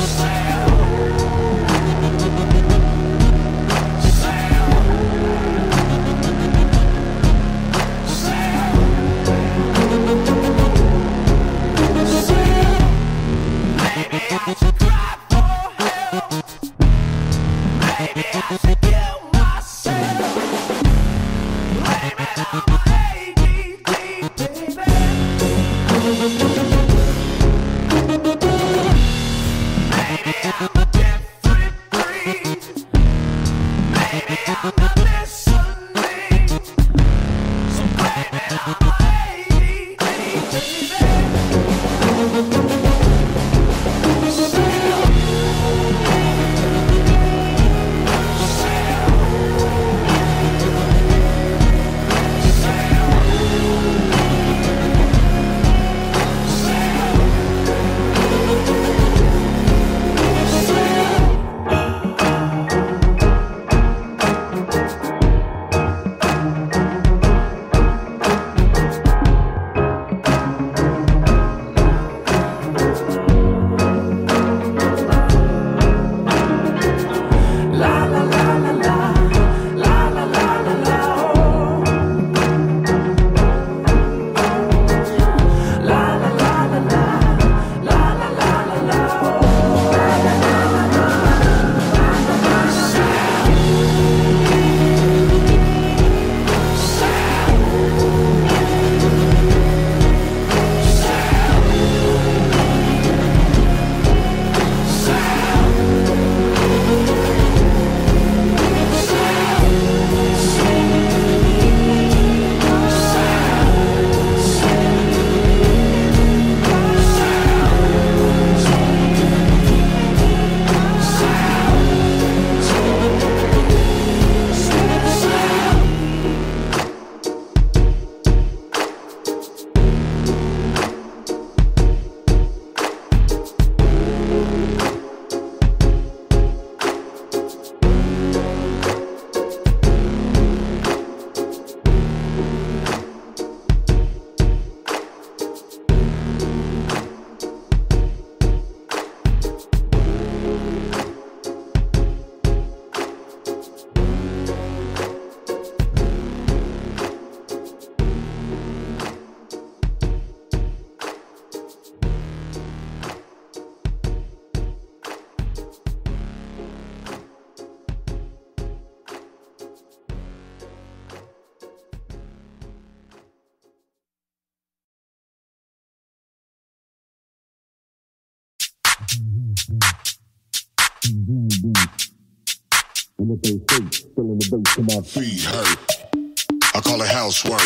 [SPEAKER 4] Oh
[SPEAKER 15] Sail. Sail.
[SPEAKER 16] what they say, feeling the bass to my
[SPEAKER 8] feet hurt. I call it housework.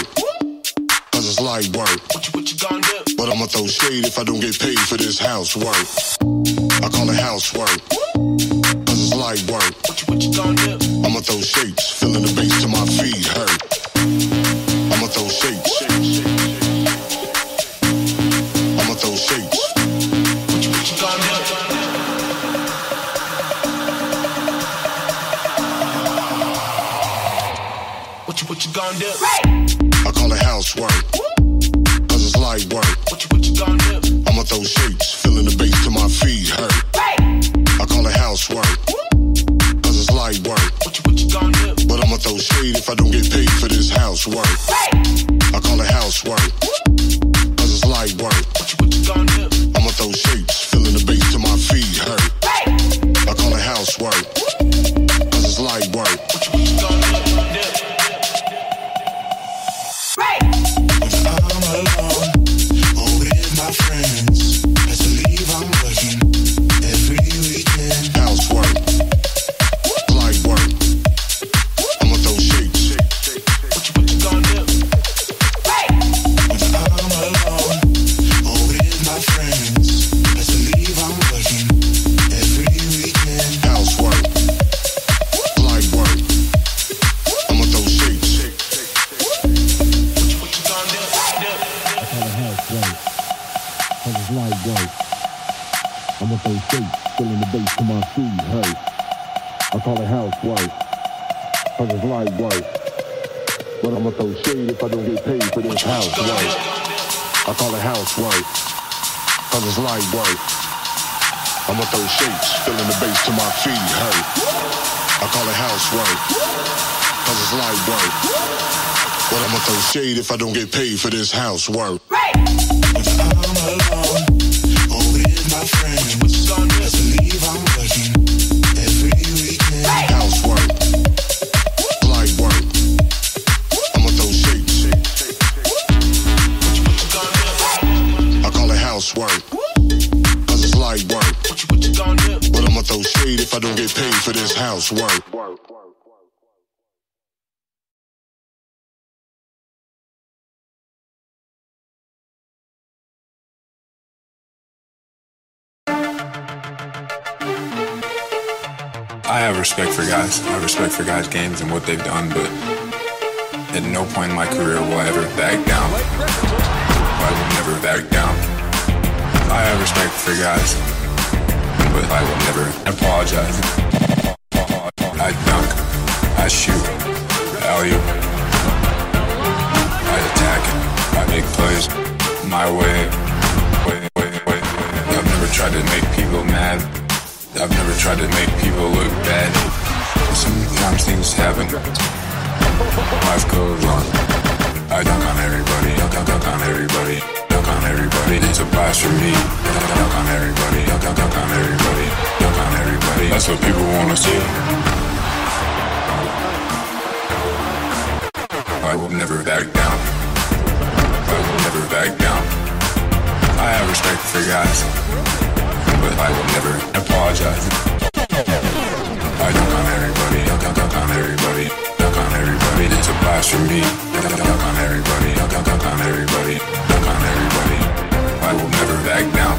[SPEAKER 8] Cause it's light work. What you, what you gonna do? But I'ma throw shade if I don't get paid for this housework. I call it housework. Cause it's light work. What you, what you gonna do? I'ma throw shapes, feeling the bass to my feet hurt. I'ma throw shapes. I'ma throw shapes. What you, what you gonna do?
[SPEAKER 17] What you, what you gonna do?
[SPEAKER 8] I call it housework. Cause it's light work. What you, what you gonna do? I'ma throw shapes, feeling the bass to my feet hurt. I call it housework. Cause it's light work. What you, what you gonna do? But I'ma throw shade if I don't get paid for this housework. I call it housework. Cause it's light work. What you, what you gonna do? I'ma throw shapes, feeling the bass to my feet hurt. I call it housework. Cause it's light work. What you, what you gonna do? Housework, light work. I'ma throw shapes. What you gonna do? Housework, light work. I'ma throw shapes.
[SPEAKER 16] I call it housework. Cause it's light work. I'ma throw shapes, feeling the bass to my feet hurt. I call it housework. Cause it's light work. But I'ma throw shade if I don't get paid for this housework. I call it housework.
[SPEAKER 8] Cause it's light work. I'ma throw shapes, feeling the bass to my feet hurt. I call it housework. Cause it's light work. But I'ma throw shade if I don't get paid for this housework. Housework. Light work. I'ma throw shapes. I call it housework. Cause it's light work. But I'ma throw shade if I don't get paid for this housework.
[SPEAKER 12] I have respect for guys. I have respect for guys' games and what they've done, but at no point in my career will I ever back down. I will never back down. I have respect for guys, but I will never apologize. I dunk. I shoot. Alley I attack. I make plays my way. Way, way, way. I've never tried to make people mad. I've never tried to make people look bad. Sometimes things happen. Life goes on. I dunk on everybody. Dunk, dunk, dunk on everybody. Dunk on everybody. It's a blast for me. Dunk, dunk on everybody. Dunk, dunk, dunk on everybody. Dunk on everybody. That's what people want to see. I will never back down. I will never back down. I have respect for guys but I will never apologize. I dunk on everybody, dunk, dunk, dunk on everybody, dunk on everybody. It's a blast for me. Dunk, dunk, dunk on everybody, dunk, dunk, dunk on everybody, dunk on everybody. I will never back down.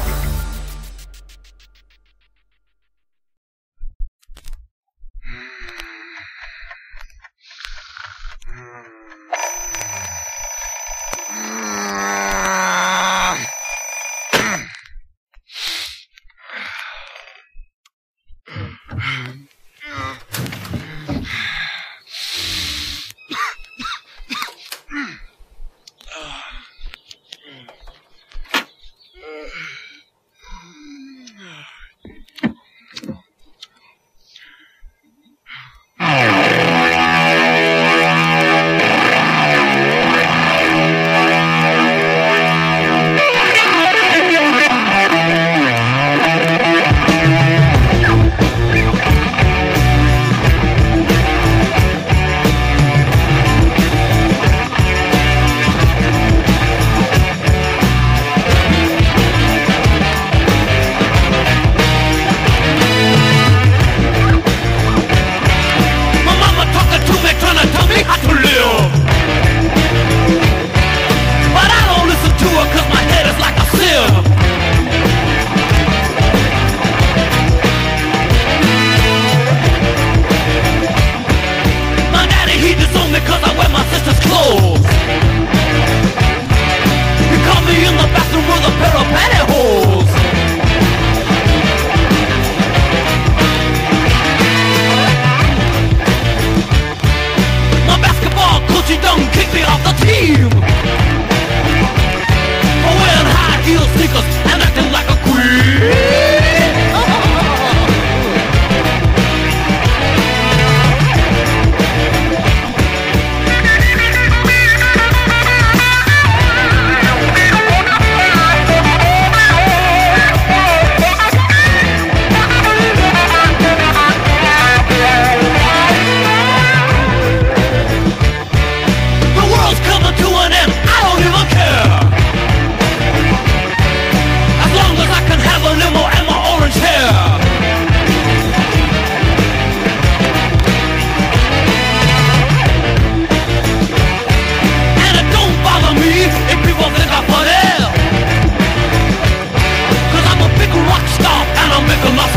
[SPEAKER 12] Ah!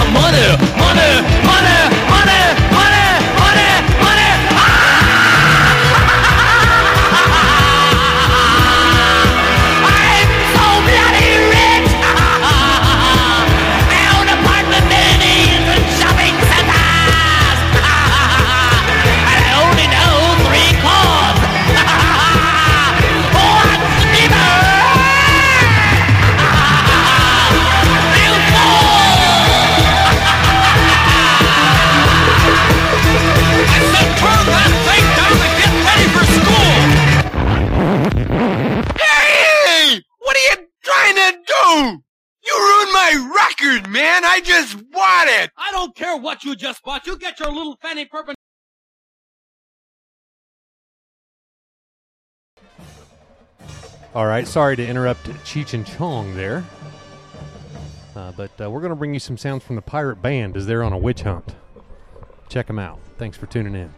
[SPEAKER 18] man. I just bought it.
[SPEAKER 19] I don't care what you just bought. You get your little fanny perpin.
[SPEAKER 1] All right, sorry to interrupt Cheech and Chong there. Uh, but uh, we're going to bring you some sounds from the Pirate Band as they're on a witch hunt. Check them out. Thanks for tuning in.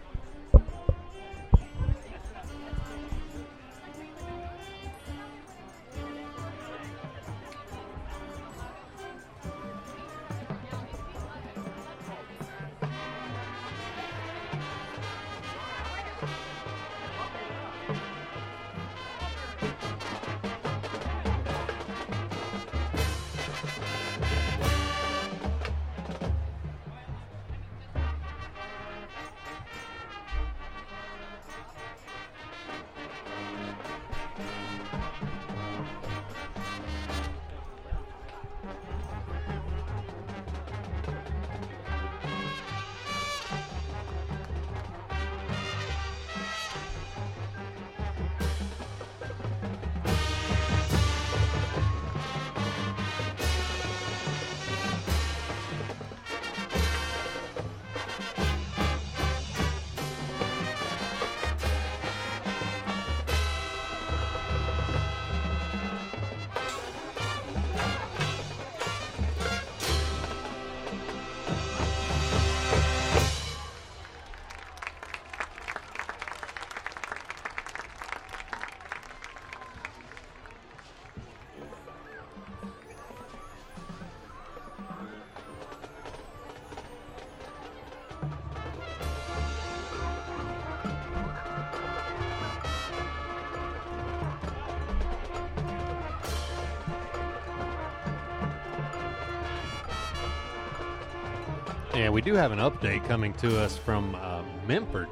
[SPEAKER 1] Yeah, we do have an update coming to us from uh, Memphis.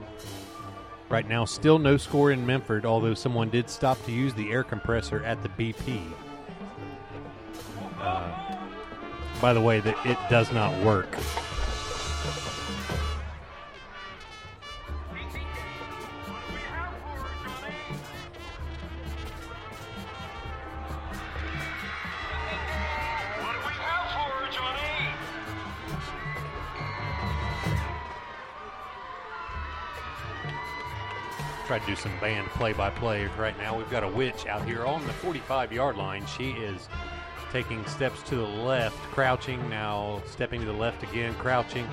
[SPEAKER 1] Right now, still no score in Memphis, although someone did stop to use the air compressor at the BP. Uh, by the way, that it does not work. Try to do some band play-by-play right now. We've got a witch out here on the 45-yard line. She is taking steps to the left, crouching now, stepping to the left again, crouching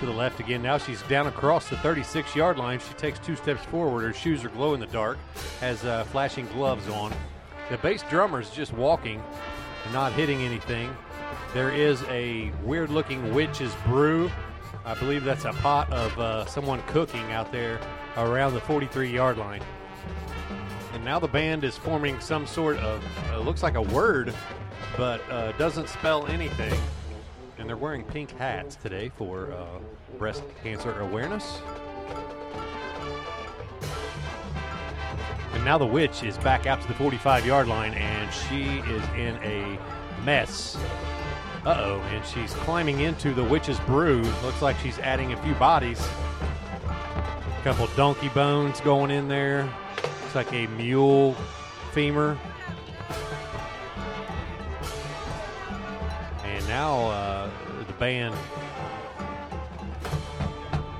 [SPEAKER 1] to the left again. Now she's down across the 36-yard line. She takes two steps forward. Her shoes are glow in the dark. Has uh, flashing gloves on. The bass drummer is just walking, not hitting anything. There is a weird-looking witch's brew. I believe that's a pot of uh, someone cooking out there around the 43 yard line. And now the band is forming some sort of, uh, looks like a word, but uh, doesn't spell anything. And they're wearing pink hats today for uh, breast cancer awareness. And now the witch is back out to the 45 yard line, and she is in a mess. Uh oh, and she's climbing into the witch's brew. Looks like she's adding a few bodies. Couple donkey bones going in there. Looks like a mule femur. And now uh, the band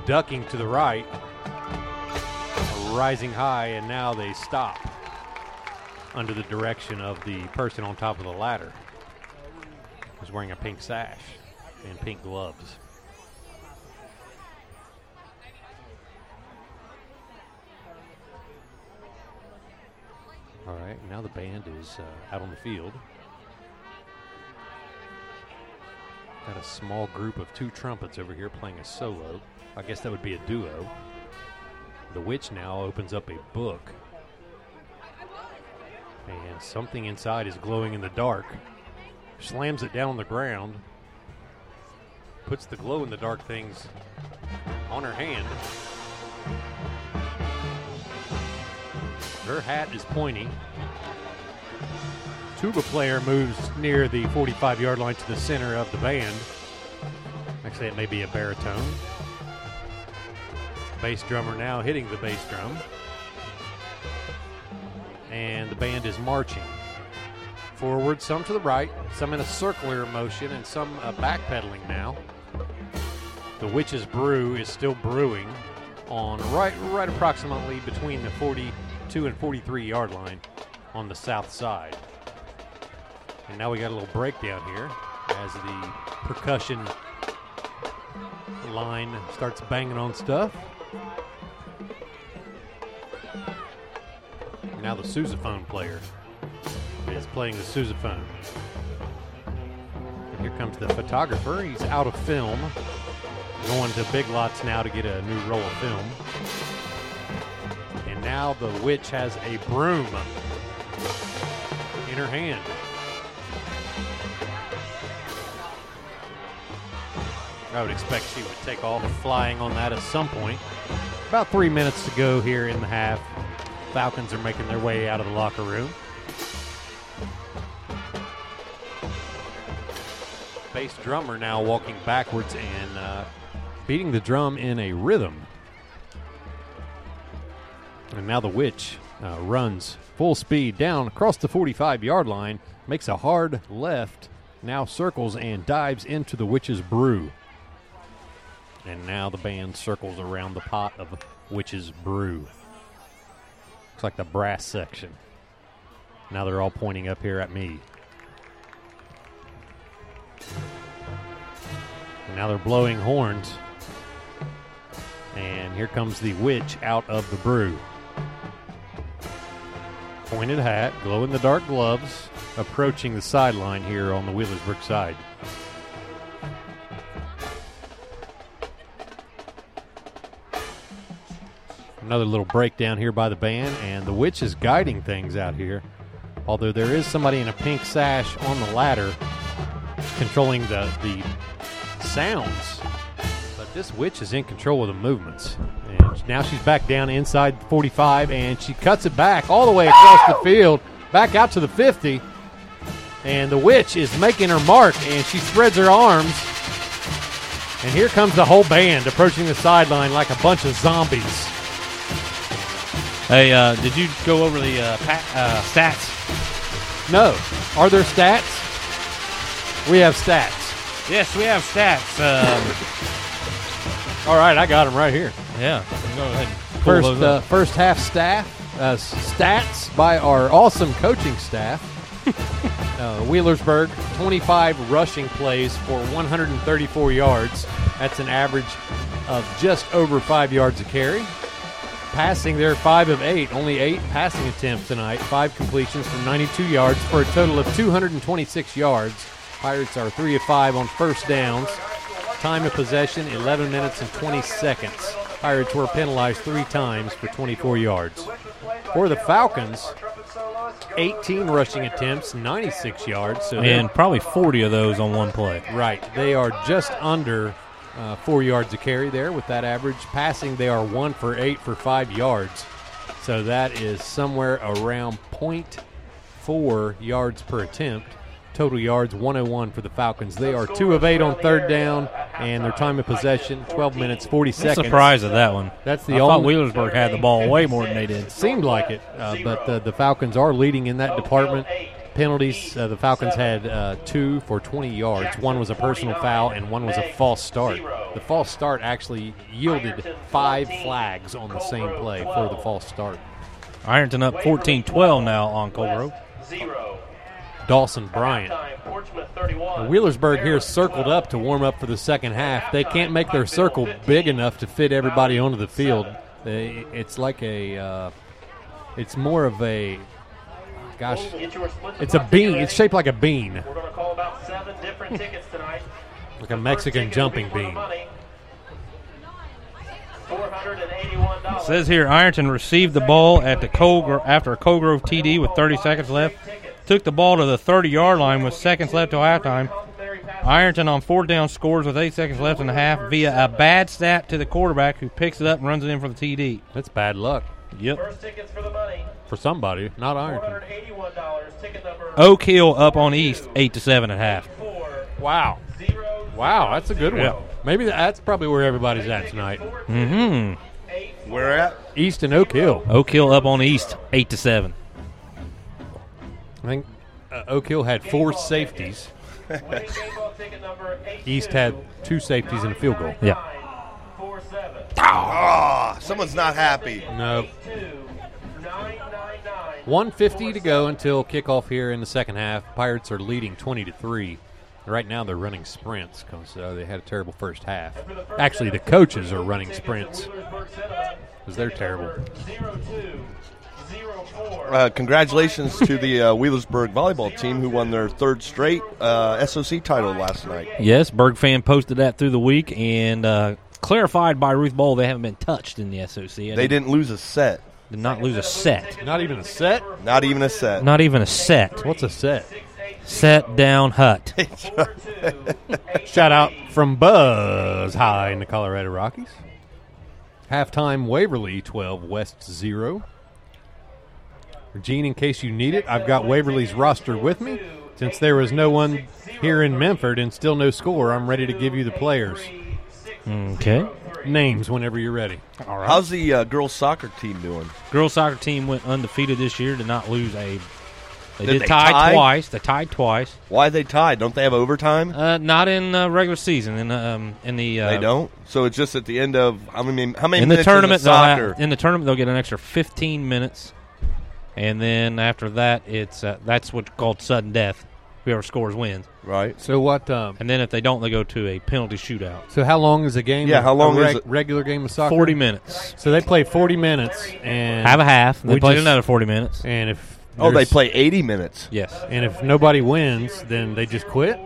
[SPEAKER 1] ducking to the right, rising high, and now they stop under the direction of the person on top of the ladder who's wearing a pink sash and pink gloves. All right, now the band is uh, out on the field. Got a small group of two trumpets over here playing a solo. I guess that would be a duo. The witch now opens up a book. And something inside is glowing in the dark slams it down on the ground, puts the glow in the dark things on her hand. Her hat is pointy. Tuba player moves near the 45 yard line to the center of the band. Actually, it may be a baritone. Bass drummer now hitting the bass drum. And the band is marching forward, some to the right, some in a circular motion, and some uh, backpedaling now. The Witch's Brew is still brewing on right, right approximately between the 42 and 43 yard line on the south side. And now we got a little breakdown here as the percussion line starts banging on stuff. Now the sousaphone player is playing the sousaphone. And here comes the photographer. He's out of film, going to Big Lots now to get a new roll of film. And now the witch has a broom in her hand. I would expect she would take off flying on that at some point. About three minutes to go here in the half. Falcons are making their way out of the locker room. Bass drummer now walking backwards and uh, beating the drum in a rhythm. And now the witch uh, runs full speed down across the 45 yard line, makes a hard left, now circles and dives into the witch's brew. And now the band circles around the pot of Witch's Brew. Looks like the brass section. Now they're all pointing up here at me. And now they're blowing horns. And here comes the witch out of the brew. Pointed hat, glow in the dark gloves, approaching the sideline here on the Wheelersburg side. another little breakdown here by the band, and the witch is guiding things out here. Although there is somebody in a pink sash on the ladder controlling the, the sounds, but this witch is in control of the movements. And now she's back down inside 45, and she cuts it back all the way across the field, back out to the 50. And the witch is making her mark, and she spreads her arms. And here comes the whole band approaching the sideline like a bunch of zombies.
[SPEAKER 6] Hey, uh, did you go over the uh, pa- uh, stats?
[SPEAKER 1] No. Are there stats? We have stats.
[SPEAKER 6] Yes, we have stats. Um,
[SPEAKER 1] All right, I got them right here.
[SPEAKER 6] yeah, go ahead. and pull
[SPEAKER 1] First,
[SPEAKER 6] those
[SPEAKER 1] uh,
[SPEAKER 6] up.
[SPEAKER 1] first half staff uh, s- stats by our awesome coaching staff. uh, Wheelersburg, 25 rushing plays for 134 yards. That's an average of just over five yards a carry. Passing, they're five of eight, only eight passing attempts tonight. Five completions for 92 yards for a total of 226 yards. Pirates are three of five on first downs. Time of possession, 11 minutes and 20 seconds. Pirates were penalized three times for 24 yards. For the Falcons, 18 rushing attempts, 96 yards. So they're-
[SPEAKER 6] and probably 40 of those on one play.
[SPEAKER 1] Right. They are just under uh, four yards a carry there with that average. Passing, they are one for eight for five yards. So that is somewhere around 0.4 yards per attempt. Total yards 101 for the Falcons. They are two of eight on third down, and their time of possession 12 minutes 40
[SPEAKER 6] I'm
[SPEAKER 1] seconds.
[SPEAKER 6] surprised at that one.
[SPEAKER 1] That's the
[SPEAKER 6] I thought
[SPEAKER 1] only-
[SPEAKER 6] Wheelersburg had the ball way more than they did.
[SPEAKER 1] Seemed like it, uh, but the, the Falcons are leading in that department. Penalties, uh, the Falcons had uh, two for 20 yards. One was a personal foul, and one was a false start. The false start actually yielded five flags on the same play for the false start.
[SPEAKER 6] Ironton up 14-12 now on Colgrove.
[SPEAKER 12] Zero.
[SPEAKER 1] Dawson Bryant.
[SPEAKER 12] Time, Portsmouth 31.
[SPEAKER 1] Wheelersburg here circled up to warm up for the second half. They can't make their circle big enough to fit everybody onto the field. They, it's like a, uh, it's more of a, gosh,
[SPEAKER 12] Get your split
[SPEAKER 1] it's a bean. It's shaped like a bean,
[SPEAKER 12] We're going to call about seven different tickets tonight.
[SPEAKER 1] like a Mexican jumping bean.
[SPEAKER 6] It says here Ironton received the ball at the Colgrove after a Colgrove TD with 30 seconds left. Took the ball to the 30-yard line with seconds left till halftime. Ironton on fourth down scores with eight seconds left in the half via a bad snap to the quarterback who picks it up and runs it in for the TD.
[SPEAKER 1] That's bad luck.
[SPEAKER 6] Yep.
[SPEAKER 12] Tickets for the money.
[SPEAKER 1] For somebody, not Ironton.
[SPEAKER 12] $81. Ticket number
[SPEAKER 1] Oh.
[SPEAKER 6] Oak Hill up on East, eight to seven at half.
[SPEAKER 1] Wow. Wow, that's a good one.
[SPEAKER 6] Yeah.
[SPEAKER 1] Maybe that's probably where everybody's at tonight.
[SPEAKER 6] Mm-hmm.
[SPEAKER 9] Where at?
[SPEAKER 1] East and Oak Hill.
[SPEAKER 6] Oak Hill up on East, eight to seven.
[SPEAKER 1] I think uh, uh, Oak Hill had four safeties. East had two safeties and a field goal.
[SPEAKER 6] Yeah.
[SPEAKER 9] Ah, someone's not happy.
[SPEAKER 1] No. 150 to go until kickoff here in the second half. Pirates are leading 20 to 3. Right now they're running sprints because uh, they had a terrible first half. Actually, the coaches are running sprints because they're terrible.
[SPEAKER 9] Uh, congratulations to the uh, Wheelersburg volleyball team who won their third straight uh, SOC title last night.
[SPEAKER 6] Yes, Berg fan posted that through the week and uh, clarified by Ruth Bowl they haven't been touched in the SOC.
[SPEAKER 9] They didn't lose a set.
[SPEAKER 6] Did not lose a set.
[SPEAKER 1] Not even a set.
[SPEAKER 9] Not even a set.
[SPEAKER 6] Not even a set.
[SPEAKER 1] What's a set?
[SPEAKER 6] Set down hut.
[SPEAKER 1] Shout out from Buzz High in the Colorado Rockies. Halftime Waverly 12, West 0. Gene, in case you need it, I've got Waverly's roster with me. Since there was no one here in Memphis and still no score, I'm ready to give you the players.
[SPEAKER 6] Okay.
[SPEAKER 1] Names whenever you're ready.
[SPEAKER 6] All right.
[SPEAKER 9] How's the uh, girls soccer team doing?
[SPEAKER 6] Girls soccer team went undefeated this year. Did not lose a. They
[SPEAKER 9] Did
[SPEAKER 6] did,
[SPEAKER 9] they
[SPEAKER 6] tie,
[SPEAKER 9] tie?
[SPEAKER 6] twice. They tied twice.
[SPEAKER 9] Why they tied? Don't they have overtime?
[SPEAKER 6] Uh, not in uh, regular season. In um, in the uh,
[SPEAKER 9] they don't. So it's just at the end of how many how many
[SPEAKER 6] in the
[SPEAKER 9] minutes
[SPEAKER 6] tournament.
[SPEAKER 9] in
[SPEAKER 6] they'll
[SPEAKER 9] the soccer?
[SPEAKER 6] have- in the tournament, they'll get an extra 15 minutes, and then after that, it's uh, that's what's called sudden death. Whoever scores wins.
[SPEAKER 9] Right.
[SPEAKER 1] So what? Um,
[SPEAKER 6] And then if they don't, they go to a penalty shootout.
[SPEAKER 1] so how long is a game?
[SPEAKER 9] Yeah,
[SPEAKER 1] of-
[SPEAKER 9] how long
[SPEAKER 1] a
[SPEAKER 9] is it?
[SPEAKER 1] Regular game of soccer.
[SPEAKER 6] 40 minutes.
[SPEAKER 1] So they play 40 minutes and
[SPEAKER 6] Have a half. They
[SPEAKER 1] We
[SPEAKER 6] play
[SPEAKER 1] just-
[SPEAKER 6] another 40 minutes.
[SPEAKER 1] And if
[SPEAKER 9] oh, they
[SPEAKER 1] there's-
[SPEAKER 9] play eighty minutes.
[SPEAKER 6] Yes.
[SPEAKER 1] And if nobody wins, then they just quit.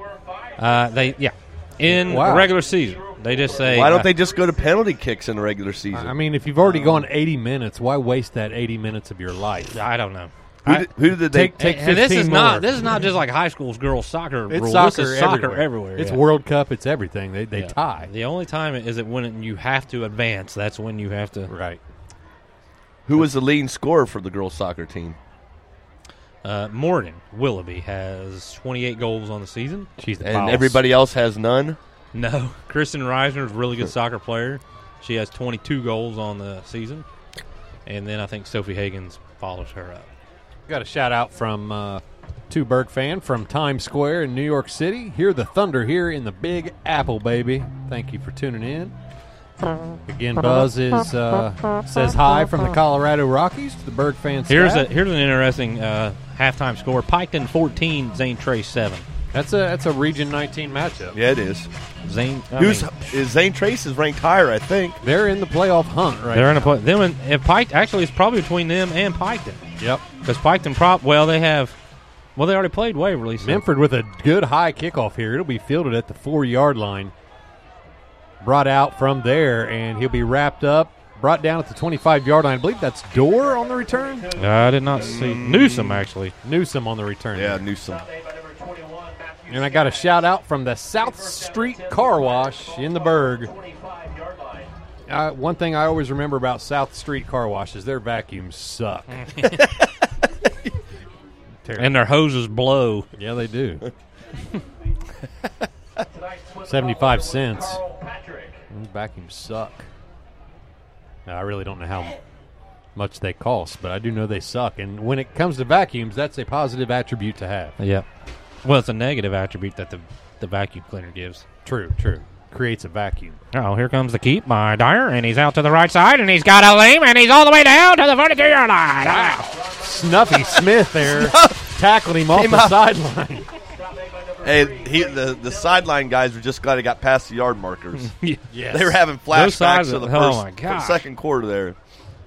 [SPEAKER 6] Uh, they yeah. In
[SPEAKER 1] Wow.
[SPEAKER 6] regular season, they just say
[SPEAKER 9] Why don't
[SPEAKER 6] uh,
[SPEAKER 9] they just go to penalty kicks in the regular season?
[SPEAKER 1] I mean, if you've already gone 80 minutes, why waste that 80 minutes of your life?
[SPEAKER 6] I don't know.
[SPEAKER 9] who,
[SPEAKER 6] I-
[SPEAKER 9] did, who did they?
[SPEAKER 1] Take- take-
[SPEAKER 6] And this is
[SPEAKER 1] 15 more.
[SPEAKER 6] not this is not just like high school's girls soccer
[SPEAKER 1] It's
[SPEAKER 6] rule.
[SPEAKER 1] soccer,
[SPEAKER 6] this is soccer
[SPEAKER 1] everywhere.
[SPEAKER 6] everywhere.
[SPEAKER 1] It's
[SPEAKER 6] yeah.
[SPEAKER 1] World Cup. It's everything. They they
[SPEAKER 6] Yeah.
[SPEAKER 1] tie.
[SPEAKER 6] The only time is it when you have to advance. That's when you have to.
[SPEAKER 1] Right.
[SPEAKER 9] who was the leading scorer for the girls soccer team?
[SPEAKER 6] Uh, Morgan Willoughby has 28 goals on the season.
[SPEAKER 1] She's the
[SPEAKER 9] And
[SPEAKER 1] boss.
[SPEAKER 9] everybody else has none.
[SPEAKER 6] No, Kristen Reisner is a really good soccer player. She has 22 goals on the season, and then I think Sophie Higgins follows her up.
[SPEAKER 1] Got a shout out from uh, two Berg fan from Times Square in New York City. Hear the thunder here in the Big Apple, baby. Thank you for tuning in. Again, Buzz is uh, says hi from the Colorado Rockies to the Berg fan.
[SPEAKER 6] Here's a
[SPEAKER 1] staff.
[SPEAKER 6] here's an interesting uh, halftime score: Piketon 14, Zane Trace 7.
[SPEAKER 1] That's a that's a Region 19 matchup.
[SPEAKER 9] Yeah, it is.
[SPEAKER 6] Zane, I
[SPEAKER 9] Who's
[SPEAKER 6] mean,
[SPEAKER 9] is Zane Trace is ranked higher, I think.
[SPEAKER 1] They're in the playoff hunt right.
[SPEAKER 6] they're in
[SPEAKER 1] now.
[SPEAKER 6] a play. Them and, and Pike actually it's probably between them and Piketon
[SPEAKER 1] Yep.
[SPEAKER 6] because Piketon prop. Well, they have. Well, they already played Waverly. So
[SPEAKER 1] Memphis with a good high kickoff here. It'll be fielded at the four yard line. Brought out from there, and he'll be wrapped up. Brought down at the 25 yard line. I believe that's Door on the return.
[SPEAKER 6] I did not see
[SPEAKER 1] Mm.
[SPEAKER 6] Newsom actually.
[SPEAKER 1] Newsom on the return.
[SPEAKER 9] Yeah, Newsom.
[SPEAKER 1] And I got a shout out from the South Street Car Wash in the Berg. Uh, one thing I always remember about South Street Car Wash is their vacuums suck. Terrible.
[SPEAKER 6] And their hoses blow.
[SPEAKER 1] yeah, they do. 75 cents. Mm, Vacuums suck. Now, I really don't know how much they cost, but I do know they suck. And when it comes to vacuums, that's a positive attribute to have.
[SPEAKER 6] Yeah. Well, it's a negative attribute that the the vacuum cleaner gives.
[SPEAKER 1] True, true. Creates a vacuum.
[SPEAKER 6] Oh, here comes the keep by Dyer, and he's out to the right side, and he's got a leam, and he's all the way down to the 42 yard line. Wow.
[SPEAKER 1] Snuffy Smith there tackled him off
[SPEAKER 9] Came
[SPEAKER 1] the
[SPEAKER 9] out.
[SPEAKER 1] sideline.
[SPEAKER 9] Hey, he, the the sideline guys were just glad it got past the yard markers.
[SPEAKER 1] Yes.
[SPEAKER 9] They were having
[SPEAKER 6] Hmm. Those sides
[SPEAKER 9] flashbacks of the
[SPEAKER 6] are- oh
[SPEAKER 9] first,
[SPEAKER 6] my gosh.
[SPEAKER 9] second quarter there.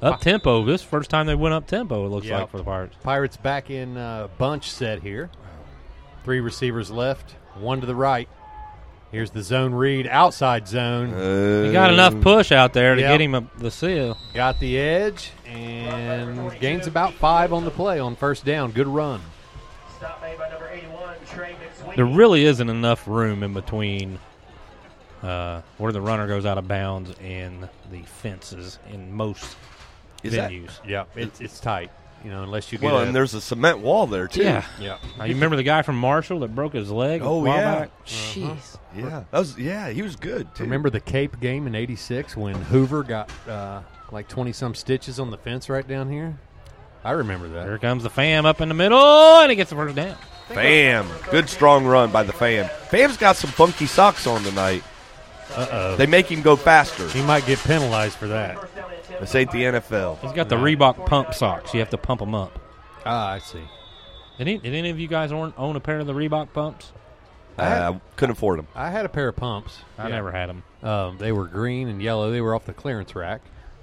[SPEAKER 6] Up tempo. This is the first time they went up tempo. It looks
[SPEAKER 1] Yep.
[SPEAKER 6] like for the Pirates.
[SPEAKER 1] Pirates back in uh, bunch set here. Three receivers left, one to the right. Here's the zone read, outside zone.
[SPEAKER 6] He got
[SPEAKER 9] Um,
[SPEAKER 6] enough
[SPEAKER 9] Mm.
[SPEAKER 6] push out there to
[SPEAKER 1] Yep.
[SPEAKER 6] get him a, the seal.
[SPEAKER 1] Got the edge and gains about five on the play on first down. Good run.
[SPEAKER 12] Stop made by number 81, Trey McSweeney.
[SPEAKER 6] There really isn't enough room in between uh, where the runner goes out of bounds and the fences in most
[SPEAKER 9] Is that-
[SPEAKER 6] venues.
[SPEAKER 1] Yeah, it's it's tight. You know, unless you get
[SPEAKER 9] Well,
[SPEAKER 1] a-
[SPEAKER 9] and there's a cement wall there too.
[SPEAKER 6] yeah.
[SPEAKER 1] yeah.
[SPEAKER 6] Now, you remember the guy from Marshall that broke his leg? a
[SPEAKER 9] Oh,
[SPEAKER 6] while
[SPEAKER 9] yeah.
[SPEAKER 6] back? Uh-huh.
[SPEAKER 5] Jeez.
[SPEAKER 9] yeah, that was yeah. He was good. Too.
[SPEAKER 1] Remember the Cape game in '86 when Hoover got uh, like 20 some stitches on the fence right down here? I remember that.
[SPEAKER 6] Here comes the fam up in the middle, and he gets the first down.
[SPEAKER 9] Fam. Good strong run by the fam. Fam's got some funky socks on tonight.
[SPEAKER 1] Uh oh.
[SPEAKER 9] They make him go faster.
[SPEAKER 1] He might get penalized for that.
[SPEAKER 9] This ain't the NFL.
[SPEAKER 6] He's got the Reebok pump socks. You have to pump them up.
[SPEAKER 1] Ah, I see.
[SPEAKER 6] Any, did any of you guys own, own a pair of the Reebok pumps?
[SPEAKER 9] I Uh, couldn't afford them.
[SPEAKER 1] I had a pair of pumps.
[SPEAKER 6] I never had them.
[SPEAKER 1] Um, they were green and yellow. They were off the clearance rack.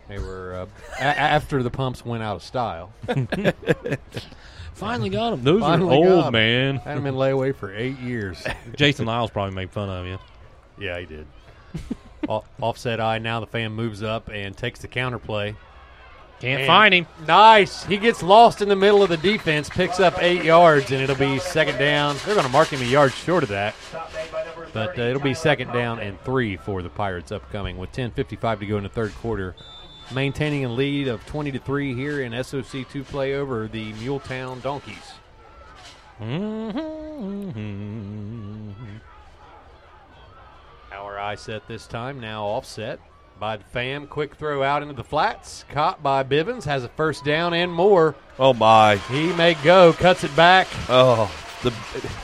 [SPEAKER 1] They were uh, a- after the pumps went out of style.
[SPEAKER 6] Finally got them. Those
[SPEAKER 1] Finally
[SPEAKER 6] are
[SPEAKER 1] got
[SPEAKER 6] old,
[SPEAKER 1] 'em.
[SPEAKER 6] man.
[SPEAKER 1] Had them in layaway for eight years.
[SPEAKER 6] Jason Lyles probably made fun of you.
[SPEAKER 1] Yeah, he did. O- Offset eye. Now the fan moves up and takes the counter play.
[SPEAKER 6] Can't
[SPEAKER 1] And-
[SPEAKER 6] find him.
[SPEAKER 1] Nice. He gets lost in the middle of the defense, picks up eight yards, and it'll be second down. They're going to mark him a yard short of that. But uh, it'll be second down and three for the Pirates upcoming with 10.55 to go in the third quarter. Maintaining a lead of 20 to 3 here in SOC 2 play over the Muletown Donkeys.
[SPEAKER 6] Mm-hmm.
[SPEAKER 1] Our eye set this time, now offset by the fam. Quick throw out into the flats. Caught by Bivens. Has a first down and more.
[SPEAKER 9] Oh, my.
[SPEAKER 1] He may go. Cuts it back.
[SPEAKER 9] Oh, the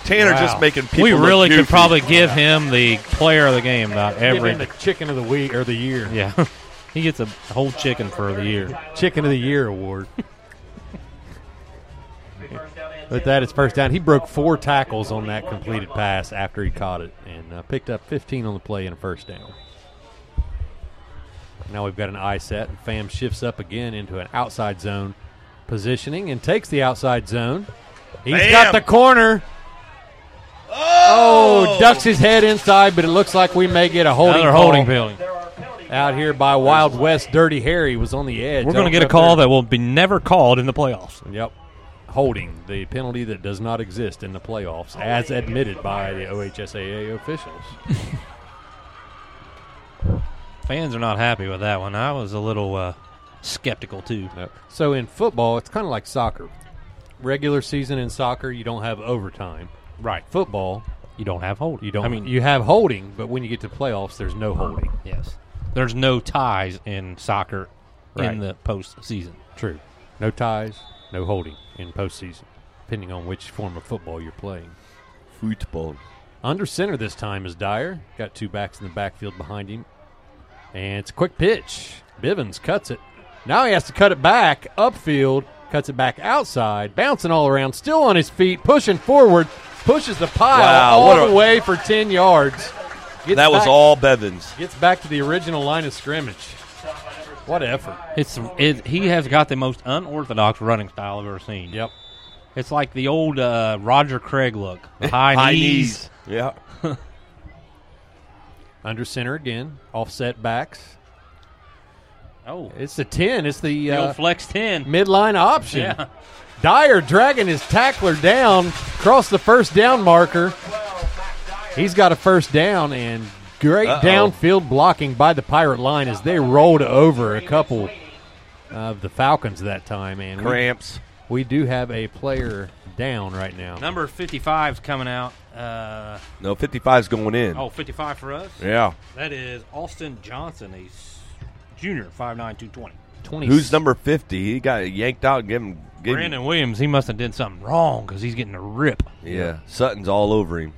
[SPEAKER 9] Tanner just making people.
[SPEAKER 6] we
[SPEAKER 9] look
[SPEAKER 6] really could
[SPEAKER 9] goofy.
[SPEAKER 6] probably give him the player of the game about every.
[SPEAKER 1] Give him the chicken of the week or the year.
[SPEAKER 6] yeah, he gets a whole chicken for the year.
[SPEAKER 1] Chicken of the Year award. With that, it's first down. He broke four tackles on that completed pass after he caught it and uh, picked up 15 on the play and a first down. Now we've got an eye set, and Fam shifts up again into an outside zone positioning and takes the outside zone. He's got
[SPEAKER 9] Bam!
[SPEAKER 1] the corner. Oh! ducks his head inside, but it looks like we may get a holding
[SPEAKER 6] Another
[SPEAKER 1] call
[SPEAKER 6] holding penalty.
[SPEAKER 1] out here by Wild West. Dirty Harry was on the edge.
[SPEAKER 6] We're
[SPEAKER 1] I don't
[SPEAKER 6] going to get
[SPEAKER 1] know
[SPEAKER 6] a
[SPEAKER 1] if
[SPEAKER 6] call
[SPEAKER 1] they're-
[SPEAKER 6] that will be never called in the playoffs.
[SPEAKER 1] Yep. Holding, the penalty that does not exist in the playoffs, as admitted by the OHSAA officials.
[SPEAKER 6] Fans are not happy with that one. I was a little uh, skeptical too.
[SPEAKER 1] So in football, it's kind of like soccer. Regular season in soccer, you don't have overtime.
[SPEAKER 6] Right.
[SPEAKER 1] Football,
[SPEAKER 6] You don't have hold.
[SPEAKER 1] you don't.
[SPEAKER 6] I mean,
[SPEAKER 1] you have holding, but when you get to playoffs, there's no holding.
[SPEAKER 6] yes. There's no ties in soccer
[SPEAKER 1] Right.
[SPEAKER 6] in the postseason.
[SPEAKER 1] True. No ties, no holding in postseason, depending on which form of football you're playing.
[SPEAKER 9] Football.
[SPEAKER 1] Under center this time is Dyer. Got two backs in the backfield behind him. And it's a quick pitch. Bivens cuts it. Now he has to cut it back upfield, cuts it back outside, bouncing all around, still on his feet, pushing forward, pushes the pile
[SPEAKER 9] Wow, what
[SPEAKER 1] all
[SPEAKER 9] a-
[SPEAKER 1] the way for 10 yards. Gets
[SPEAKER 9] That was
[SPEAKER 1] back-
[SPEAKER 9] all Bevins.
[SPEAKER 1] Gets back to the original line of scrimmage. What effort.
[SPEAKER 6] It's it, he has got the most unorthodox running style I've ever seen.
[SPEAKER 1] Yep.
[SPEAKER 6] It's like the old uh, Roger Craig look. The High, knees.
[SPEAKER 9] Yeah.
[SPEAKER 1] Under center again, offset backs.
[SPEAKER 6] Oh,
[SPEAKER 1] It's the 10. It's the
[SPEAKER 6] the
[SPEAKER 1] uh,
[SPEAKER 6] old flex ten.
[SPEAKER 1] midline option.
[SPEAKER 6] Yeah.
[SPEAKER 1] Dyer dragging his tackler down, cross the first down marker. He's got a first down and great
[SPEAKER 9] Uh-oh.
[SPEAKER 1] downfield blocking by the Pirate line as they rolled over a couple of the Falcons that time. And we,
[SPEAKER 9] Mm-hmm. Cramps.
[SPEAKER 1] we do have a player down right now.
[SPEAKER 6] Number 55's coming out. Uh,
[SPEAKER 9] No, 55's going in.
[SPEAKER 6] oh, 55 for us.
[SPEAKER 9] Yeah.
[SPEAKER 6] That is Austin Johnson, a s- junior, 5'9", 220.
[SPEAKER 1] 20.
[SPEAKER 9] Who's number 50? He got yanked out and gave him. Gave him-
[SPEAKER 6] Brandon Williams, he must have did something wrong because he's getting a rip.
[SPEAKER 9] yeah. Sutton's all over him.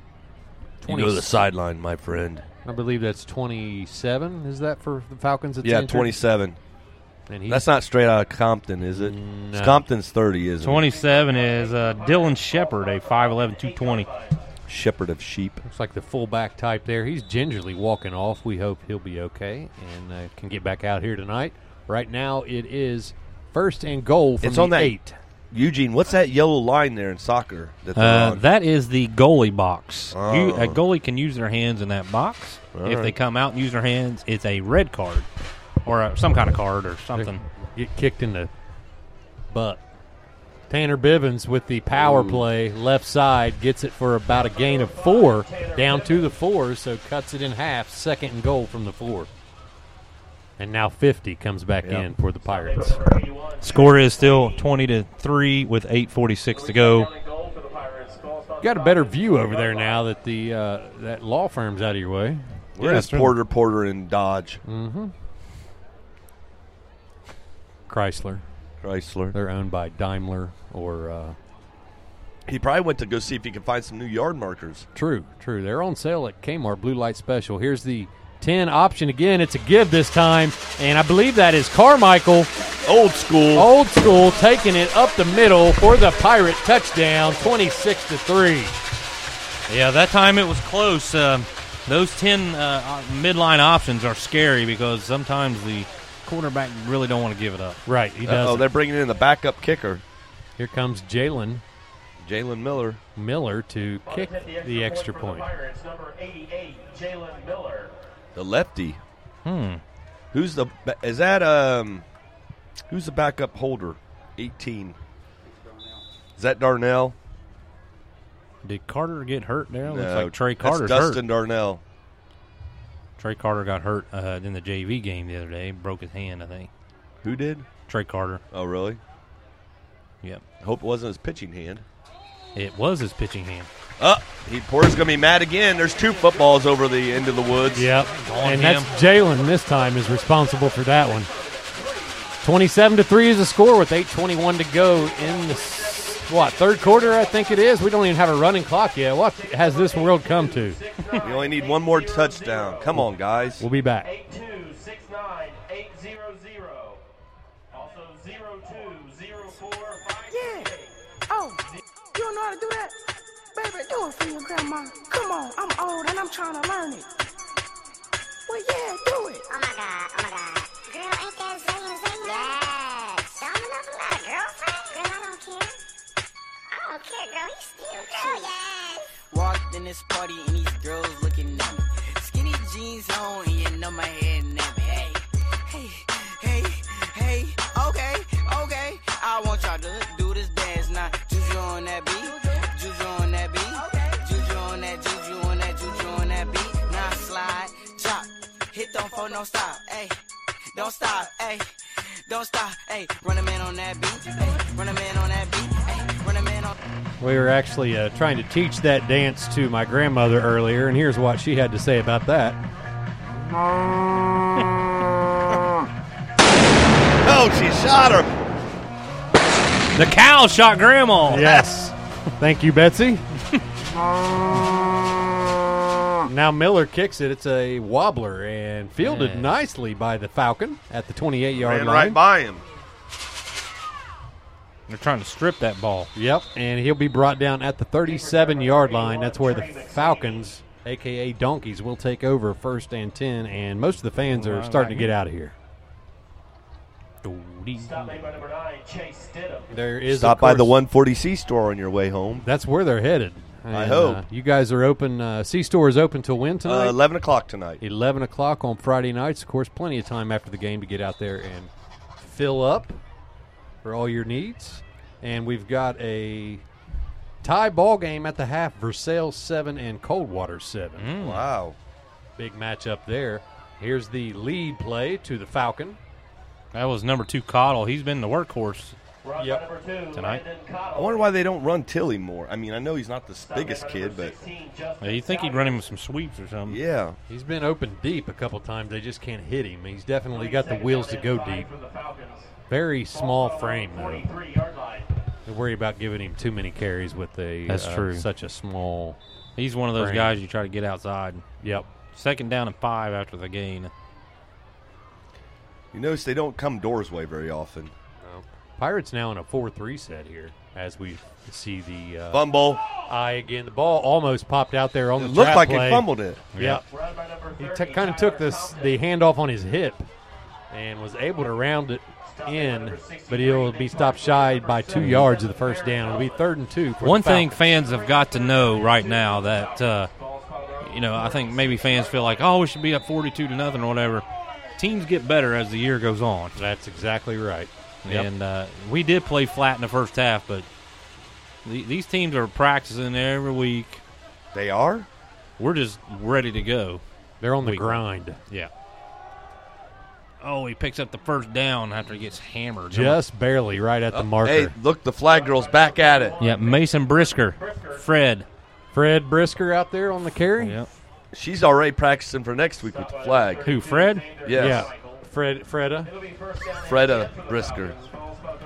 [SPEAKER 9] You go to the
[SPEAKER 1] 20.
[SPEAKER 9] sideline, my friend.
[SPEAKER 1] I believe that's 27. Is that for the Falcons? that's
[SPEAKER 9] Yeah,
[SPEAKER 1] injured?
[SPEAKER 9] 27.
[SPEAKER 1] And he's
[SPEAKER 9] That's not straight out of Compton, is it?
[SPEAKER 6] Mm,
[SPEAKER 9] Compton's 30, isn't it?
[SPEAKER 6] 27 is uh, Dylan Shepard, a 5'11", 220.
[SPEAKER 9] Shepherd of sheep.
[SPEAKER 1] Looks like the fullback type there. He's gingerly walking off. We hope he'll be okay and uh, can get back out here tonight. Right now, it is first and goal from
[SPEAKER 9] It's
[SPEAKER 1] the
[SPEAKER 9] on that-
[SPEAKER 1] eight.
[SPEAKER 9] Eugene, what's that yellow line there in soccer that they're
[SPEAKER 6] Uh,
[SPEAKER 9] on?
[SPEAKER 6] that is the goalie box. You, a
[SPEAKER 9] Oh.
[SPEAKER 6] goalie can use their hands in that box.
[SPEAKER 9] All
[SPEAKER 6] if they
[SPEAKER 9] right.
[SPEAKER 6] come out and use their hands, it's a red card or a, some kind of card or something.
[SPEAKER 1] Get kicked in the butt. Tanner Bivens with the power play left side gets it for about a gain of four, down to the four, so cuts it in half. Second and goal from the four. And now 50 comes back in for the Pirates.
[SPEAKER 6] Score is still 20 to 3 with 8:46 to go.
[SPEAKER 1] Got a better view over there now that the uh, that law firm's out of your way.
[SPEAKER 9] Where
[SPEAKER 6] yeah, Mm.
[SPEAKER 9] is
[SPEAKER 6] it's really-
[SPEAKER 9] Porter, Porter, and Dodge?
[SPEAKER 1] Chrysler.
[SPEAKER 9] Chrysler.
[SPEAKER 1] They're owned by Daimler or uh,
[SPEAKER 9] He probably went to go see if he could find some new yard markers.
[SPEAKER 1] True, true. They're on sale at Kmart Blue Light Special. Here's the 10 option again. It's a give this time, and I believe that is Carmichael.
[SPEAKER 9] Old school.
[SPEAKER 1] Old school taking it up the middle for the Pirate touchdown, 26 to 3.
[SPEAKER 6] Yeah, that time it was close. Um, those 10 uh, uh, midline options are scary because sometimes the quarterback really don't want to give it up.
[SPEAKER 1] Right, he
[SPEAKER 9] Oh,
[SPEAKER 1] does.
[SPEAKER 9] they're bringing in the backup kicker,
[SPEAKER 1] Here comes Jalen
[SPEAKER 9] Jalen Miller.
[SPEAKER 1] Miller to kick
[SPEAKER 12] Hit
[SPEAKER 1] the extra point.
[SPEAKER 12] for the Pirates, number 88, Jalen Miller.
[SPEAKER 9] the lefty.
[SPEAKER 6] Hmm.
[SPEAKER 9] Who's the is that um who's the backup holder? 18. Is that Darnell?
[SPEAKER 6] Did Carter get hurt there? Looks
[SPEAKER 9] No,
[SPEAKER 6] like Trey
[SPEAKER 9] Uh, that's
[SPEAKER 6] Carter's
[SPEAKER 9] Dustin
[SPEAKER 6] hurt.
[SPEAKER 9] Darnell.
[SPEAKER 6] Trey Carter got hurt uh, in the JV game the other day. Broke his hand, I think.
[SPEAKER 9] Who did?
[SPEAKER 6] Trey Carter.
[SPEAKER 9] Oh, really?
[SPEAKER 6] Yep.
[SPEAKER 9] Hope it wasn't his pitching hand.
[SPEAKER 6] It was his pitching hand.
[SPEAKER 9] Uh, he Porter's going to be mad again. There's two footballs over the end of the woods.
[SPEAKER 1] Yep.
[SPEAKER 9] On
[SPEAKER 1] and that's Jalen this time is responsible for that one. 27 to 3 is the score with 821 to go in the s- what, third quarter I think it is. We don't even have a running clock yet. What has this world come to?
[SPEAKER 9] We only need one more touchdown. Come on, guys.
[SPEAKER 1] We'll be back.
[SPEAKER 12] 800. Also 0204.
[SPEAKER 4] Yeah. Oh, you don't know how to do that? Baby, do it for your grandma. Come on, I'm old and I'm trying to learn it. Well, yeah, do it. Oh my god, oh my god. Girl, ain't that zing zing? Yes. Don't enough about a girlfriend? Girl, I don't care. I don't care, girl. You still girl, yes.
[SPEAKER 20] Walked in this party and these girls looking at me. Skinny jeans on and you know my head nappy. Hey, hey, hey, hey. Okay, okay. I want y'all to do this dance now. Juju on that beat, juju on that beat, juju on that, juju on that, juju on that beat. Now slide, chop, hit don't phone, don't stop. Hey, don't stop. Hey, don't stop. Hey, run a man on that beat. Hey, run a man on that beat. Hey, run a man on.
[SPEAKER 1] We were actually uh, trying to teach that dance to my grandmother earlier, and here's what she had to say about that.
[SPEAKER 9] Oh, she shot her.
[SPEAKER 6] The cow shot Grandma.
[SPEAKER 1] Yes. Thank you, Betsy. now Miller kicks it. It's a wobbler and fielded
[SPEAKER 9] Yeah.
[SPEAKER 1] nicely by the Falcon at the 28 yard
[SPEAKER 9] Ran
[SPEAKER 1] line.
[SPEAKER 9] right by him.
[SPEAKER 6] They're trying to strip that ball.
[SPEAKER 1] Yep, and he'll be brought down at the 37 yard line. That's where the Falcons, aka Donkeys, will take over first and 10. And most of the fans are starting to get out of here.
[SPEAKER 12] Stop made by number 9, Chase Stidham.
[SPEAKER 1] There is
[SPEAKER 9] Stop
[SPEAKER 1] of
[SPEAKER 9] by the
[SPEAKER 1] course-
[SPEAKER 9] 140C store on your way home.
[SPEAKER 1] That's where they're headed.
[SPEAKER 9] I
[SPEAKER 1] And,
[SPEAKER 9] hope.
[SPEAKER 1] uh, you guys are open. Uh, C store is open till when tonight?
[SPEAKER 9] Uh, 11 o'clock tonight.
[SPEAKER 1] 11 o'clock on Friday nights. Of course, plenty of time after the game to get out there and fill up for all your needs. And we've got a tie ball game at the half Versailles 7 and Coldwater 7.
[SPEAKER 6] Mm-hmm.
[SPEAKER 9] Wow.
[SPEAKER 1] Big matchup there. Here's the lead play to the Falcon.
[SPEAKER 6] That was number two Cottle. He's been the workhorse.
[SPEAKER 1] Yep.
[SPEAKER 6] Tonight.
[SPEAKER 9] I wonder why they don't run Tilly more. I mean, I know he's not the biggest kid, but
[SPEAKER 6] Yeah, you think he'd run him with some sweeps or something?
[SPEAKER 9] yeah.
[SPEAKER 1] He's been open deep a couple times. They just can't hit him. He's definitely got the wheels to go deep. Very small frame, though. They worry about giving him too many carries with a
[SPEAKER 6] That's
[SPEAKER 1] uh,
[SPEAKER 6] true.
[SPEAKER 1] such a small.
[SPEAKER 6] He's one of those
[SPEAKER 1] Brand.
[SPEAKER 6] guys you try to get outside.
[SPEAKER 1] Yep.
[SPEAKER 6] Second down and five after the gain.
[SPEAKER 9] You notice they don't come Doors way very often.
[SPEAKER 1] Pirates now in a four-three set here as we see the uh,
[SPEAKER 9] Fumble.
[SPEAKER 1] Eye again. The ball almost popped out there on
[SPEAKER 9] It
[SPEAKER 1] the.
[SPEAKER 9] looked
[SPEAKER 1] trap
[SPEAKER 9] like he
[SPEAKER 1] play.
[SPEAKER 9] fumbled it.
[SPEAKER 1] Yep. He t- kind of took this the handoff on his hip and was able to round it in, but he'll be stopped shy by two yards of the first down. It'll be third and two. For the
[SPEAKER 6] One thing
[SPEAKER 1] Falcons.
[SPEAKER 6] fans have got to know right now that, uh, you know, I think maybe fans feel like, oh, we should be up 42 to nothing or whatever. Teams get better as the year goes on.
[SPEAKER 1] That's exactly right. Yep.
[SPEAKER 6] And uh, we did play flat in the first half, but the- these teams are practicing every week.
[SPEAKER 9] They are?
[SPEAKER 6] We're just ready to go.
[SPEAKER 1] They're on the
[SPEAKER 6] Week.
[SPEAKER 1] grind.
[SPEAKER 6] Yeah. Oh, he picks up the first down after he gets hammered.
[SPEAKER 1] Just barely right at the marker.
[SPEAKER 9] Oh, Hey, look, the flag girl's back at it.
[SPEAKER 6] Yeah, Mason Brisker. Fred.
[SPEAKER 1] Fred Brisker out there on the carry.
[SPEAKER 6] Yep.
[SPEAKER 9] She's already practicing for next week with the flag.
[SPEAKER 6] Who, Fred?
[SPEAKER 9] Yes.
[SPEAKER 1] Yeah. Fred Freda.
[SPEAKER 9] Freda Brisker.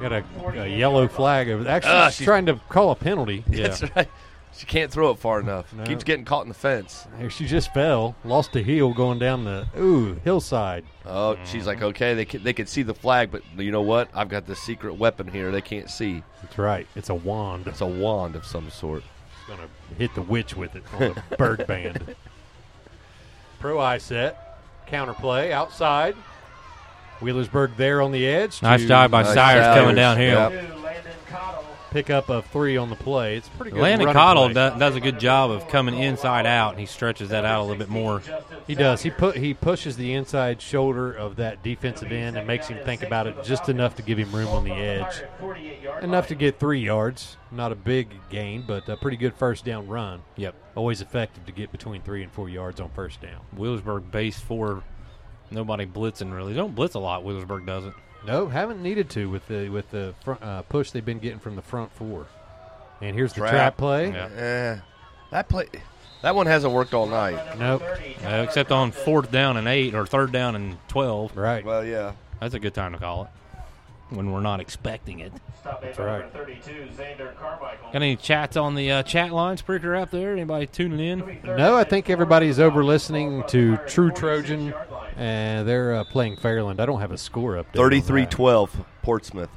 [SPEAKER 1] Got a, a yellow flag over there. Actually,
[SPEAKER 9] Ah,
[SPEAKER 1] she's
[SPEAKER 9] she-
[SPEAKER 1] trying to call a penalty. Yeah.
[SPEAKER 9] That's right. She can't throw it far enough.
[SPEAKER 1] No.
[SPEAKER 9] Keeps getting caught in the fence.
[SPEAKER 1] Here She just fell, lost a heel going down the ooh hillside.
[SPEAKER 9] Oh, she's like, okay, they can, they can see the flag, but you know what? I've got the secret weapon here. They can't see.
[SPEAKER 1] That's right. It's a wand.
[SPEAKER 9] It's a wand of some sort.
[SPEAKER 1] gonna hit the witch with it on the bird band. Pro eye set, counterplay outside. Wheelersburg there on the edge. to-
[SPEAKER 6] Nice dive by Sires coming down here.
[SPEAKER 1] Pick up a three on the play. It's pretty good.
[SPEAKER 6] Landon
[SPEAKER 1] running
[SPEAKER 6] Cottle
[SPEAKER 1] play.
[SPEAKER 6] does, does a good job of coming inside out, and he stretches that out a little bit more.
[SPEAKER 1] He does. He put he pushes the inside shoulder of that defensive end and makes him think about it just enough to give him room on the edge. Enough to get three yards. Not a big gain, but a pretty good first down run.
[SPEAKER 6] Yep.
[SPEAKER 1] Always effective to get between three and four yards on first down.
[SPEAKER 6] Wheelersburg base four, nobody blitzing really. They don't blitz a lot. Wheelersburg doesn't.
[SPEAKER 1] No, haven't needed to with the with the front, uh, push they've been getting from the front four. And here's the trap, play.
[SPEAKER 9] Yeah. Eh, That play, that one hasn't worked all night.
[SPEAKER 1] Nope.
[SPEAKER 6] Uh, except on fourth down and eight or third down and 12.
[SPEAKER 1] Right.
[SPEAKER 9] Well, yeah.
[SPEAKER 6] That's a good time to call it when we're not expecting it.
[SPEAKER 12] Stop at
[SPEAKER 6] That's right.
[SPEAKER 12] number 32, Xander Carmichael.
[SPEAKER 6] Got any chats on the uh, chat line, Spreaker out there? Anybody tuning in?
[SPEAKER 1] No, I think everybody's over listening to True Trojan. Uh, they're uh, playing Fairland. I don't have a score up there.
[SPEAKER 9] 33 12, Portsmouth.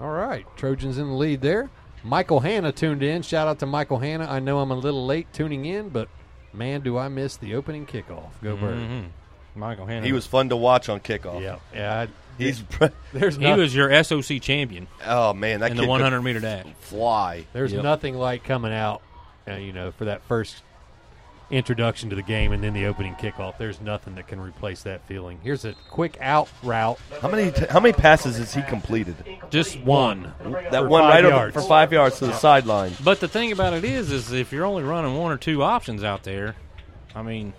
[SPEAKER 1] All right, Trojans in the lead there. Michael Hanna tuned in. Shout out to Michael Hanna. I know I'm a little late tuning in, but man, do I miss the opening kickoff. Go Bird.
[SPEAKER 6] Mm-hmm. Michael Hanna.
[SPEAKER 9] He was fun to watch on kickoff.
[SPEAKER 1] Yeah. Yeah. I,
[SPEAKER 9] He's
[SPEAKER 1] there's
[SPEAKER 6] he was your SOC champion.
[SPEAKER 9] Oh man, that
[SPEAKER 6] in the
[SPEAKER 9] kid could
[SPEAKER 6] 100 meter dash.
[SPEAKER 9] Fly.
[SPEAKER 1] There's
[SPEAKER 6] Yep.
[SPEAKER 1] nothing like coming out, uh, you know, for that first introduction to the game and then the opening kickoff. There's nothing that can replace that feeling. Here's a quick out route.
[SPEAKER 6] Uh-huh.
[SPEAKER 9] How many t- how many passes has he completed?
[SPEAKER 6] Just one.
[SPEAKER 9] That one right over
[SPEAKER 6] yards.
[SPEAKER 9] for five yards to the
[SPEAKER 6] Yeah.
[SPEAKER 9] sideline.
[SPEAKER 6] But the thing about it is, is if you're only running one or two options out there, I mean,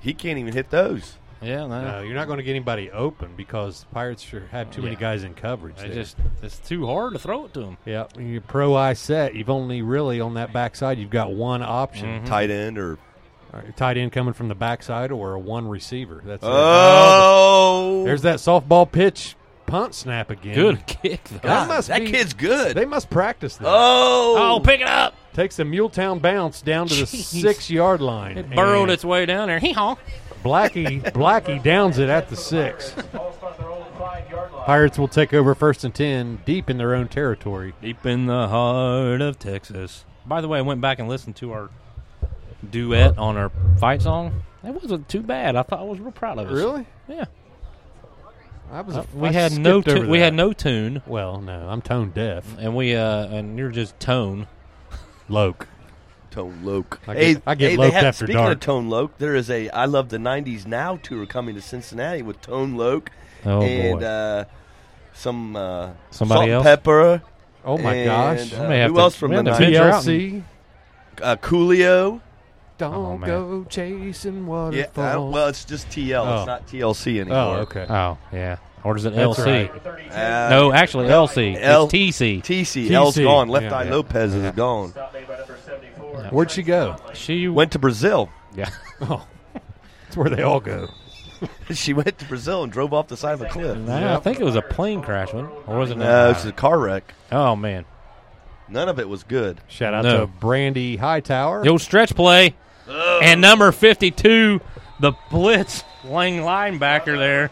[SPEAKER 9] he can't even hit those.
[SPEAKER 6] Yeah, no.
[SPEAKER 1] No, Uh, you're not going to get anybody open because the Pirates sure have too many
[SPEAKER 6] Yeah.
[SPEAKER 1] guys in coverage.
[SPEAKER 6] It's
[SPEAKER 1] there.
[SPEAKER 6] just it's too hard to throw it to him.
[SPEAKER 1] yeah, when you're pro eye set. You've only really on that backside. You've got one option,
[SPEAKER 6] Mhm.
[SPEAKER 9] Tight end or
[SPEAKER 1] All right, tight end coming from the backside or a one receiver. That's it.
[SPEAKER 9] Oh.
[SPEAKER 1] there's that softball pitch punt snap again.
[SPEAKER 6] Good kick, though. God, that kid's
[SPEAKER 9] good.
[SPEAKER 1] They must practice that.
[SPEAKER 9] Oh,
[SPEAKER 6] Oh, pick it up.
[SPEAKER 1] Takes a Muletown bounce down to the
[SPEAKER 6] Jeez.
[SPEAKER 1] six yard line.
[SPEAKER 6] It burrowed
[SPEAKER 1] and
[SPEAKER 6] its way down there. Hee haw.
[SPEAKER 1] Blackie Blackie downs it at the six. Pirates will take over first and ten, deep in their own territory.
[SPEAKER 6] Deep in the heart of Texas. By the way, I went back and listened to our duet on our fight song. That wasn't too bad. I thought I was real proud of us.
[SPEAKER 1] Really?
[SPEAKER 6] Yeah.
[SPEAKER 1] I was.
[SPEAKER 6] Uh, we had no tu- we had no tune.
[SPEAKER 1] Well, no, I'm tone deaf,
[SPEAKER 6] and we uh and you're just tone
[SPEAKER 1] Loke.
[SPEAKER 9] Tone Loke.
[SPEAKER 1] I get, I get
[SPEAKER 9] hey, they
[SPEAKER 1] Loke
[SPEAKER 9] have-
[SPEAKER 1] after
[SPEAKER 9] speaking
[SPEAKER 1] dark.
[SPEAKER 9] of Tone Loke, there is a I Love the 90s Now tour coming to Cincinnati with Tone Loke
[SPEAKER 1] Oh,
[SPEAKER 9] and
[SPEAKER 1] boy.
[SPEAKER 9] Uh, some uh,
[SPEAKER 6] Somebody
[SPEAKER 9] Salt and
[SPEAKER 6] else?
[SPEAKER 9] Pepper.
[SPEAKER 1] Oh, my
[SPEAKER 9] and,
[SPEAKER 1] gosh.
[SPEAKER 9] uh,
[SPEAKER 1] We may have
[SPEAKER 9] who
[SPEAKER 1] to-
[SPEAKER 9] else from
[SPEAKER 1] we
[SPEAKER 9] the
[SPEAKER 1] have to
[SPEAKER 9] 90s?
[SPEAKER 1] venture out and-
[SPEAKER 9] Uh, Coolio.
[SPEAKER 1] Don't
[SPEAKER 9] Oh, man.
[SPEAKER 1] go chasing
[SPEAKER 9] Yeah,
[SPEAKER 1] waterfalls.
[SPEAKER 9] I don't- well, it's just TL.
[SPEAKER 1] Oh.
[SPEAKER 9] It's not TLC anymore.
[SPEAKER 1] Oh, okay.
[SPEAKER 6] Oh, yeah. Or is it
[SPEAKER 1] That's
[SPEAKER 6] LC?
[SPEAKER 1] right.
[SPEAKER 9] Uh,
[SPEAKER 6] no, actually LC.
[SPEAKER 9] L-
[SPEAKER 6] it's TC.
[SPEAKER 9] TC. L's gone. Left
[SPEAKER 6] Yeah.
[SPEAKER 9] Eye Lopez is gone.
[SPEAKER 1] Where'd she go?
[SPEAKER 6] She
[SPEAKER 9] went to Brazil.
[SPEAKER 6] Yeah.
[SPEAKER 1] Oh, that's where they all go.
[SPEAKER 9] she went to Brazil and drove off the side of a cliff.
[SPEAKER 6] Nah, I think it was a plane crash one, or was it?
[SPEAKER 9] No, it's a car wreck.
[SPEAKER 6] Oh man,
[SPEAKER 9] none of it was good.
[SPEAKER 1] Shout out
[SPEAKER 6] No.
[SPEAKER 1] to Brandy Hightower.
[SPEAKER 6] the old stretch play,
[SPEAKER 1] Oh.
[SPEAKER 6] and number fifty-two, the blitz Lang linebacker there,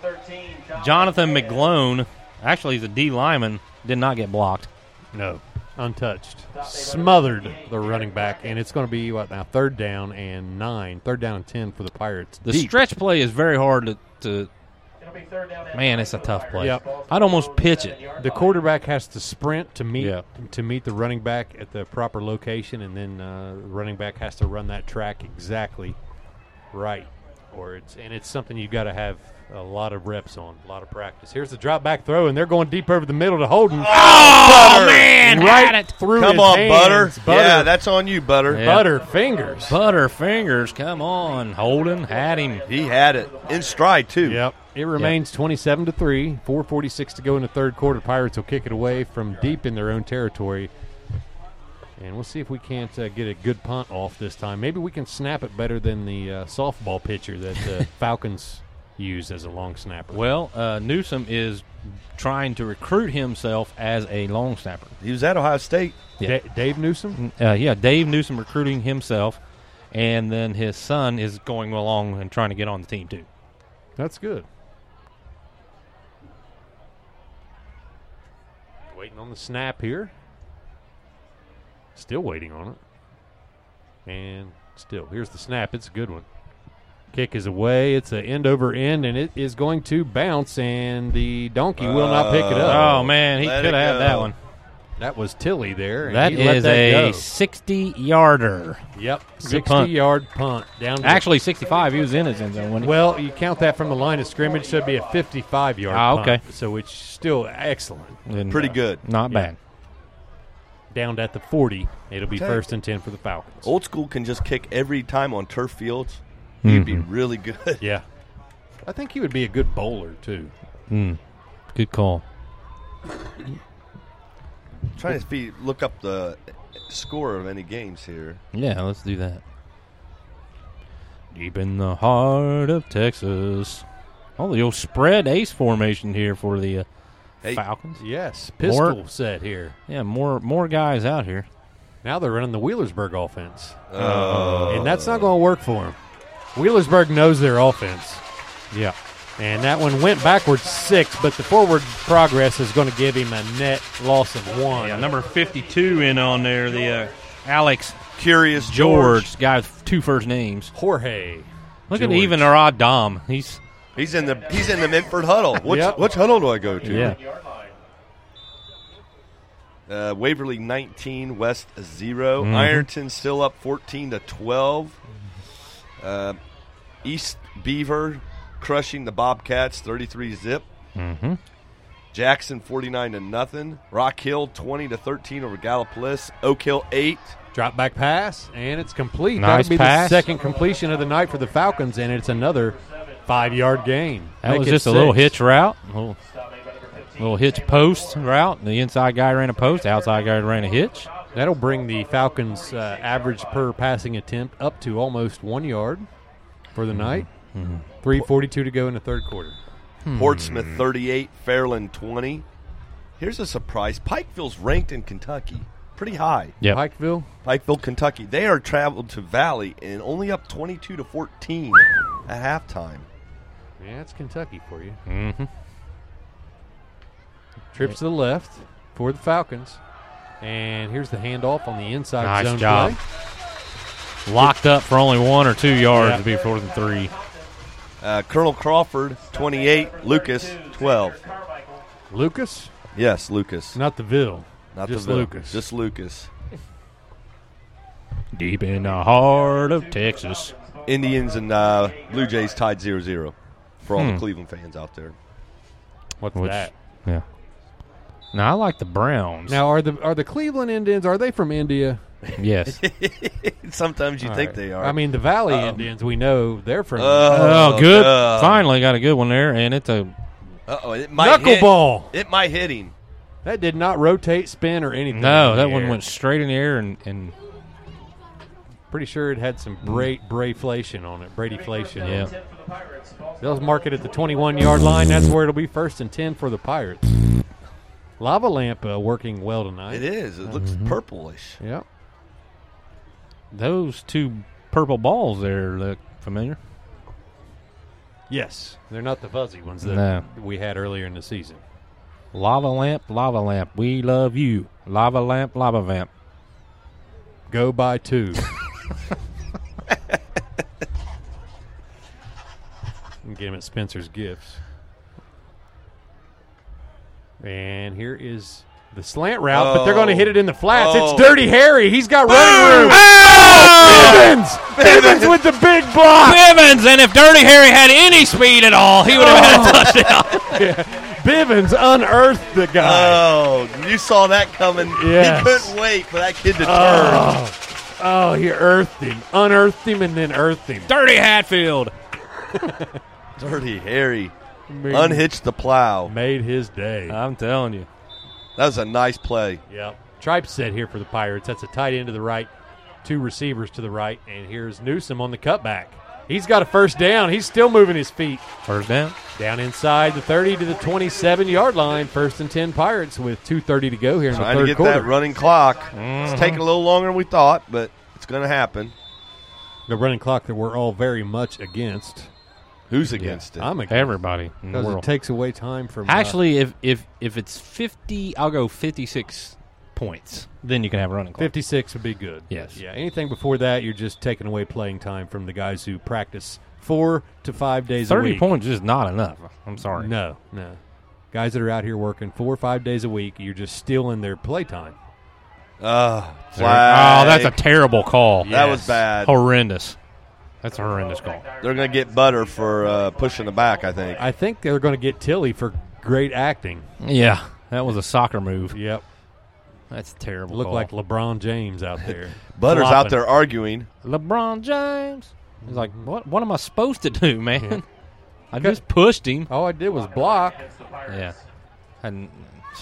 [SPEAKER 6] Jonathan McGlone. Actually, he's a D lineman. Did not get blocked.
[SPEAKER 1] No, untouched. Smothered the running back, and it's going to be what now? Third down and nine. Third down and ten for the Pirates.
[SPEAKER 6] The
[SPEAKER 1] Deep.
[SPEAKER 6] stretch play is very hard to. to man, it's a tough play.
[SPEAKER 1] Yep.
[SPEAKER 6] I'd almost pitch it.
[SPEAKER 1] The quarterback has to sprint to meet
[SPEAKER 6] Yeah.
[SPEAKER 1] to meet the running back at the proper location, and then uh, the running back has to run that track exactly right. Or it's and it's something you've got to have a lot of reps on, a lot of practice. Here's the drop back throw, and they're going deep over the middle to Holden.
[SPEAKER 9] Oh,
[SPEAKER 6] man,
[SPEAKER 1] right
[SPEAKER 6] had it.
[SPEAKER 1] through
[SPEAKER 9] Come
[SPEAKER 1] his
[SPEAKER 9] on,
[SPEAKER 1] hands.
[SPEAKER 9] butter.
[SPEAKER 1] butter.
[SPEAKER 9] Yeah, that's on you, butter.
[SPEAKER 1] fingers.
[SPEAKER 6] Butter fingers. Come on, Holden had him.
[SPEAKER 9] He had it in stride too.
[SPEAKER 1] Yep. It remains 27 to 3, 446 to go in the third quarter. Pirates will kick it away from deep in their own territory. And we'll see if we can't uh, get a good punt off this time. Maybe we can snap it better than the uh, softball pitcher that uh, Falcons used as a long snapper.
[SPEAKER 6] Well, uh, Newsom is trying to recruit himself as a long snapper.
[SPEAKER 9] He was at Ohio State.
[SPEAKER 1] Yeah. Dave Newsom?
[SPEAKER 6] Uh, yeah, Dave Newsom recruiting himself, and then his son is going along and trying to get on the team, too.
[SPEAKER 1] That's good. Waiting on the snap here. Still waiting on it. And still, here's the snap. It's a good one. Kick is away. It's an end over end, and it is going to bounce, and the donkey will not pick it up.
[SPEAKER 6] Oh, man, he
[SPEAKER 1] Let it
[SPEAKER 6] could have had
[SPEAKER 1] go.
[SPEAKER 6] that one.
[SPEAKER 1] That was Tilly there. and
[SPEAKER 6] That
[SPEAKER 1] he let
[SPEAKER 6] is
[SPEAKER 1] that
[SPEAKER 6] a
[SPEAKER 1] go.
[SPEAKER 6] 60 yarder.
[SPEAKER 1] Yep,
[SPEAKER 6] Good
[SPEAKER 1] 60
[SPEAKER 6] punt.
[SPEAKER 1] yard punt down. To
[SPEAKER 6] Actually, 65. He was in his end zone. Wasn't he?
[SPEAKER 1] well, you count that from the line of scrimmage, so it'd be a 55 yard.
[SPEAKER 6] Ah, okay.
[SPEAKER 1] punt, so it's still excellent.
[SPEAKER 6] And, Pretty uh, good. not bad.
[SPEAKER 1] Down at the 40, it'll be
[SPEAKER 9] Okay.
[SPEAKER 1] first and 10 for the Falcons.
[SPEAKER 9] Old school can just kick every time on turf fields. He'd be
[SPEAKER 6] Mhm.
[SPEAKER 9] really good.
[SPEAKER 1] Yeah. I think he would be a good bowler too.
[SPEAKER 6] Hmm. Good call.
[SPEAKER 9] trying to be, look up the score of any games here.
[SPEAKER 6] Yeah, let's do that. Deep in the heart of Texas. Oh, the old spread ace formation here for the uh, Falcons.
[SPEAKER 1] Yes, pistol
[SPEAKER 6] More-
[SPEAKER 1] set here.
[SPEAKER 6] Yeah, more more guys out here.
[SPEAKER 1] Now they're running the Wheelersburg offense.
[SPEAKER 6] Oh.
[SPEAKER 1] And that's not going to work for them. Wheelersburg knows their offense.
[SPEAKER 6] Yeah.
[SPEAKER 1] And that one went backwards six, but the forward progress is going to give him a net loss of one.
[SPEAKER 6] Yeah, number 52 in on there, the uh, Alex
[SPEAKER 9] Curious
[SPEAKER 6] George, guy with two first names.
[SPEAKER 1] Jorge.
[SPEAKER 6] Look at
[SPEAKER 1] George.
[SPEAKER 6] even our odd Dom. He's
[SPEAKER 9] He's in the he's in the Minford huddle. Which
[SPEAKER 6] Yep.
[SPEAKER 9] which huddle do I go to?
[SPEAKER 6] Yeah.
[SPEAKER 9] Uh, Waverly 19, West 0.
[SPEAKER 6] Mhm.
[SPEAKER 9] Ironton still up 14 to 12. Uh, East Beaver crushing the Bobcats 33 zip.
[SPEAKER 6] Mm-hmm.
[SPEAKER 9] Jackson 49 to nothing. Rock Hill 20 to 13 over Gallipolis. Oak Hill 8.
[SPEAKER 1] Drop back pass, and it's complete.
[SPEAKER 6] Nice
[SPEAKER 1] That'll be
[SPEAKER 6] pass.
[SPEAKER 1] the second completion of the night for the Falcons, and it's another five yard gain.
[SPEAKER 6] That
[SPEAKER 1] Make
[SPEAKER 6] was
[SPEAKER 1] it
[SPEAKER 6] just a little
[SPEAKER 1] six.
[SPEAKER 6] hitch route, a little, little hitch post route. The inside guy ran a post, outside guy ran a hitch.
[SPEAKER 1] That'll bring the Falcons' uh, average per passing attempt up to almost one yard for the night.
[SPEAKER 6] Mhm.
[SPEAKER 1] 3.42 to go in the third quarter.
[SPEAKER 9] Portsmouth 38, Fairland 20. Here's a surprise. Pikeville's ranked in Kentucky pretty high.
[SPEAKER 6] Yep.
[SPEAKER 1] Pikeville?
[SPEAKER 9] Pikeville, Kentucky. They are traveled to Valley and only up 22 to 14 at halftime.
[SPEAKER 1] Yeah, it's Kentucky for you.
[SPEAKER 6] Mm-hmm.
[SPEAKER 1] Trips to the left for the Falcons. And here's the handoff on the inside
[SPEAKER 6] Nice
[SPEAKER 1] zone
[SPEAKER 6] job.
[SPEAKER 1] play.
[SPEAKER 6] Locked up for only one or two yards to be fourth and three.
[SPEAKER 9] Uh, Colonel Crawford, 28. Lucas, 12.
[SPEAKER 1] Lucas?
[SPEAKER 9] Yes, Lucas.
[SPEAKER 1] Not the Ville.
[SPEAKER 9] Not
[SPEAKER 1] just
[SPEAKER 9] the Ville.
[SPEAKER 1] Lucas.
[SPEAKER 9] Just Lucas.
[SPEAKER 6] Deep in the heart of Texas.
[SPEAKER 9] Indians and uh, Blue Jays tied 0 0 for all
[SPEAKER 6] Hmm.
[SPEAKER 9] the Cleveland fans out there.
[SPEAKER 1] What's
[SPEAKER 6] Which-
[SPEAKER 1] that?
[SPEAKER 6] Yeah. Now I like the Browns.
[SPEAKER 1] Now are the are the Cleveland Indians are they from India?
[SPEAKER 6] Yes.
[SPEAKER 9] Sometimes you
[SPEAKER 1] All
[SPEAKER 9] think
[SPEAKER 1] right.
[SPEAKER 9] they are.
[SPEAKER 1] I mean the Valley
[SPEAKER 9] Um,
[SPEAKER 1] Indians we know they're from
[SPEAKER 6] Oh,
[SPEAKER 9] Oh,
[SPEAKER 6] good.
[SPEAKER 9] God.
[SPEAKER 6] Finally got a good one there, and it's a
[SPEAKER 9] Uh-oh, it might
[SPEAKER 1] Knuckleball.
[SPEAKER 9] Hit. It might hit him.
[SPEAKER 1] That did not rotate, spin, or anything.
[SPEAKER 6] no.
[SPEAKER 1] in
[SPEAKER 6] That
[SPEAKER 1] the
[SPEAKER 6] one
[SPEAKER 1] air.
[SPEAKER 6] went straight in the air and and
[SPEAKER 1] Pretty sure it had some Bra- Brayflation on it. Bradyflation.
[SPEAKER 6] Yeah.
[SPEAKER 1] They'll mark it at the 21 yard line. That's where it'll be first and 10 for the Pirates. Lava lamp uh, working well tonight.
[SPEAKER 9] It is. It looks
[SPEAKER 1] Mm-hmm.
[SPEAKER 9] purplish.
[SPEAKER 1] Yeah.
[SPEAKER 6] those two purple balls there look familiar.
[SPEAKER 1] Yes. They're not the fuzzy ones that
[SPEAKER 6] No.
[SPEAKER 1] we had earlier in the season.
[SPEAKER 6] Lava lamp, lava lamp. We love you. Lava lamp, lava vamp.
[SPEAKER 1] Go by two. and get him at Spencer's Gifts. And here is the slant route, but they're going to hit it in the flats.
[SPEAKER 9] Oh.
[SPEAKER 1] It's Dirty Harry. He's got running room. Bivens! Bivens with the big block.
[SPEAKER 6] Ah! Bivens, and if Dirty Harry had any speed at all, he would have had a touchdown.
[SPEAKER 1] Oh.
[SPEAKER 6] Uh.
[SPEAKER 1] Bivens unearthed the guy.
[SPEAKER 9] Oh, you saw that coming.
[SPEAKER 1] Yes.
[SPEAKER 9] He couldn't wait for that kid to turn.
[SPEAKER 1] oh. Oh, he earthed him. Unearthed him and then earthed him.
[SPEAKER 6] Dirty Hatfield.
[SPEAKER 9] Dirty Harry.
[SPEAKER 1] Made-
[SPEAKER 9] Unhitched the plow.
[SPEAKER 1] Made his day.
[SPEAKER 9] Uh,
[SPEAKER 6] I'm telling you.
[SPEAKER 9] That was a nice play.
[SPEAKER 1] Yep. Tripe set here for the Pirates. That's a tight end to the right, two receivers to the right, and here's Newsom on the cutback. He's got a first down. He's still moving his feet.
[SPEAKER 6] First down.
[SPEAKER 1] Down inside the 30 to the 27 yard line. First and 10 Pirates with 2.30 to go here in the
[SPEAKER 9] Trying
[SPEAKER 1] third
[SPEAKER 9] to get
[SPEAKER 1] quarter.
[SPEAKER 9] that running clock.
[SPEAKER 1] Mhm.
[SPEAKER 9] It's taking a little longer than we thought, but it's going to happen.
[SPEAKER 1] The running clock that we're all very much against.
[SPEAKER 9] Who's against it?
[SPEAKER 1] I'm against
[SPEAKER 6] Everybody in the
[SPEAKER 1] Because it
[SPEAKER 6] world.
[SPEAKER 1] takes away time from. uh,
[SPEAKER 3] Actually, if if if it's fifty, I'll go fifty-six points. Then you can have a running clock.
[SPEAKER 1] 56 would be good.
[SPEAKER 3] Yes.
[SPEAKER 1] Yeah. Anything before that, you're just taking away playing time from the guys who practice four to five days a week.
[SPEAKER 6] Thirty points is not enough. I'm sorry.
[SPEAKER 1] No, no. Guys that are out here working four or five days a week, you're just stealing their playtime.
[SPEAKER 9] Uh,
[SPEAKER 6] Oh, that's a terrible call.
[SPEAKER 9] That was bad.
[SPEAKER 6] Horrendous. That's a horrendous call.
[SPEAKER 9] They're going to get butter for uh, pushing the back, I think.
[SPEAKER 1] I think they're going to get Tilly for great acting.
[SPEAKER 6] Yeah, that was a soccer move.
[SPEAKER 1] Yep. Oh.
[SPEAKER 6] That's terrible.
[SPEAKER 1] Look
[SPEAKER 6] call.
[SPEAKER 1] like LeBron James out there.
[SPEAKER 9] Butter's
[SPEAKER 6] flopping.
[SPEAKER 9] out there arguing.
[SPEAKER 6] LeBron James. He's like, what? What am I supposed to do, man? I just pushed him.
[SPEAKER 1] All I did was block.
[SPEAKER 6] Yeah. And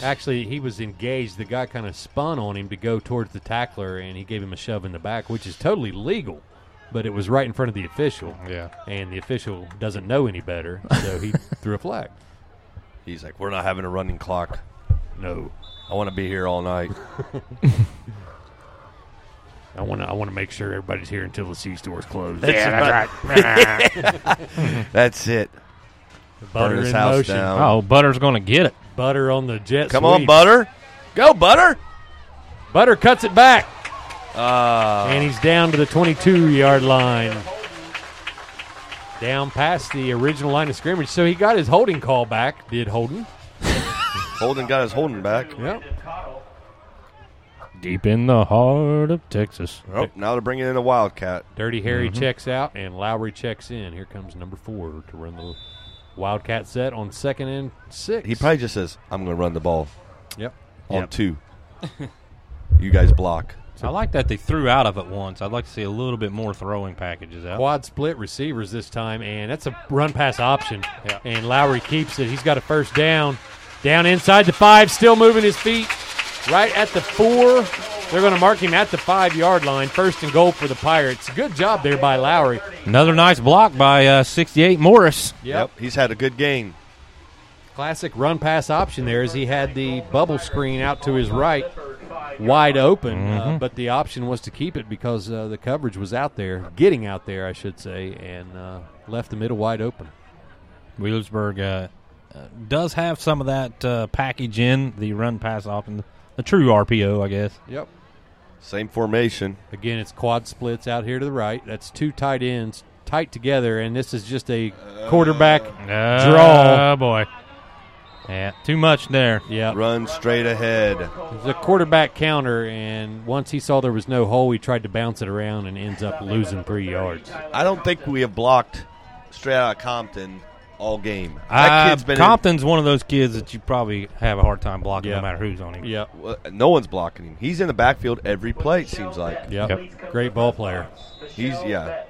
[SPEAKER 1] Actually, he was engaged. The guy kind of spun on him to go towards the tackler, and he gave him a shove in the back, which is totally legal. But it was right in front of the official.
[SPEAKER 6] Yeah.
[SPEAKER 1] And the official doesn't know any better, so he threw a flag.
[SPEAKER 9] He's like, we're not having a running clock.
[SPEAKER 1] No.
[SPEAKER 9] I want to be here all night.
[SPEAKER 1] I want to. I want to make sure everybody's here until the C store's closed.
[SPEAKER 9] that's it.
[SPEAKER 1] Butter
[SPEAKER 9] Burn his
[SPEAKER 1] in
[SPEAKER 9] house
[SPEAKER 1] motion.
[SPEAKER 9] down.
[SPEAKER 6] oh, Butter's gonna get it.
[SPEAKER 1] Butter on the jet.
[SPEAKER 9] Come
[SPEAKER 1] sweep.
[SPEAKER 9] on, Butter. Go, Butter.
[SPEAKER 1] Butter cuts it back,
[SPEAKER 9] Uh,
[SPEAKER 1] and he's down to the 22 yard line. Down past the original line of scrimmage, so he got his holding call back. Did Holden?
[SPEAKER 9] Holden got his holding back.
[SPEAKER 1] Yep.
[SPEAKER 6] Deep in the heart of Texas.
[SPEAKER 9] Oh, now to bring in a Wildcat.
[SPEAKER 1] Dirty Harry
[SPEAKER 9] Mm-hmm.
[SPEAKER 6] Mhm.
[SPEAKER 1] checks out, and Lowry checks in. Here comes number four to run the Wildcat set on second and six.
[SPEAKER 9] He probably just says, I'm going to run the ball
[SPEAKER 1] Yep.
[SPEAKER 9] on
[SPEAKER 1] Yep.
[SPEAKER 9] two. you guys block.
[SPEAKER 6] I like that they threw out of it once. I'd like to see a little bit more throwing packages out.
[SPEAKER 1] quad split receivers this time, and that's a run pass option. And Lowry keeps it. He's got a first down. Down inside the five, still moving his feet. Right at the four. They're going to mark him at the five yard line. First and goal for the Pirates. Good job there by Lowry.
[SPEAKER 6] Another nice block by uh, 68 Morris.
[SPEAKER 1] Yep.
[SPEAKER 9] He's had a good game.
[SPEAKER 1] Classic run pass option there as he had the bubble screen out to his right, wide open. Uh,
[SPEAKER 6] Mhm.
[SPEAKER 1] but the option was to keep it because uh, the coverage was out there, getting out there, I should say, and uh, left the middle wide open.
[SPEAKER 6] Wheelersburg uh, uh, does have some of that uh, package in the run pass option, the true RPO, I guess.
[SPEAKER 1] Yep.
[SPEAKER 9] Same formation.
[SPEAKER 1] Again, it's quad splits out here to the right. That's two tight ends tight together, and this is just a quarterback
[SPEAKER 9] Uh,
[SPEAKER 1] draw.
[SPEAKER 6] Oh, boy. Yeah, too much there.
[SPEAKER 1] Yeah,
[SPEAKER 9] Run straight ahead.
[SPEAKER 1] it's a quarterback counter, and once he saw there was no hole, he tried to bounce it around and ends up losing three yards.
[SPEAKER 9] I don't think we have blocked straight out of Compton all game.
[SPEAKER 6] Uh,
[SPEAKER 9] That kid's been in-
[SPEAKER 6] Compton's one of those kids that you probably have a hard time blocking,
[SPEAKER 1] Yeah.
[SPEAKER 6] no matter who's on him.
[SPEAKER 1] Yep,
[SPEAKER 9] Well, no one's blocking him. He's in the backfield every play. It seems like
[SPEAKER 1] yep, great ball player.
[SPEAKER 9] he's yeah.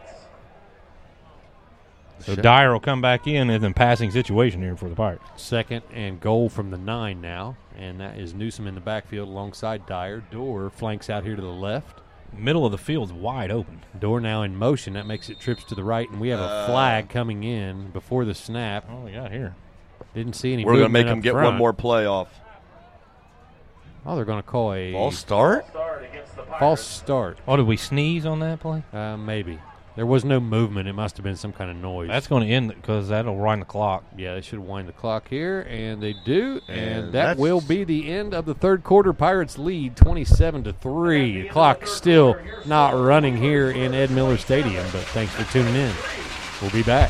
[SPEAKER 6] So Dyer will come back in in a passing situation here for the Pirates.
[SPEAKER 1] Second and goal from the nine now, and that is Newsom in the backfield alongside Dyer. Door flanks out here to the left.
[SPEAKER 6] Middle of the field's wide open.
[SPEAKER 1] Door now in motion. That makes it trips to the right, and we have
[SPEAKER 9] Uh.
[SPEAKER 1] a flag coming in before the snap.
[SPEAKER 6] Oh, we got here.
[SPEAKER 1] Didn't see any.
[SPEAKER 9] We're gonna
[SPEAKER 1] movement
[SPEAKER 9] make
[SPEAKER 1] up
[SPEAKER 9] him get
[SPEAKER 1] front.
[SPEAKER 9] one more playoff.
[SPEAKER 1] Oh, they're going to call a
[SPEAKER 9] Ball start.
[SPEAKER 1] false start.
[SPEAKER 6] Oh, did we sneeze on that play?
[SPEAKER 1] Uh, maybe there was no movement. It must have been some kind of noise.
[SPEAKER 6] That's going to end because that'll run the clock.
[SPEAKER 1] yeah. They should wind the clock here, and they do, and,
[SPEAKER 9] And
[SPEAKER 1] that
[SPEAKER 9] that's-
[SPEAKER 1] will be the end of the third quarter. Pirates lead twenty-seven to three. The clock still not running here in Ed Miller Stadium, but thanks for tuning in. We'll be back.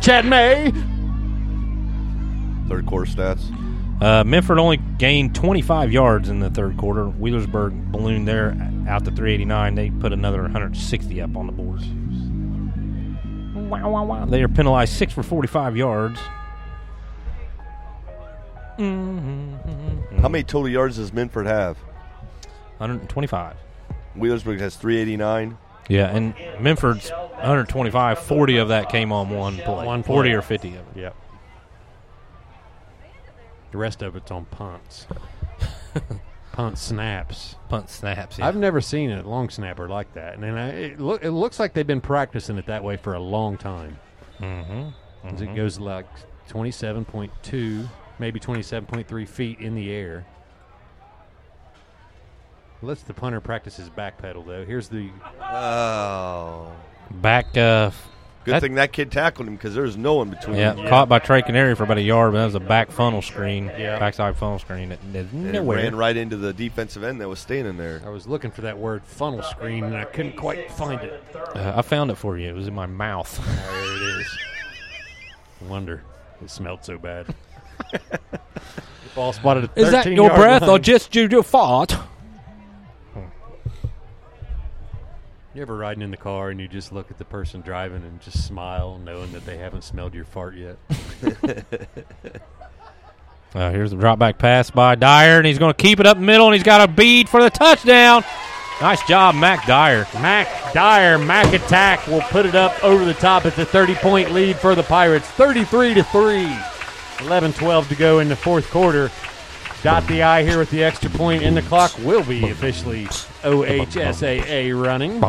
[SPEAKER 1] Chad May.
[SPEAKER 9] Third quarter stats.
[SPEAKER 6] Uh, Memphis only gained 25 yards in the third quarter. Wheelersburg ballooned there out to 389. They put another 160 up on the board. Wow, wow, wow. They are penalized 6 for 45 yards.
[SPEAKER 9] How many total yards does Minford have?
[SPEAKER 6] 125.
[SPEAKER 9] Wheelersburg has 389.
[SPEAKER 6] Yeah, and Memphis 125, 40 of that came on one play.
[SPEAKER 1] One
[SPEAKER 6] 40
[SPEAKER 1] play.
[SPEAKER 6] or 50 of it.
[SPEAKER 1] Yep. The rest of it's on punts. Punt snaps.
[SPEAKER 6] Punt snaps.
[SPEAKER 1] I've never seen a long snapper like that, and, and I, it, look, it looks like they've been practicing it that way for a long time.
[SPEAKER 6] Mm-hmm.
[SPEAKER 1] As It goes like twenty-seven point two, maybe twenty-seven point three feet in the air. Let's the punter practice his back pedal though. Here's the
[SPEAKER 9] Oh.
[SPEAKER 6] Back. Uh,
[SPEAKER 9] Good thing that kid tackled him because there's no one between
[SPEAKER 6] Yeah,
[SPEAKER 9] them.
[SPEAKER 6] caught by Trey Canary for about a yard, but that was a back funnel screen,
[SPEAKER 1] Yeah.
[SPEAKER 6] backside funnel screen. That, that
[SPEAKER 9] And it
[SPEAKER 6] nowhere.
[SPEAKER 9] ran right into the defensive end that was standing there.
[SPEAKER 1] I was looking for that word funnel screen and I couldn't quite find it.
[SPEAKER 6] Uh, I found it for you. It was in my mouth.
[SPEAKER 1] There it is. Wonder it smelled so bad. Ball spotted. At
[SPEAKER 6] Is that your breath or just you fart?
[SPEAKER 1] You ever riding in the car and you just look at the person driving and just smile, knowing that they haven't smelled your fart yet?
[SPEAKER 6] Uh, here's the drop back pass by Dyer, and he's going to keep it up middle, and he's got a bead for the touchdown. Nice job, Mac Dyer.
[SPEAKER 1] Mac Dyer, Mac Attack will put it up over the top. It's a 30 point lead for the Pirates, 33 to 3. 11 12 to go in the fourth quarter. Dot the I here with the extra point, and the clock will be officially OHSAA running.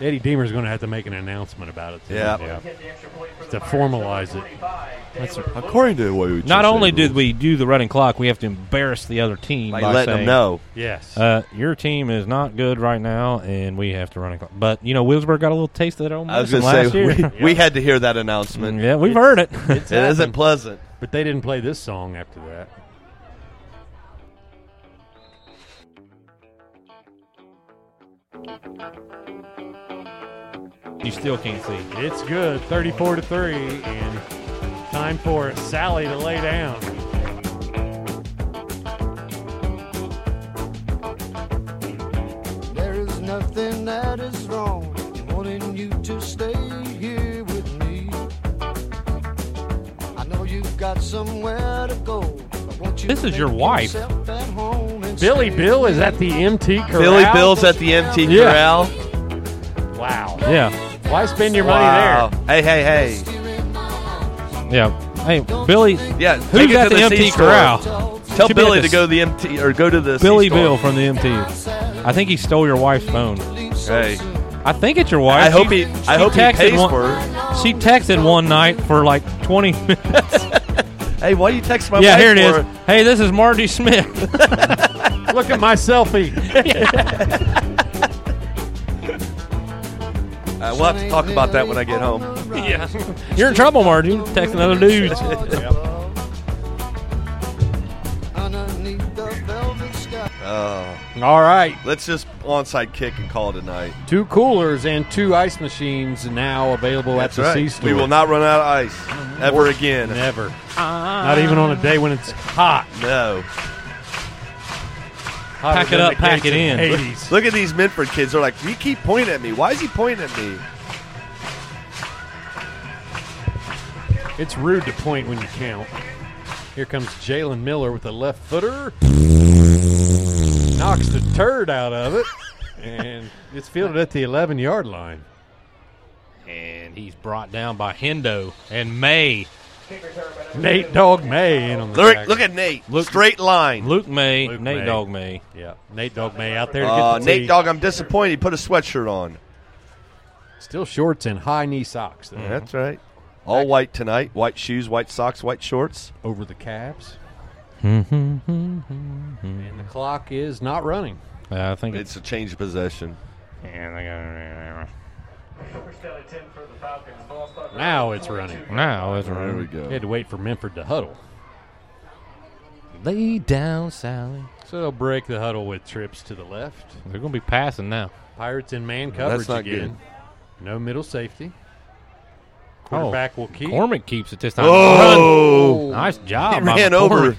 [SPEAKER 1] Eddie Deemer's going to have to make an announcement about it. too.
[SPEAKER 9] Yeah.
[SPEAKER 1] To formalize it. That's
[SPEAKER 9] According to what we just
[SPEAKER 6] Not
[SPEAKER 9] said,
[SPEAKER 6] only did
[SPEAKER 9] Bruce.
[SPEAKER 6] we do the running clock, we have to embarrass the other team
[SPEAKER 9] By
[SPEAKER 6] by
[SPEAKER 9] letting 'em
[SPEAKER 6] saying,
[SPEAKER 9] know.
[SPEAKER 1] Yes.
[SPEAKER 6] uh, your team is not good right now, and we have to run a clock." But you know, Willsburg got a little taste of their own
[SPEAKER 9] I was
[SPEAKER 6] medicine
[SPEAKER 9] gonna
[SPEAKER 6] last
[SPEAKER 9] say,
[SPEAKER 6] year. Mm,
[SPEAKER 9] we, we had to hear that announcement.
[SPEAKER 6] yeah, we've heard it.
[SPEAKER 1] It's
[SPEAKER 9] It isn't
[SPEAKER 1] happened.
[SPEAKER 9] pleasant.
[SPEAKER 1] But they didn't play this song after that.
[SPEAKER 6] You still can't see.
[SPEAKER 1] It's good, 34 to 3, and time for Sally to lay down.
[SPEAKER 21] There is nothing that is wrong in wanting you to stay here with me. I know you've got somewhere to go. But won't you
[SPEAKER 6] This is
[SPEAKER 21] make
[SPEAKER 6] your wife.
[SPEAKER 21] yourself at home and
[SPEAKER 1] Billy
[SPEAKER 21] stay
[SPEAKER 1] Bill is at the MT Corral.
[SPEAKER 9] Billy Bill's at the MT
[SPEAKER 1] Yeah.
[SPEAKER 9] Corral.
[SPEAKER 1] Wow.
[SPEAKER 6] Yeah,
[SPEAKER 1] Why spend your
[SPEAKER 9] Wow.
[SPEAKER 1] money
[SPEAKER 9] Hey, hey, hey.
[SPEAKER 6] yeah. Hey, Billy.
[SPEAKER 9] Yeah,
[SPEAKER 6] Who's
[SPEAKER 9] take it
[SPEAKER 6] at
[SPEAKER 9] to
[SPEAKER 6] the,
[SPEAKER 9] the
[SPEAKER 6] MT
[SPEAKER 9] C store.
[SPEAKER 6] Corral?
[SPEAKER 9] Tell
[SPEAKER 6] Should be
[SPEAKER 9] Billy
[SPEAKER 6] at the
[SPEAKER 9] to go to the MT or go to the C
[SPEAKER 6] Billy
[SPEAKER 9] store.
[SPEAKER 6] Bill from the MT. I think he stole your wife's phone.
[SPEAKER 9] Hey,
[SPEAKER 6] I think it's your wife.
[SPEAKER 9] I hope he- I hope he
[SPEAKER 6] texted
[SPEAKER 9] pays
[SPEAKER 6] one,
[SPEAKER 9] for it.
[SPEAKER 6] She texted one night for like twenty minutes.
[SPEAKER 9] hey, why you text my
[SPEAKER 6] yeah,
[SPEAKER 9] wife
[SPEAKER 6] here it
[SPEAKER 9] for?
[SPEAKER 6] is. Hey, this is Marty Smith.
[SPEAKER 1] there? Look at my selfie.
[SPEAKER 9] Uh, we'll have to talk about that when I get home.
[SPEAKER 6] yeah, you're in trouble, Marty. Text another dude.
[SPEAKER 21] underneath the velvet sky.
[SPEAKER 9] Oh.
[SPEAKER 1] All right.
[SPEAKER 9] Let's just onside kick and call it a night.
[SPEAKER 1] Two coolers and two ice machines now available
[SPEAKER 9] That's
[SPEAKER 1] at the C
[SPEAKER 9] right.
[SPEAKER 1] store.
[SPEAKER 9] We will not run out of ice ever again.
[SPEAKER 1] Never. Not even on a day when it's hot.
[SPEAKER 9] No.
[SPEAKER 1] Hotter
[SPEAKER 6] Pack it
[SPEAKER 1] than
[SPEAKER 6] up,
[SPEAKER 1] the
[SPEAKER 6] pack
[SPEAKER 1] gates
[SPEAKER 6] it
[SPEAKER 1] of
[SPEAKER 6] in.
[SPEAKER 1] 80s.
[SPEAKER 9] Look at these Minford kids. They're like, you keep pointing at me. Why is he pointing at me?
[SPEAKER 1] It's rude to point when you count. Here comes Jalen Miller with a left footer. Knocks the turd out of it. And it's fielded at the 11 yard line.
[SPEAKER 6] And he's brought down by Hendo and May.
[SPEAKER 1] Nate Dog May in on the
[SPEAKER 9] Look,
[SPEAKER 1] tackle.
[SPEAKER 9] look at Nate. Straight line.
[SPEAKER 6] Luke May,
[SPEAKER 1] Luke
[SPEAKER 6] Nate
[SPEAKER 1] May.
[SPEAKER 6] Dog May.
[SPEAKER 1] Yeah, Nate Dog May out there to get
[SPEAKER 9] Uh,
[SPEAKER 1] the
[SPEAKER 9] Nate
[SPEAKER 1] tee.
[SPEAKER 9] Dog, I'm disappointed. He put a sweatshirt on.
[SPEAKER 1] Still shorts and high knee socks though.
[SPEAKER 9] That's right. All white tonight. White shoes, white socks, white shorts.
[SPEAKER 1] over the calves.
[SPEAKER 6] Mm-hmm.
[SPEAKER 1] and the clock is not running.
[SPEAKER 6] Uh, I think it's.
[SPEAKER 9] It's a change of possession.
[SPEAKER 1] Now it's running.
[SPEAKER 6] Now it's
[SPEAKER 9] There we
[SPEAKER 6] right.
[SPEAKER 1] They had
[SPEAKER 9] go.
[SPEAKER 1] to wait for Memphis to huddle.
[SPEAKER 6] Lay down, Sally.
[SPEAKER 1] So they'll break the huddle with trips to the left.
[SPEAKER 6] They're going to be passing now.
[SPEAKER 1] Pirates in man
[SPEAKER 9] Well,
[SPEAKER 1] coverage
[SPEAKER 9] that's not
[SPEAKER 1] again. No middle safety. Quarterback will keep.
[SPEAKER 6] Cormick keeps it this time.
[SPEAKER 9] Oh!
[SPEAKER 6] Run. Ah, nice job.
[SPEAKER 9] He
[SPEAKER 6] by
[SPEAKER 9] ran
[SPEAKER 6] McCormick.
[SPEAKER 9] over.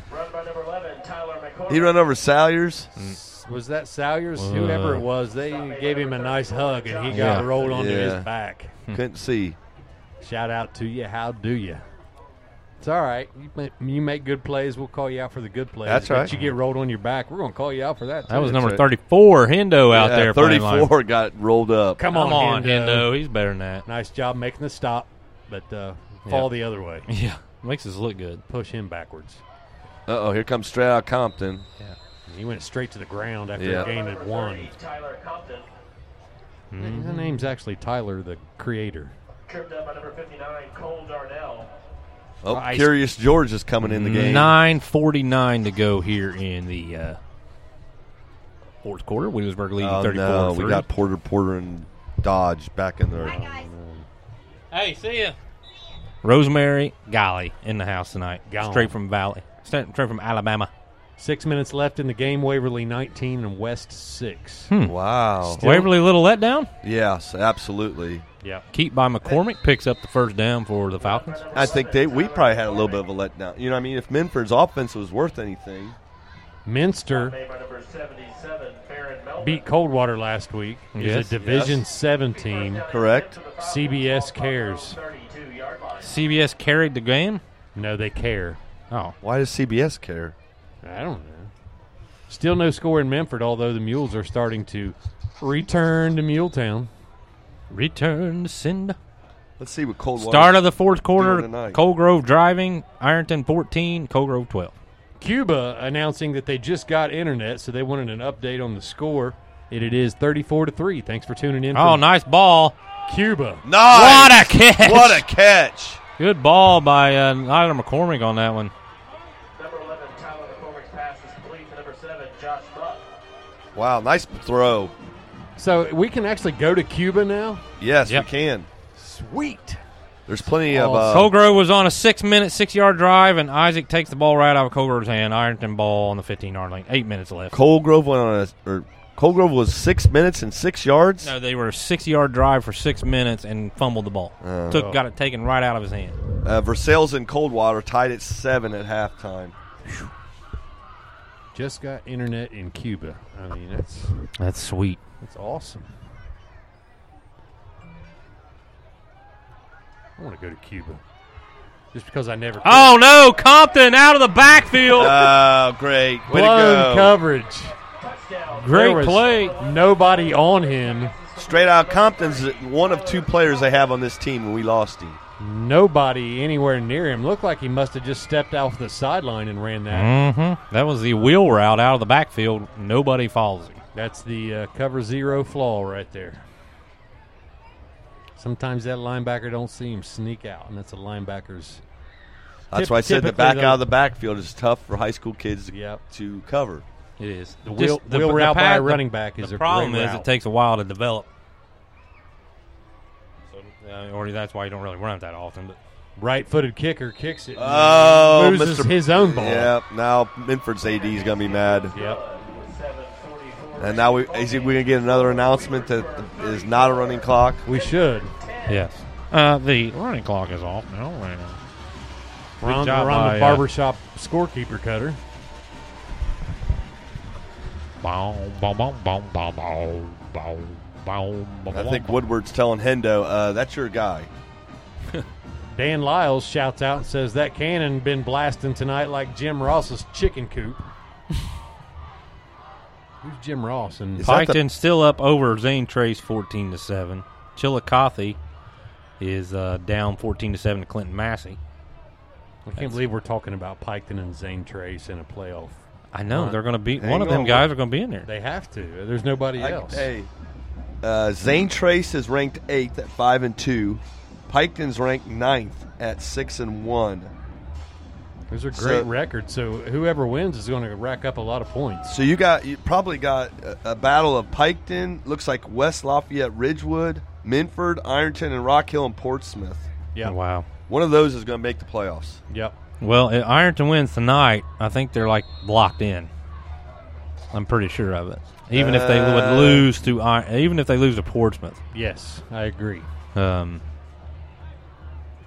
[SPEAKER 9] He ran over Salyers.
[SPEAKER 1] Was that Salyers? Whoever it was, they gave him a nice hug and he got
[SPEAKER 9] Uh, Yeah.
[SPEAKER 1] rolled onto his
[SPEAKER 9] Yeah.
[SPEAKER 1] back.
[SPEAKER 9] Couldn't see.
[SPEAKER 1] Shout out to you. How do you? It's all right. You make, you make good plays. We'll call you out for the good plays.
[SPEAKER 9] That's
[SPEAKER 1] But
[SPEAKER 9] right.
[SPEAKER 1] You get rolled on your back. We're going to call you out for that.
[SPEAKER 6] That was
[SPEAKER 1] too.
[SPEAKER 6] number 34, Hendo out
[SPEAKER 9] Yeah,
[SPEAKER 6] there. playing line.
[SPEAKER 9] 34 got rolled up.
[SPEAKER 1] Come on,
[SPEAKER 6] Come on,
[SPEAKER 1] Hendo.
[SPEAKER 6] Hendo. He's better than that.
[SPEAKER 1] Nice job making the stop, but uh, fall the other way.
[SPEAKER 6] Yeah. Makes us look good.
[SPEAKER 1] Push him backwards.
[SPEAKER 9] Uh oh, here comes straight out of Compton.
[SPEAKER 1] Yeah. He went straight to the ground after
[SPEAKER 9] Yeah.
[SPEAKER 1] the game had won.
[SPEAKER 12] Tyler Compton,
[SPEAKER 1] The name's actually Tyler, the creator.
[SPEAKER 12] tripped up by number 59, Cole Darnell.
[SPEAKER 9] Oh,
[SPEAKER 6] Nice.
[SPEAKER 9] Curious George is coming in the game.
[SPEAKER 6] 9.49 to go here in the uh, fourth quarter. Williamsburg leading
[SPEAKER 9] Oh,
[SPEAKER 6] 34
[SPEAKER 9] no, we got Porter, Porter, and Dodge back in there.
[SPEAKER 6] Hey, see ya. Rosemary Golly in the house tonight.
[SPEAKER 1] Gone.
[SPEAKER 6] Straight from Valley. Straight straight from Alabama.
[SPEAKER 1] Six minutes left in the game. Waverly 19 and West 6.
[SPEAKER 9] Hmm.
[SPEAKER 6] Hmm.
[SPEAKER 9] Wow.
[SPEAKER 1] Still-
[SPEAKER 6] Waverly little letdown.
[SPEAKER 9] Yes, absolutely.
[SPEAKER 1] Yeah.
[SPEAKER 6] Keep by McCormick picks up the first down for the Falcons.
[SPEAKER 9] I think they we probably had a little bit of a letdown. You know, what I mean, if Minford's offense was worth anything,
[SPEAKER 1] Minster
[SPEAKER 12] Made by number 77, Farron Melvin.
[SPEAKER 1] beat Coldwater last week.
[SPEAKER 6] Yes.
[SPEAKER 1] Is a Division
[SPEAKER 6] Yes.
[SPEAKER 1] 7 team.
[SPEAKER 9] correct?
[SPEAKER 1] CBS cares.
[SPEAKER 6] CBS carried the game.
[SPEAKER 1] No, they care.
[SPEAKER 6] Oh,
[SPEAKER 9] Why does CBS care?
[SPEAKER 1] I don't know. Still no score in Memphis, although the Mules are starting to return to Muletown.
[SPEAKER 6] return to sender.
[SPEAKER 9] Let's see what Coldwater
[SPEAKER 6] Start of the fourth quarter.
[SPEAKER 9] Doing tonight.
[SPEAKER 6] Colgrove driving. Ironton 14. Colgrove 12.
[SPEAKER 1] Cuba announcing that they just got internet, so they wanted an update on the score. And it is 34 to 3. Thanks for tuning in.
[SPEAKER 6] Oh,
[SPEAKER 1] from
[SPEAKER 6] nice ball.
[SPEAKER 1] Cuba.
[SPEAKER 6] What
[SPEAKER 9] Nice!
[SPEAKER 6] a catch.
[SPEAKER 9] What a catch!
[SPEAKER 6] Good ball by uh, Tyler McCormick on that one.
[SPEAKER 12] Number 11, Tyler McCormick's pass is complete to number 7, Josh Buck.
[SPEAKER 9] Wow, nice throw.
[SPEAKER 1] So we can actually go to Cuba now?
[SPEAKER 9] Yes,
[SPEAKER 6] Yep.
[SPEAKER 9] we can.
[SPEAKER 1] Sweet.
[SPEAKER 9] There's plenty of
[SPEAKER 1] Oh,
[SPEAKER 9] uh,
[SPEAKER 6] Colgrove was on a six minute, six yard drive, and Isaac takes the ball right out of Colgrove's hand. Ironton ball on the 15 yard line. Eight minutes left.
[SPEAKER 9] Colgrove went on a or Colgrove was six minutes and six yards.
[SPEAKER 6] No, they were a six yard drive for six minutes and fumbled the ball. Took Got it taken right out of his hand.
[SPEAKER 9] Uh, Versailles and Coldwater tied at seven at halftime.
[SPEAKER 1] Just got internet in Cuba. I mean, that's
[SPEAKER 6] That's sweet.
[SPEAKER 1] that's awesome. I want to go to Cuba. Just because I never
[SPEAKER 6] Oh, no. Compton out of the backfield.
[SPEAKER 9] Oh, great! Way to
[SPEAKER 1] blown
[SPEAKER 9] go!
[SPEAKER 1] coverage. There
[SPEAKER 6] Great
[SPEAKER 1] was
[SPEAKER 6] play.
[SPEAKER 1] Nobody on him.
[SPEAKER 9] Straight out of Compton's one of two players they have on this team, and we lost him.
[SPEAKER 1] Nobody anywhere near him. Looked like he must have just stepped off the sideline and ran that.
[SPEAKER 6] Mm-hmm. That was the wheel route out of the backfield. Nobody follows him.
[SPEAKER 1] That's the uh, cover zero flaw right there. Sometimes that linebacker don't see him sneak out, and that's a linebacker's.
[SPEAKER 9] That's why I said the
[SPEAKER 1] Typically,
[SPEAKER 9] back
[SPEAKER 1] though-
[SPEAKER 9] out of the backfield is tough for high school kids to,
[SPEAKER 1] Yep.
[SPEAKER 9] to cover.
[SPEAKER 6] It is
[SPEAKER 1] The wheel- wheel route by a
[SPEAKER 6] path-
[SPEAKER 1] running back is
[SPEAKER 6] the
[SPEAKER 1] a
[SPEAKER 6] problem.
[SPEAKER 1] great
[SPEAKER 6] is
[SPEAKER 1] route.
[SPEAKER 6] it takes a while to develop. So, uh, or that's why you don't really run it that often. But
[SPEAKER 1] Right-footed kicker kicks it. and
[SPEAKER 6] Uh.
[SPEAKER 9] Oh,
[SPEAKER 1] loses
[SPEAKER 9] Mr.
[SPEAKER 1] his own ball.
[SPEAKER 9] Yep. Now Minford's AD is gonna be mad,
[SPEAKER 1] Yep.
[SPEAKER 9] and now we is he, we gonna get another announcement that is not a running clock.
[SPEAKER 1] We should.
[SPEAKER 6] yes, uh, the running clock is off now. and-
[SPEAKER 1] We're on,
[SPEAKER 6] job
[SPEAKER 1] we're on
[SPEAKER 6] by, uh,
[SPEAKER 1] the barbershop scorekeeper cutter.
[SPEAKER 6] Bow, bow, bow, bow, bow, bow, bow, bow, bow,
[SPEAKER 9] I
[SPEAKER 6] bow,
[SPEAKER 9] think
[SPEAKER 6] bow.
[SPEAKER 9] Woodward's telling Hendo, uh, "That's your guy."
[SPEAKER 1] Dan Lyles shouts out and says that cannon been blasting tonight like Jim Ross's chicken coop. Who's Jim Ross? And
[SPEAKER 9] Is that the-
[SPEAKER 6] Piketon still up over Zane Trace, fourteen to seven. Chillicothe is uh, down fourteen to seven to Clinton Massey.
[SPEAKER 1] I can't believe we're talking about Piketon and Zane Trace in a playoff.
[SPEAKER 6] I know
[SPEAKER 1] Right.
[SPEAKER 6] they're going to be
[SPEAKER 9] Hang
[SPEAKER 6] one of them
[SPEAKER 9] on.
[SPEAKER 6] guys are going to be in there.
[SPEAKER 1] They have to. There's nobody
[SPEAKER 9] I-
[SPEAKER 1] else.
[SPEAKER 9] hey, uh, Zane Trace is ranked eighth at five and two. Piketon's ranked ninth at six and one.
[SPEAKER 1] Those are great
[SPEAKER 9] So-
[SPEAKER 1] records. So whoever wins is going to rack up a lot of points.
[SPEAKER 9] So you got you probably got a, a battle of Piketon. Looks like West Lafayette, Ridgewood, Minford, Ironton, and Rock Hill and Portsmouth.
[SPEAKER 1] Yep.
[SPEAKER 6] Wow.
[SPEAKER 9] One of those is going to make the playoffs.
[SPEAKER 1] Yep.
[SPEAKER 6] Well, if Ironton wins tonight, I think they're like locked in. I'm pretty sure of it. Even if they
[SPEAKER 1] Uh,
[SPEAKER 6] would lose to, Ir- even if they lose to Portsmouth,
[SPEAKER 1] Yes, I agree.
[SPEAKER 6] um,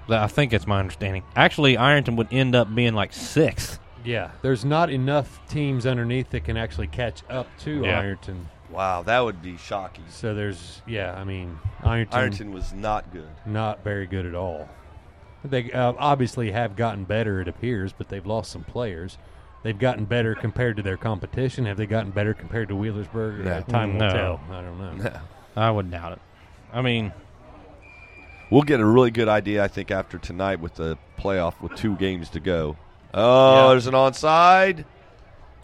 [SPEAKER 6] but I think it's my understanding. Actually, Ironton would end up being like sixth.
[SPEAKER 1] Yeah, there's not enough teams underneath that can actually catch up to
[SPEAKER 6] Yeah.
[SPEAKER 1] Ironton.
[SPEAKER 9] Wow, that would be shocking.
[SPEAKER 1] So there's, yeah, I mean, Ironton,
[SPEAKER 9] Ironton was not good.
[SPEAKER 1] not very good at all. They uh, obviously have gotten better, it appears, but they've lost some players. They've gotten better compared to their competition. Have they gotten better compared to Wheelersburg? Uh, time will
[SPEAKER 6] No.
[SPEAKER 1] tell. I don't know.
[SPEAKER 6] I would doubt it. I mean,
[SPEAKER 9] We'll get a really good idea, I think, after tonight with the playoff with two games to go. Oh, there's an onside.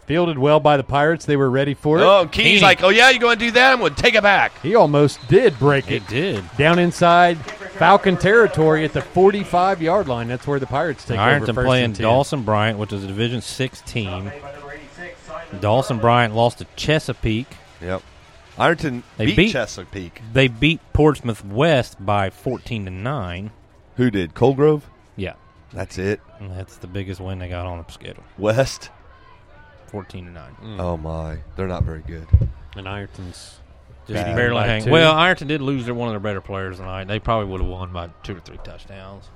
[SPEAKER 1] Fielded well by the Pirates. They were ready for it.
[SPEAKER 9] Oh, Keeney's like, oh, yeah, you're going to do that? I'm going to take it back.
[SPEAKER 1] He almost did break it.
[SPEAKER 6] He did.
[SPEAKER 1] Down inside Falcon territory at the 45 yard line. That's where the Pirates take
[SPEAKER 6] Ironton
[SPEAKER 1] over. first
[SPEAKER 6] playing
[SPEAKER 1] and 10.
[SPEAKER 6] Dawson Bryant, which is a Division Six team. Dawson Bryant lost to Chesapeake.
[SPEAKER 9] Yep. Ironton
[SPEAKER 6] They
[SPEAKER 9] beat,
[SPEAKER 6] beat-
[SPEAKER 9] Chesapeake.
[SPEAKER 6] They beat Portsmouth West by fourteen to nine.
[SPEAKER 9] Who did? Colgrove?
[SPEAKER 6] Yeah,
[SPEAKER 9] That's it.
[SPEAKER 6] and that's the biggest win they got on the schedule.
[SPEAKER 9] West?
[SPEAKER 6] Fourteen to nine.
[SPEAKER 9] Oh, my. They're not very good.
[SPEAKER 1] And Ironton's
[SPEAKER 6] Just
[SPEAKER 1] beating
[SPEAKER 6] barely
[SPEAKER 1] by
[SPEAKER 6] hang.
[SPEAKER 1] two.
[SPEAKER 6] Well, Ironton did lose their one of their better players tonight. They probably would have won by two or three touchdowns.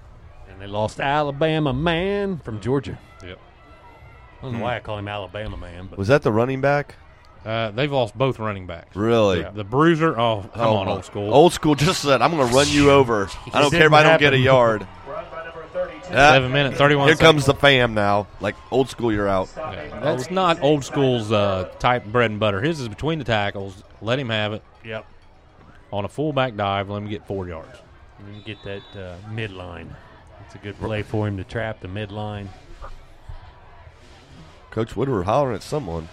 [SPEAKER 1] and they lost Alabama man from Georgia.
[SPEAKER 6] Yep.
[SPEAKER 1] I
[SPEAKER 6] Hmm.
[SPEAKER 1] don't know why I call him Alabama man, but
[SPEAKER 9] Was that the running back?
[SPEAKER 6] Uh, they've lost both running backs.
[SPEAKER 9] Really?
[SPEAKER 6] The Bruiser. Oh, come
[SPEAKER 9] Oh,
[SPEAKER 6] on,
[SPEAKER 9] my-
[SPEAKER 6] old school.
[SPEAKER 9] Old school just said, I'm going to run you over. I don't
[SPEAKER 6] It
[SPEAKER 9] care if I don't
[SPEAKER 6] didn't
[SPEAKER 9] get a
[SPEAKER 6] happen.
[SPEAKER 9] yard. Yeah.
[SPEAKER 6] Seven minute, 31
[SPEAKER 9] Here
[SPEAKER 6] seconds.
[SPEAKER 9] comes the fam now. Like, old school, you're out.
[SPEAKER 6] That's not old school's uh, type bread and butter. His is between the tackles. Let him have it.
[SPEAKER 1] Yep.
[SPEAKER 6] On a fullback dive, let him get four yards.
[SPEAKER 1] Let me get that uh, midline. It's a good play for him to trap the midline.
[SPEAKER 9] Coach Woodward hollering at someone.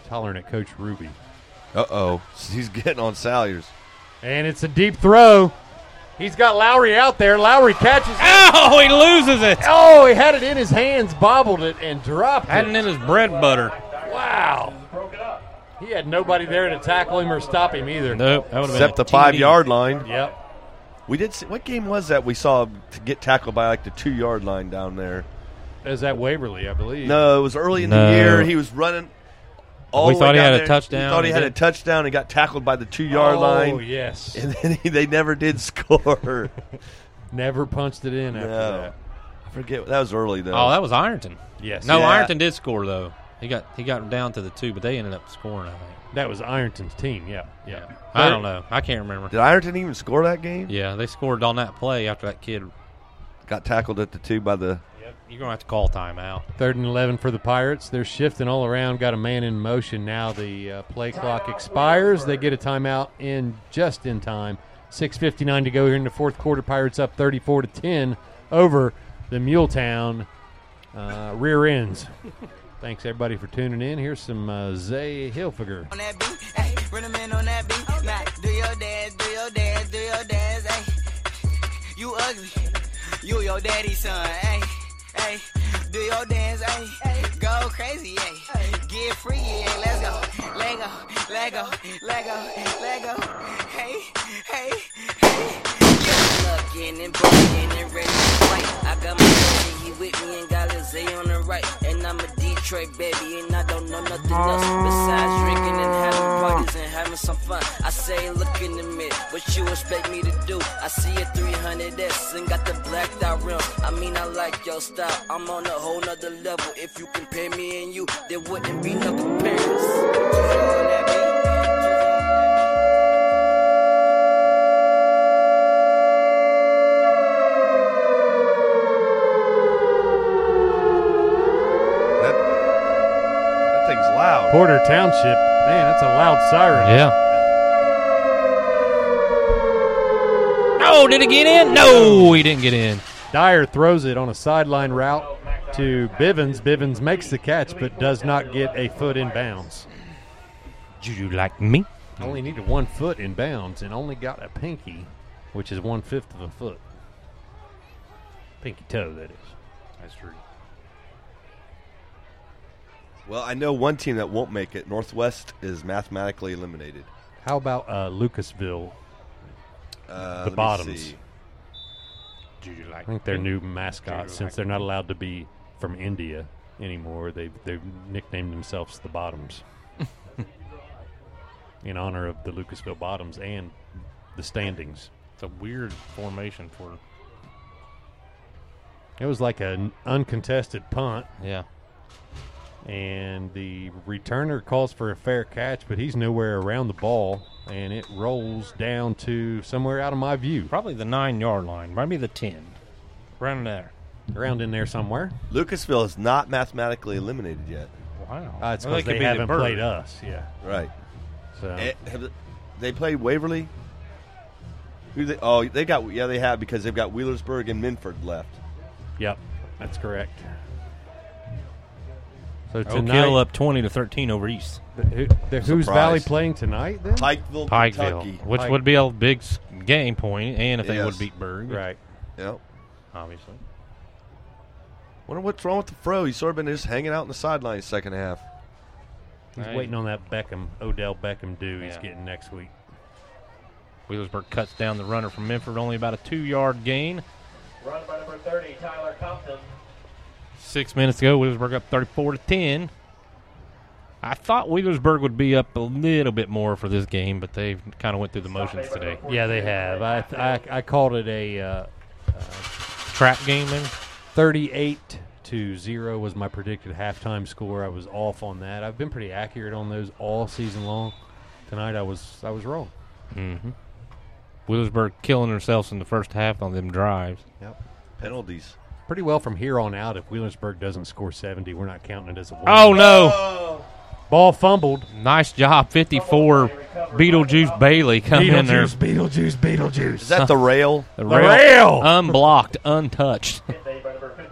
[SPEAKER 1] He's hollering at Coach Ruby.
[SPEAKER 9] Uh oh. He's getting on Salyers.
[SPEAKER 1] And it's a deep throw. He's got Lowry out there. Lowry catches it.
[SPEAKER 6] Ow, he loses it.
[SPEAKER 1] Oh, he had it in his hands, bobbled it, and dropped
[SPEAKER 6] Had
[SPEAKER 1] it.
[SPEAKER 6] it in his bread butter.
[SPEAKER 1] Wow. He had nobody there to tackle him or stop him either.
[SPEAKER 6] Nope. That would have been
[SPEAKER 9] Except
[SPEAKER 6] a
[SPEAKER 9] the five
[SPEAKER 6] TD.
[SPEAKER 9] yard line.
[SPEAKER 1] Yep.
[SPEAKER 9] We did see. What game was that we saw him to get tackled by like the two yard line down there?
[SPEAKER 1] Is that Waverly, I believe?
[SPEAKER 9] No, it was early in
[SPEAKER 6] No.
[SPEAKER 9] the year. He was running. All
[SPEAKER 6] We
[SPEAKER 9] the way
[SPEAKER 6] thought he
[SPEAKER 9] down
[SPEAKER 6] had a
[SPEAKER 9] there.
[SPEAKER 6] touchdown.
[SPEAKER 9] He thought he
[SPEAKER 6] He
[SPEAKER 9] had a
[SPEAKER 6] did.
[SPEAKER 9] touchdown and got tackled by the two yard
[SPEAKER 1] oh,
[SPEAKER 9] line.
[SPEAKER 1] yes.
[SPEAKER 9] And then he, they never did score.
[SPEAKER 1] Never punched it in after
[SPEAKER 9] no.
[SPEAKER 1] that.
[SPEAKER 9] I forget. That was early, though.
[SPEAKER 6] Oh, that was Ironton.
[SPEAKER 1] Yes.
[SPEAKER 6] No,
[SPEAKER 9] Yeah.
[SPEAKER 6] Ironton did score though. He got he got down to the two, but they ended up scoring. I think.
[SPEAKER 1] That was Ironton's team, yeah. Yeah.
[SPEAKER 6] I don't know. I can't remember.
[SPEAKER 9] Did Ironton even score that game?
[SPEAKER 6] Yeah, they scored on that play after that kid.
[SPEAKER 9] Got tackled at the two by the.
[SPEAKER 6] You're gonna have to call timeout.
[SPEAKER 1] Third and 11 for the Pirates. They're shifting all around, got a man in motion. Now the uh, play clock expires. They get a timeout in just in time. 6.59 to go here in the fourth quarter. Pirates up 34 to 10 over the Muletown uh, rear ends. Thanks, everybody, for tuning in. Here's some uh, Zay Hilfiger.
[SPEAKER 20] on that beat. Ay, run 'em in on that beat. Now, do your dance, do your dance, do your dance. Ay, you ugly. You your daddy's son. Ay, ay, do your dance. Ay, go crazy. Ay, get free. Yeah, let's go. Lego, Lego, Lego, Lego. Hey, hey, hey. Looking and bugging and ready to fight. I got my daddy, he with me and got Lizzie on the right. And I'm a Detroit baby, and I don't know nothing else besides drinking and having parties and having some fun. I say, look in the mirror, what you expect me to do? I see a 300S and got the blacked out rim. I mean, I like your style. I'm on a whole nother level. If you compare me and you, there wouldn't be no comparison.
[SPEAKER 9] That, that thing's loud.
[SPEAKER 1] Porter Township. Man, that's a loud siren.
[SPEAKER 6] Yeah. No, did it get in? No, he didn't get in.
[SPEAKER 1] Dyer throws it on a sideline route to Bivens. Bivens makes the catch, but does not get a foot in bounds.
[SPEAKER 6] Do you like me?
[SPEAKER 1] Only needed one foot in bounds and only got a pinky, which is one fifth of a foot. Pinky toe, that is.
[SPEAKER 6] That's true.
[SPEAKER 9] Well, I know one team that won't make it. Northwest is mathematically eliminated.
[SPEAKER 1] How about uh, Lucasville?
[SPEAKER 9] Uh,
[SPEAKER 1] The
[SPEAKER 9] let me
[SPEAKER 1] bottoms.
[SPEAKER 9] see.
[SPEAKER 6] Do you like
[SPEAKER 1] I think their new mascot, since they're not allowed to be from India, anymore. They they've nicknamed themselves the Bottoms in honor of the Lucasville Bottoms and the standings.
[SPEAKER 6] It's a weird formation for.
[SPEAKER 1] It was like an uncontested punt.
[SPEAKER 6] Yeah.
[SPEAKER 1] And the returner calls for a fair catch, but he's nowhere around the ball, and it rolls down to somewhere out of my view.
[SPEAKER 6] Probably the nine yard line, maybe the 10. Around there.
[SPEAKER 1] Around in there somewhere.
[SPEAKER 9] Lucasville is not mathematically eliminated yet.
[SPEAKER 6] Wow.
[SPEAKER 1] Uh, it's
[SPEAKER 6] Well,
[SPEAKER 1] because
[SPEAKER 6] could
[SPEAKER 1] they,
[SPEAKER 6] be the
[SPEAKER 1] haven't
[SPEAKER 6] bird.
[SPEAKER 1] played us. Yeah.
[SPEAKER 9] Right.
[SPEAKER 1] So
[SPEAKER 9] Eh, have they- they played Waverly? Who they? Oh, they got yeah, they have because they've got Wheelersburg and Minford left.
[SPEAKER 1] Yep, that's correct. So
[SPEAKER 6] Oak
[SPEAKER 1] tonight,
[SPEAKER 6] Hill up 20 to 13 over East.
[SPEAKER 1] Who, the, who's Valley playing tonight? Then
[SPEAKER 9] Pikeville,
[SPEAKER 6] Pikeville,
[SPEAKER 9] Kentucky.
[SPEAKER 6] which
[SPEAKER 1] Pike-
[SPEAKER 6] would be a big s- game point, and if they
[SPEAKER 9] Yes.
[SPEAKER 6] would beat Berg,
[SPEAKER 1] Right.
[SPEAKER 9] Yep.
[SPEAKER 6] Obviously,
[SPEAKER 9] Wonder what's wrong with the fro. He's sort of been just hanging out in the sidelines second half.
[SPEAKER 1] He's
[SPEAKER 6] Right.
[SPEAKER 1] waiting on that Beckham, Odell Beckham due he's
[SPEAKER 6] Yeah.
[SPEAKER 1] getting next week.
[SPEAKER 6] Wheelersburg cuts down the runner from Minford, only about a two-yard gain.
[SPEAKER 12] Run by number 30, Tyler Compton.
[SPEAKER 6] Six minutes ago, Wheelersburg up 34 to 10. I thought Wheelersburg would be up a little bit more for this game, but they kind of went through the motions today.
[SPEAKER 1] Yeah, they have. I I, I called it a uh,
[SPEAKER 6] Trap game, maybe?
[SPEAKER 1] thirty-eight to zero was my predicted halftime score. I was off on that. I've been pretty accurate on those all season long. Tonight I was I was wrong.
[SPEAKER 6] Mm-hmm. Wheelersburg killing themselves in the first half on them drives.
[SPEAKER 1] Yep.
[SPEAKER 9] Penalties.
[SPEAKER 1] Pretty well from here on out. If Wheelersburg doesn't score seventy, we're not counting it as a win.
[SPEAKER 6] Oh no!
[SPEAKER 1] Ball fumbled.
[SPEAKER 6] Nice job, 54. Beetlejuice Bailey coming in there.
[SPEAKER 1] Beetlejuice, Beetlejuice, Beetlejuice.
[SPEAKER 9] Is that the rail?
[SPEAKER 6] The
[SPEAKER 1] The
[SPEAKER 6] rail, Uh,
[SPEAKER 1] rail!
[SPEAKER 6] unblocked, untouched.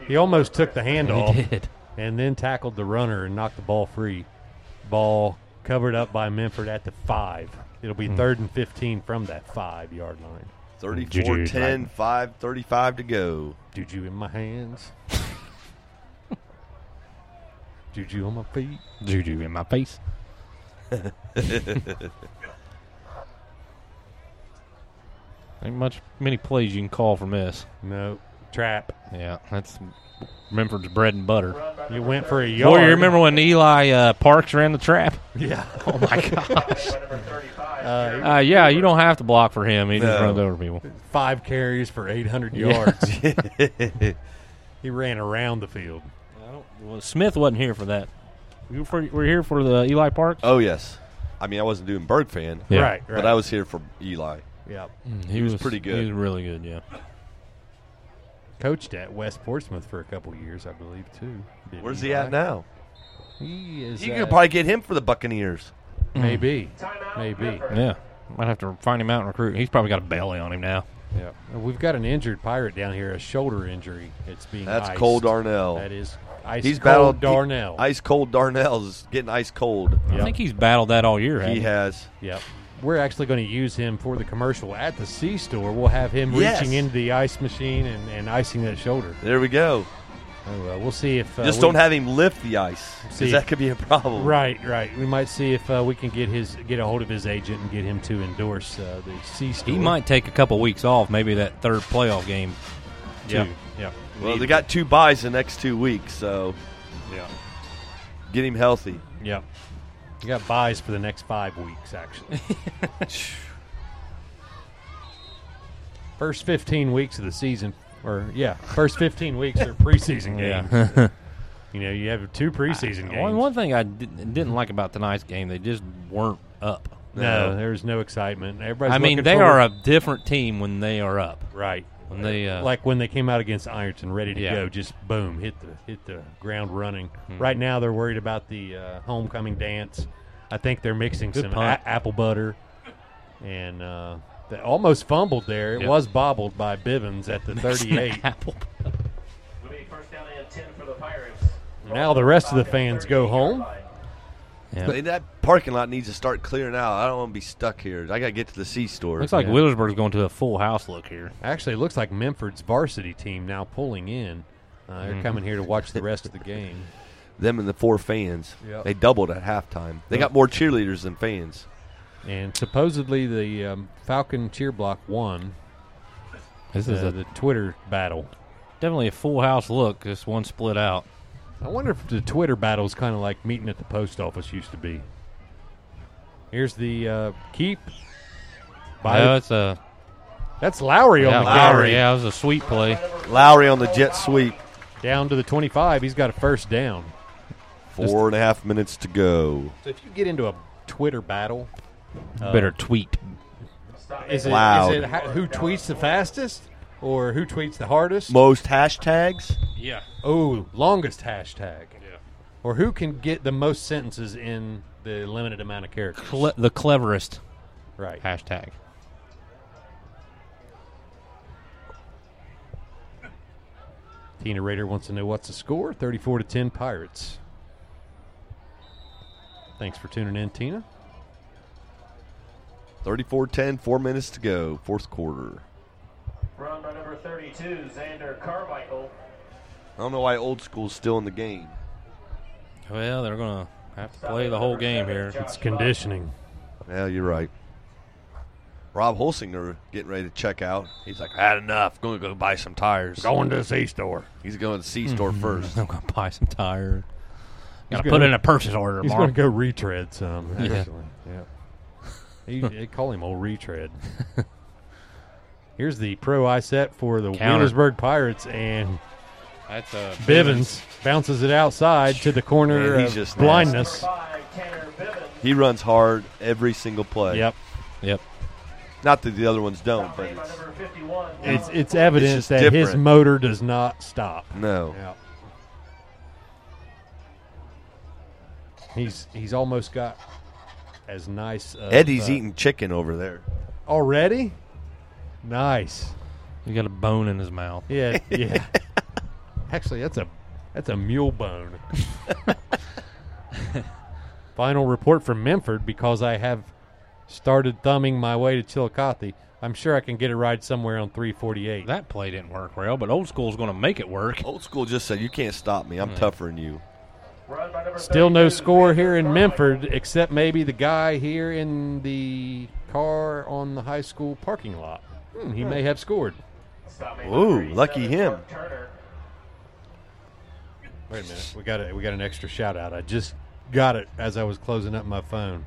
[SPEAKER 1] He almost took the hand
[SPEAKER 6] He
[SPEAKER 1] off
[SPEAKER 6] did.
[SPEAKER 1] and then tackled the runner and knocked the ball free. Ball covered up by Memphis at the five. It'll
[SPEAKER 6] Hmm.
[SPEAKER 1] be third and 15 from that five yard line.
[SPEAKER 9] 34 10, 5 35 to go.
[SPEAKER 1] Juju in my hands. Juju on my feet.
[SPEAKER 6] Juju in my face. Ain't much many plays you can call from this.
[SPEAKER 1] No. Trap.
[SPEAKER 6] Yeah, that's Memphis bread and butter.
[SPEAKER 1] You went for a yard.
[SPEAKER 6] Boy, you remember when Eli uh, Parks ran the trap?
[SPEAKER 1] Yeah.
[SPEAKER 6] Oh my gosh.
[SPEAKER 1] Uh,
[SPEAKER 6] Uh, yeah, you don't have to block for him. He just
[SPEAKER 1] No.
[SPEAKER 6] runs over people.
[SPEAKER 1] five carries for 800
[SPEAKER 6] Yeah.
[SPEAKER 1] yards. he ran around the field.
[SPEAKER 6] Well, Smith wasn't here for that. We were, for, we were here for the Eli Parks.
[SPEAKER 9] Oh, yes. I mean, I wasn't doing Berg fan.
[SPEAKER 6] Yeah.
[SPEAKER 1] Right, right.
[SPEAKER 9] But I was here for Eli.
[SPEAKER 1] Yep.
[SPEAKER 9] He was pretty good.
[SPEAKER 6] Mm, He was really good. Yeah.
[SPEAKER 1] Coached at West Portsmouth for a couple years, I believe, too. Did
[SPEAKER 9] Where's
[SPEAKER 1] Eli?
[SPEAKER 9] he at now?
[SPEAKER 1] He is.
[SPEAKER 9] You
[SPEAKER 1] at-
[SPEAKER 6] uh,
[SPEAKER 9] could probably get him for the Buccaneers.
[SPEAKER 1] Mm. Maybe. Maybe.
[SPEAKER 6] Yeah. Might have to find him out and recruit. He's probably got a belly on him now.
[SPEAKER 1] Yeah. We've got an injured pirate down here, a shoulder injury. It's being
[SPEAKER 9] That's
[SPEAKER 1] iced.
[SPEAKER 9] Cole Darnell.
[SPEAKER 1] That is ice
[SPEAKER 9] He's
[SPEAKER 1] cold
[SPEAKER 9] battled
[SPEAKER 1] Darnell.
[SPEAKER 9] he- ice cold Darnell's getting ice cold.
[SPEAKER 1] Yep.
[SPEAKER 6] I think he's battled that all year.
[SPEAKER 9] He
[SPEAKER 6] hasn't
[SPEAKER 9] has.
[SPEAKER 1] Yep. We're actually going to use him for the commercial at the C store. We'll have him
[SPEAKER 9] Yes.
[SPEAKER 1] reaching into the ice machine and, and icing that shoulder.
[SPEAKER 9] There we go.
[SPEAKER 1] So, uh, we'll see if uh,
[SPEAKER 9] Just
[SPEAKER 1] we-
[SPEAKER 9] don't have him lift the ice
[SPEAKER 1] See.
[SPEAKER 9] because that could be a problem.
[SPEAKER 1] Right, right. We might see if uh, we can get his get a hold of his agent and get him to endorse uh, the C
[SPEAKER 6] he?
[SPEAKER 1] store.
[SPEAKER 6] He might take a couple weeks off. Maybe that third playoff game.
[SPEAKER 1] too. Yeah.
[SPEAKER 6] too.
[SPEAKER 9] Well, they got two buys the next two weeks, so
[SPEAKER 1] Yeah.
[SPEAKER 9] get him healthy.
[SPEAKER 1] Yeah. We got buys for the next five weeks, actually. first 15 weeks of the season, or yeah, first 15 weeks are preseason games. you
[SPEAKER 6] Yeah.
[SPEAKER 1] know, you have two preseason games.
[SPEAKER 6] One, one thing I didn't, didn't like about tonight's game, they just weren't up.
[SPEAKER 1] no, there's no excitement. Everybody's
[SPEAKER 6] I mean,
[SPEAKER 1] looking
[SPEAKER 6] they
[SPEAKER 1] forward-
[SPEAKER 6] are a different team when they are up.
[SPEAKER 1] right.
[SPEAKER 6] When they uh,
[SPEAKER 1] like when they came out against Ironton, ready to
[SPEAKER 6] Yeah. Hmm.
[SPEAKER 1] go, just boom, hit the hit the ground running. Right now, they're worried about the uh, homecoming dance. I think they're mixing
[SPEAKER 6] Good
[SPEAKER 1] some
[SPEAKER 6] punt.
[SPEAKER 1] a- apple butter, and uh, they almost fumbled there. It
[SPEAKER 6] Yeah.
[SPEAKER 1] was bobbled by Bivens at the thirty-eight.
[SPEAKER 6] apple.
[SPEAKER 12] Moving first down and 10 for the Pirates.
[SPEAKER 1] now the rest of the fans go home.
[SPEAKER 6] Yeah.
[SPEAKER 9] But that parking lot needs to start clearing out. I don't want to be stuck here. I got to get to the C store.
[SPEAKER 6] Looks like
[SPEAKER 1] Yeah.
[SPEAKER 6] Wheelersburg's going to a full house look here.
[SPEAKER 1] Actually, it looks like Memphis varsity team now pulling in. Uh, they're
[SPEAKER 6] Mhm.
[SPEAKER 1] coming here to watch the rest of the game.
[SPEAKER 9] them and the four fans.
[SPEAKER 1] Yep.
[SPEAKER 9] They doubled at halftime. They
[SPEAKER 1] Yep.
[SPEAKER 9] got more cheerleaders than fans.
[SPEAKER 1] And supposedly the um, Falcon cheer block won
[SPEAKER 6] This
[SPEAKER 1] uh, the Twitter battle.
[SPEAKER 6] definitely a full house look. Just one split out.
[SPEAKER 1] I wonder if the Twitter battle is kind of like meeting at the post office used to be. Here's the uh, keep.
[SPEAKER 6] No, it's a.
[SPEAKER 1] That's Lowry
[SPEAKER 6] Uh, yeah,
[SPEAKER 1] on the
[SPEAKER 6] Lowry.
[SPEAKER 1] carry.
[SPEAKER 6] Yeah, it was a sweep play.
[SPEAKER 9] Lowry on the jet sweep.
[SPEAKER 1] Down to the 25. He's got a first down.
[SPEAKER 9] Four and a half minutes to go.
[SPEAKER 1] So if you get into a Twitter battle, uh,
[SPEAKER 6] Better tweet.
[SPEAKER 1] Is it,
[SPEAKER 9] Loud.
[SPEAKER 1] is it ha- who tweets the fastest or who tweets the hardest?
[SPEAKER 9] Most hashtags.
[SPEAKER 3] Yeah.
[SPEAKER 1] Oh, longest hashtag. Yeah. Or who can get the most sentences in the limited amount of characters?
[SPEAKER 6] Cle- the cleverest.
[SPEAKER 1] Right.
[SPEAKER 6] Hashtag.
[SPEAKER 1] Tina Raider wants to know what's the score? 34 to 10 Pirates. Thanks for tuning in, Tina.
[SPEAKER 9] 34 10, four minutes to go, fourth quarter.
[SPEAKER 12] Run by number 32, Xander Carmichael.
[SPEAKER 9] I don't know why old school's still in the game.
[SPEAKER 6] Well, they're gonna have to play the whole game here. It's
[SPEAKER 1] conditioning.
[SPEAKER 9] Yeah, you're right. Rob Holsinger getting ready to check out. He's like, I had enough. Going to go buy some tires.
[SPEAKER 1] Going to the C-store.
[SPEAKER 9] He's going to the C
[SPEAKER 1] Mm-hmm.
[SPEAKER 9] store first.
[SPEAKER 6] I'm gonna buy some tires.
[SPEAKER 1] He's
[SPEAKER 6] Gotta
[SPEAKER 1] gonna-
[SPEAKER 6] put in a purchase order.
[SPEAKER 1] He's
[SPEAKER 6] Mark.
[SPEAKER 1] going to go retread some.
[SPEAKER 6] Yeah.
[SPEAKER 1] Actually. Yeah. He- they call him old retread. Here's the pro I set for the
[SPEAKER 6] Counter.
[SPEAKER 1] Williamsburg Pirates, and
[SPEAKER 6] That's uh, a
[SPEAKER 1] Bivens bounces it outside to the corner
[SPEAKER 9] Man, he's
[SPEAKER 1] of
[SPEAKER 9] just
[SPEAKER 1] blindness.
[SPEAKER 9] He runs hard every single play.
[SPEAKER 1] Yep.
[SPEAKER 6] Yep.
[SPEAKER 9] Not that the other ones don't, but it's,
[SPEAKER 1] It's it's evidence
[SPEAKER 9] just
[SPEAKER 1] that his
[SPEAKER 9] different.
[SPEAKER 1] motor does not stop.
[SPEAKER 9] No.
[SPEAKER 1] Yeah. He's he's almost got as nice. Of,
[SPEAKER 9] Eddie's
[SPEAKER 1] uh,
[SPEAKER 9] eating chicken over there.
[SPEAKER 1] already. Nice.
[SPEAKER 6] He got a bone in his mouth.
[SPEAKER 1] Yeah, yeah. Actually, that's a that's a mule bone. Final report from Memphis because I have started thumbing my way to Chillicothe. I'm sure I can get a ride somewhere on 348.
[SPEAKER 6] That play didn't work well, but old school's gonna make it work.
[SPEAKER 9] Old school just said, You can't stop me. I'm tougher than you.
[SPEAKER 1] Still no score here in Memphis, except maybe the guy here in the car on the high school parking lot. Hmm, he may have scored.
[SPEAKER 9] Ooh, lucky him.
[SPEAKER 1] Wait a minute, we got a, we got an extra shout out. I just got it as I was closing up my phone.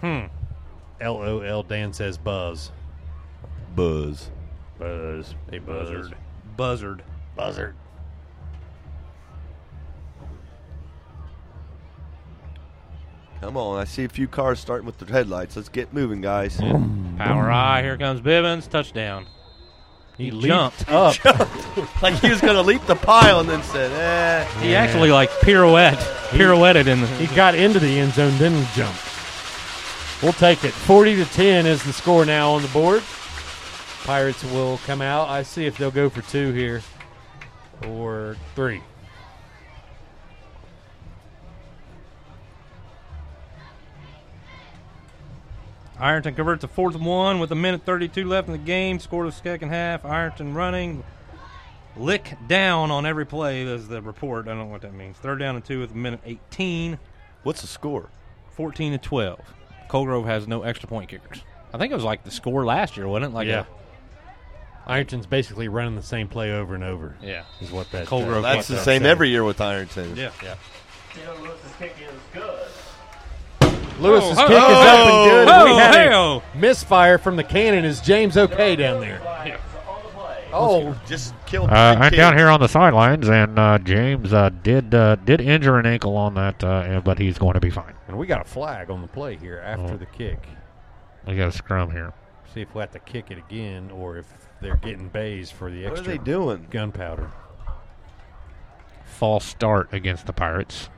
[SPEAKER 6] Hmm.
[SPEAKER 1] LOL Dan says buzz.
[SPEAKER 9] Buzz.
[SPEAKER 1] Buzz. Hey buzzard.
[SPEAKER 6] Buzzard.
[SPEAKER 1] Buzzard.
[SPEAKER 9] Come on. I see a few cars starting with their headlights. Let's get moving, guys.
[SPEAKER 6] Power eye. Here comes Bivens. Touchdown.
[SPEAKER 1] He, leaped
[SPEAKER 6] jumped.
[SPEAKER 1] up.
[SPEAKER 9] like he was going to leap the pile and then said, eh.
[SPEAKER 6] He actually like pirouette, pirouetted in
[SPEAKER 1] He
[SPEAKER 6] the.
[SPEAKER 1] got into the end zone, then jumped. We'll take it. 40 to 10 is the score now on the board. Pirates will come out. I see if they'll go for two here or three.
[SPEAKER 6] Ironton converts the fourth and one with a minute 32 left in the game. Scored the second half. Ironton running. Lick down on every play is the report. I don't know what that means. Third down and two with a minute 18,
[SPEAKER 9] What's the score?
[SPEAKER 6] 14 to 12. Colgrove has no extra point kickers. I think it was like the score last year, wasn't it? Like
[SPEAKER 1] yeah. Ironton's basically running the same play over and over.
[SPEAKER 6] A, yeah.
[SPEAKER 1] Is what that
[SPEAKER 6] Colgrove
[SPEAKER 9] That's the
[SPEAKER 6] can't
[SPEAKER 9] same every year with Ironton.
[SPEAKER 6] Yeah.
[SPEAKER 1] Yeah.
[SPEAKER 12] Jalen Lewis's kick is good.
[SPEAKER 1] Lewis's
[SPEAKER 6] Oh,
[SPEAKER 1] kick is up and good.
[SPEAKER 6] oh,
[SPEAKER 1] we had
[SPEAKER 6] hey-oh.
[SPEAKER 1] a misfire from the cannon. Is James okay down there? Oh,
[SPEAKER 9] Just kill
[SPEAKER 22] Uh,
[SPEAKER 9] big
[SPEAKER 22] I'm down
[SPEAKER 9] kids.
[SPEAKER 22] here on the sidelines, and uh, James uh, did uh, did injure an ankle on that, uh, and- but he's going to be fine.
[SPEAKER 1] and we got a flag on the play here after
[SPEAKER 22] Oh.
[SPEAKER 1] the kick.
[SPEAKER 22] We got a scrum here.
[SPEAKER 1] See if we have to kick it again or if they're getting bays for the
[SPEAKER 9] What
[SPEAKER 1] extra
[SPEAKER 9] are they doing?
[SPEAKER 1] gunpowder.
[SPEAKER 22] False start against the Pirates.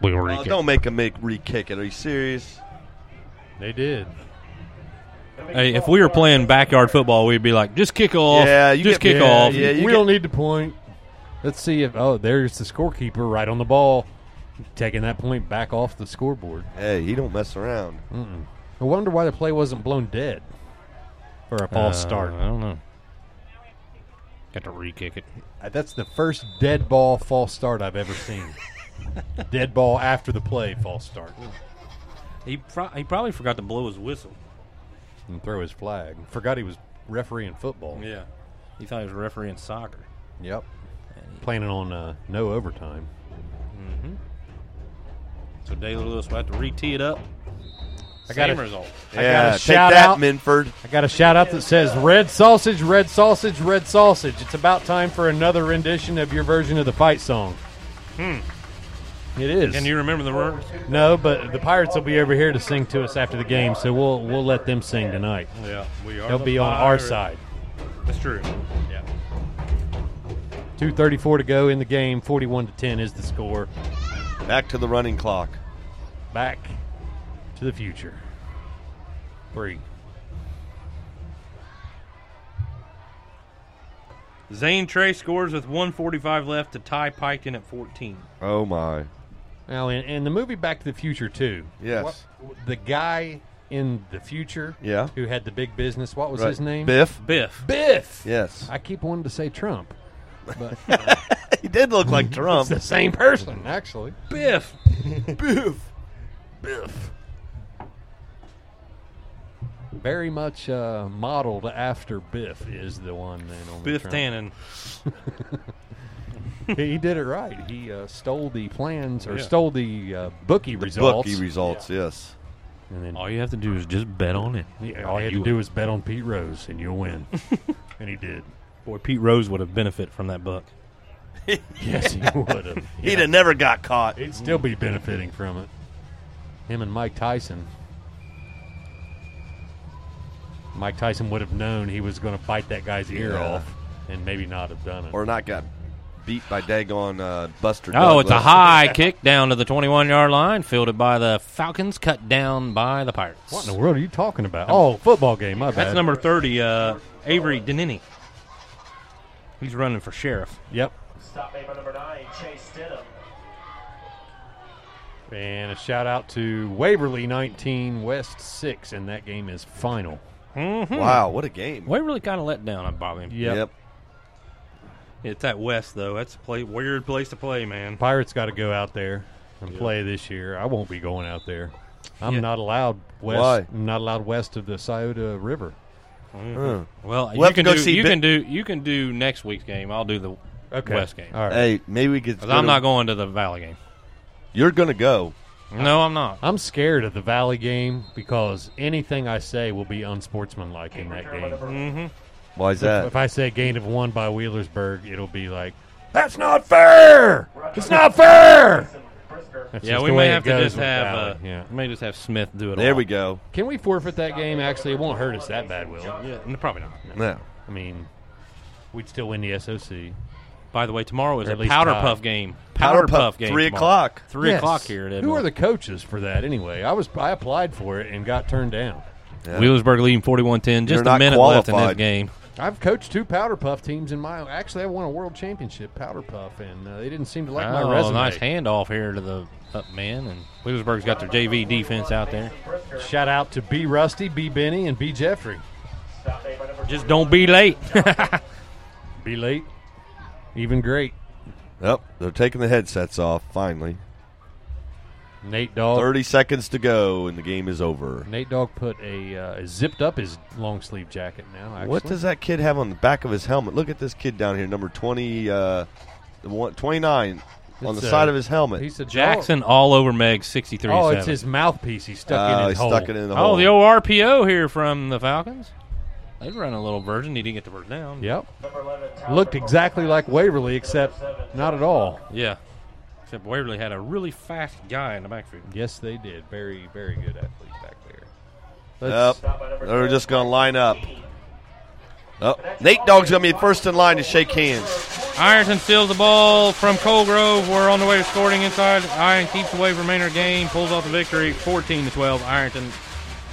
[SPEAKER 22] We were
[SPEAKER 9] Oh, don't make him make re-kick it. Are you serious?
[SPEAKER 1] They did.
[SPEAKER 6] Hey, if we were playing backyard football, we'd be like, just kick off.
[SPEAKER 9] Yeah, you
[SPEAKER 6] just
[SPEAKER 9] get-
[SPEAKER 6] kick
[SPEAKER 9] yeah,
[SPEAKER 6] off.
[SPEAKER 9] Oh, yeah. you
[SPEAKER 1] we
[SPEAKER 9] get-
[SPEAKER 1] don't need to point. Let's see if oh, there's the scorekeeper right on the ball, taking that point back off the scoreboard.
[SPEAKER 9] Hey, he don't mess around.
[SPEAKER 1] Mm-mm. I wonder why the play wasn't blown dead for a false
[SPEAKER 22] Uh,
[SPEAKER 1] start.
[SPEAKER 6] Uh, I don't know. Got to re kick it.
[SPEAKER 1] Uh, That's the first dead ball false start I've ever seen. dead ball after the play false start.
[SPEAKER 6] He, pro- he probably forgot to blow his whistle.
[SPEAKER 1] And throw his flag. Forgot he was refereeing football.
[SPEAKER 6] Yeah. He thought he was refereeing soccer.
[SPEAKER 1] Yep. Planning on uh, no overtime.
[SPEAKER 3] So Daily Lewis will have to re tee it up.
[SPEAKER 1] I got
[SPEAKER 3] Same
[SPEAKER 1] a-
[SPEAKER 3] result.
[SPEAKER 1] I got a shout out. I got a shout out that says "Red sausage, red sausage, red sausage." It's about time for another rendition of your version of the fight song.
[SPEAKER 6] Hmm.
[SPEAKER 1] It is.
[SPEAKER 6] Can you remember the words?
[SPEAKER 1] No, but the Pirates will be over here to sing to us after the game, so we'll we'll let them sing tonight.
[SPEAKER 6] Yeah, we are
[SPEAKER 1] They'll
[SPEAKER 6] the
[SPEAKER 1] be on our
[SPEAKER 6] Pirates.
[SPEAKER 1] side.
[SPEAKER 6] That's true. Yeah.
[SPEAKER 1] Two thirty-four to go in the game. Forty-one to ten is the score.
[SPEAKER 9] Back to the running clock.
[SPEAKER 1] Back to the future. Three.
[SPEAKER 6] Zane Trey scores with 145 left to tie Piketon at 14.
[SPEAKER 9] Oh my!
[SPEAKER 1] Now, in, in the movie Back to the Future too.
[SPEAKER 9] Yes.
[SPEAKER 1] what- the guy in the future.
[SPEAKER 9] Yeah.
[SPEAKER 1] Who had the big business? What was
[SPEAKER 9] Right.
[SPEAKER 1] his name?
[SPEAKER 9] Biff.
[SPEAKER 6] Biff.
[SPEAKER 1] Biff.
[SPEAKER 9] Yes.
[SPEAKER 1] I keep wanting to say Trump. But
[SPEAKER 9] he did look like Trump.
[SPEAKER 1] It's the same person, actually.
[SPEAKER 6] Biff.
[SPEAKER 9] Biff.
[SPEAKER 1] Biff. Very much uh, modeled after Biff is the one man on
[SPEAKER 6] Biff
[SPEAKER 1] the
[SPEAKER 6] Tannen.
[SPEAKER 1] he he did it right. He uh, stole the plans or
[SPEAKER 9] Yeah.
[SPEAKER 1] stole the uh, bookie
[SPEAKER 9] The
[SPEAKER 1] results.
[SPEAKER 9] bookie results. Yes.
[SPEAKER 1] And then
[SPEAKER 22] All you have to do is just bet on it.
[SPEAKER 1] Yeah, all you had to do was bet on Pete Rose, and you'll win. and he did.
[SPEAKER 6] Boy, Pete Rose would have benefited from that buck.
[SPEAKER 1] yes, he would have.
[SPEAKER 9] He'd have never got caught.
[SPEAKER 1] He'd still be benefiting from it. Him and Mike Tyson. Mike Tyson would have known he was going to bite that guy's ear
[SPEAKER 9] Yeah.
[SPEAKER 1] off, and maybe not have done it.
[SPEAKER 9] Or not got beat by Dagon uh, Buster.
[SPEAKER 6] Oh, it's a
[SPEAKER 9] Douglas.
[SPEAKER 6] high kick down to the 21 yard line, fielded by the Falcons, cut down by the Pirates.
[SPEAKER 1] What in the world are you talking about? Oh, football game. My bad.
[SPEAKER 6] That's number 30, uh, Avery Denini. He's running for sheriff.
[SPEAKER 1] Yep.
[SPEAKER 12] Stop made by number nine, Chase Stidham.
[SPEAKER 1] And a shout out to Waverly 19 West 6, and that game is final.
[SPEAKER 6] Mhm.
[SPEAKER 9] Wow, what a game!
[SPEAKER 6] Waverly kind of let down on Bobby.
[SPEAKER 1] Yep. Yep.
[SPEAKER 6] It's at West though. That's a play, weird place to play, man.
[SPEAKER 1] Pirates got to go out there and play this year. I won't be going out there. I'm
[SPEAKER 6] Yeah.
[SPEAKER 1] not allowed west.
[SPEAKER 9] Why?
[SPEAKER 1] I'm not allowed west of the Scioto River.
[SPEAKER 9] Mhm.
[SPEAKER 6] Well,
[SPEAKER 9] We'll have
[SPEAKER 6] you
[SPEAKER 9] to
[SPEAKER 6] can
[SPEAKER 9] go
[SPEAKER 6] do
[SPEAKER 9] see
[SPEAKER 6] you
[SPEAKER 9] Bi-
[SPEAKER 6] can do you can do next week's game. I'll do the
[SPEAKER 1] Okay.
[SPEAKER 6] West game.
[SPEAKER 1] All right.
[SPEAKER 9] Hey, maybe we could.
[SPEAKER 6] 'Cause I'm not going to the Valley game.
[SPEAKER 9] You're gonna go.
[SPEAKER 6] No, I'm not.
[SPEAKER 1] I'm scared of the Valley game because anything I say will be unsportsmanlike in that game.
[SPEAKER 6] Mm-hmm.
[SPEAKER 9] Why is that?
[SPEAKER 1] If I say gain of one by Wheelersburg, it'll be like, that's not fair. It's not fair. That's
[SPEAKER 6] yeah,
[SPEAKER 1] just
[SPEAKER 6] we
[SPEAKER 1] the
[SPEAKER 6] may
[SPEAKER 1] way it
[SPEAKER 6] have to
[SPEAKER 1] goes
[SPEAKER 6] just
[SPEAKER 1] with
[SPEAKER 6] have
[SPEAKER 1] Valley.
[SPEAKER 6] uh, may just have Smith do it.
[SPEAKER 9] There
[SPEAKER 6] all.
[SPEAKER 9] we go.
[SPEAKER 1] Can we forfeit that game? Actually, it won't hurt us that bad, will it?
[SPEAKER 6] Yeah, no, probably not.
[SPEAKER 9] No.
[SPEAKER 1] I mean, we'd still win the SOC.
[SPEAKER 6] By the way, tomorrow is
[SPEAKER 1] Or
[SPEAKER 6] a
[SPEAKER 1] at least
[SPEAKER 6] Powder
[SPEAKER 1] tie.
[SPEAKER 6] Puff game.
[SPEAKER 9] Powder
[SPEAKER 6] Powder
[SPEAKER 9] Puff,
[SPEAKER 6] Puff game.
[SPEAKER 9] three
[SPEAKER 6] tomorrow.
[SPEAKER 9] o'clock.
[SPEAKER 6] Three
[SPEAKER 1] Yes.
[SPEAKER 6] o'clock here. At
[SPEAKER 1] Who are the coaches for that anyway? I was I applied for it and got turned down.
[SPEAKER 9] Yeah.
[SPEAKER 6] Wheelersburg leading 41-10.
[SPEAKER 9] You're
[SPEAKER 6] Just a
[SPEAKER 9] not
[SPEAKER 6] minute left in this
[SPEAKER 9] qualified.
[SPEAKER 6] game.
[SPEAKER 1] I've coached two Powder Puff teams in my. Actually, I won a world championship Powder Puff, and uh, they didn't seem to like my
[SPEAKER 6] Oh,
[SPEAKER 1] resume.
[SPEAKER 6] nice handoff here to the up man, and Wheelersburg's got their JV defense out there.
[SPEAKER 1] Shout out to B Rusty, B Benny, and B Jeffrey.
[SPEAKER 6] Just don't be late.
[SPEAKER 1] Be late, even great.
[SPEAKER 9] Yep, they're taking the headsets off finally.
[SPEAKER 1] Nate Dog.
[SPEAKER 9] Thirty seconds to go, and the game is over.
[SPEAKER 1] Nate Dog put a uh, zipped up his long sleeve jacket now. Actually.
[SPEAKER 9] What does that kid have on the back of his helmet? Look at this kid down here, number 20, uh, the one- 29, on
[SPEAKER 1] It's
[SPEAKER 9] the
[SPEAKER 1] a-
[SPEAKER 9] side of his helmet.
[SPEAKER 1] He's a
[SPEAKER 6] Jackson all over Meg 63
[SPEAKER 1] Oh, it's his mouthpiece. He stuck
[SPEAKER 9] Oh,
[SPEAKER 1] in
[SPEAKER 9] he
[SPEAKER 1] his hole.
[SPEAKER 9] stuck it in the
[SPEAKER 6] Oh,
[SPEAKER 9] hole.
[SPEAKER 6] the old RPO here from the Falcons. They run a little version. He didn't get the first down.
[SPEAKER 1] Yep. Looked exactly like Waverly, except not at all.
[SPEAKER 6] Yeah. Except Waverly had a really fast guy in the backfield.
[SPEAKER 1] Yes, they did. Very, very good athlete back there.
[SPEAKER 9] Yep. They're just going to line up. Oh, Nate Dog's going to be first in line to shake hands.
[SPEAKER 6] Ironton steals the ball from Colgrove. We're on the way to scoring inside. Iron keeps away from Maynard game, pulls off the victory, 14 to 12. Ironton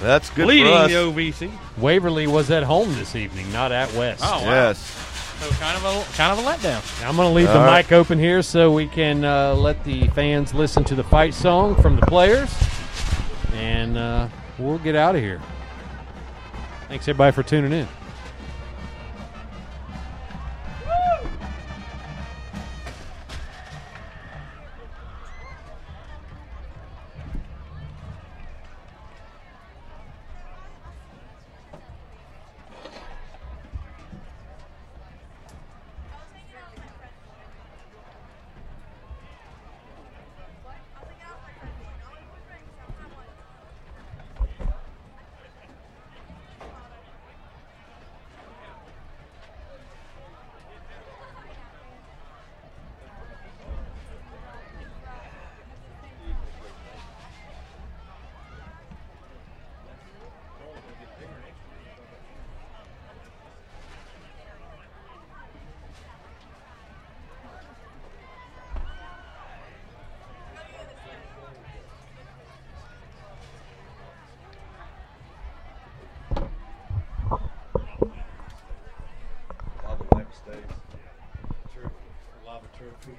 [SPEAKER 9] That's good
[SPEAKER 6] leading
[SPEAKER 9] for us.
[SPEAKER 6] the OVC.
[SPEAKER 1] Waverly was at home this evening, not at West.
[SPEAKER 6] Oh, wow.
[SPEAKER 9] Yes.
[SPEAKER 6] So kind of a kind of a letdown.
[SPEAKER 1] I'm going to leave the
[SPEAKER 9] All right.
[SPEAKER 1] mic open here so we can uh, let the fans listen to the fight song from the players, and uh, we'll get out of here. Thanks everybody for tuning in.
[SPEAKER 9] true.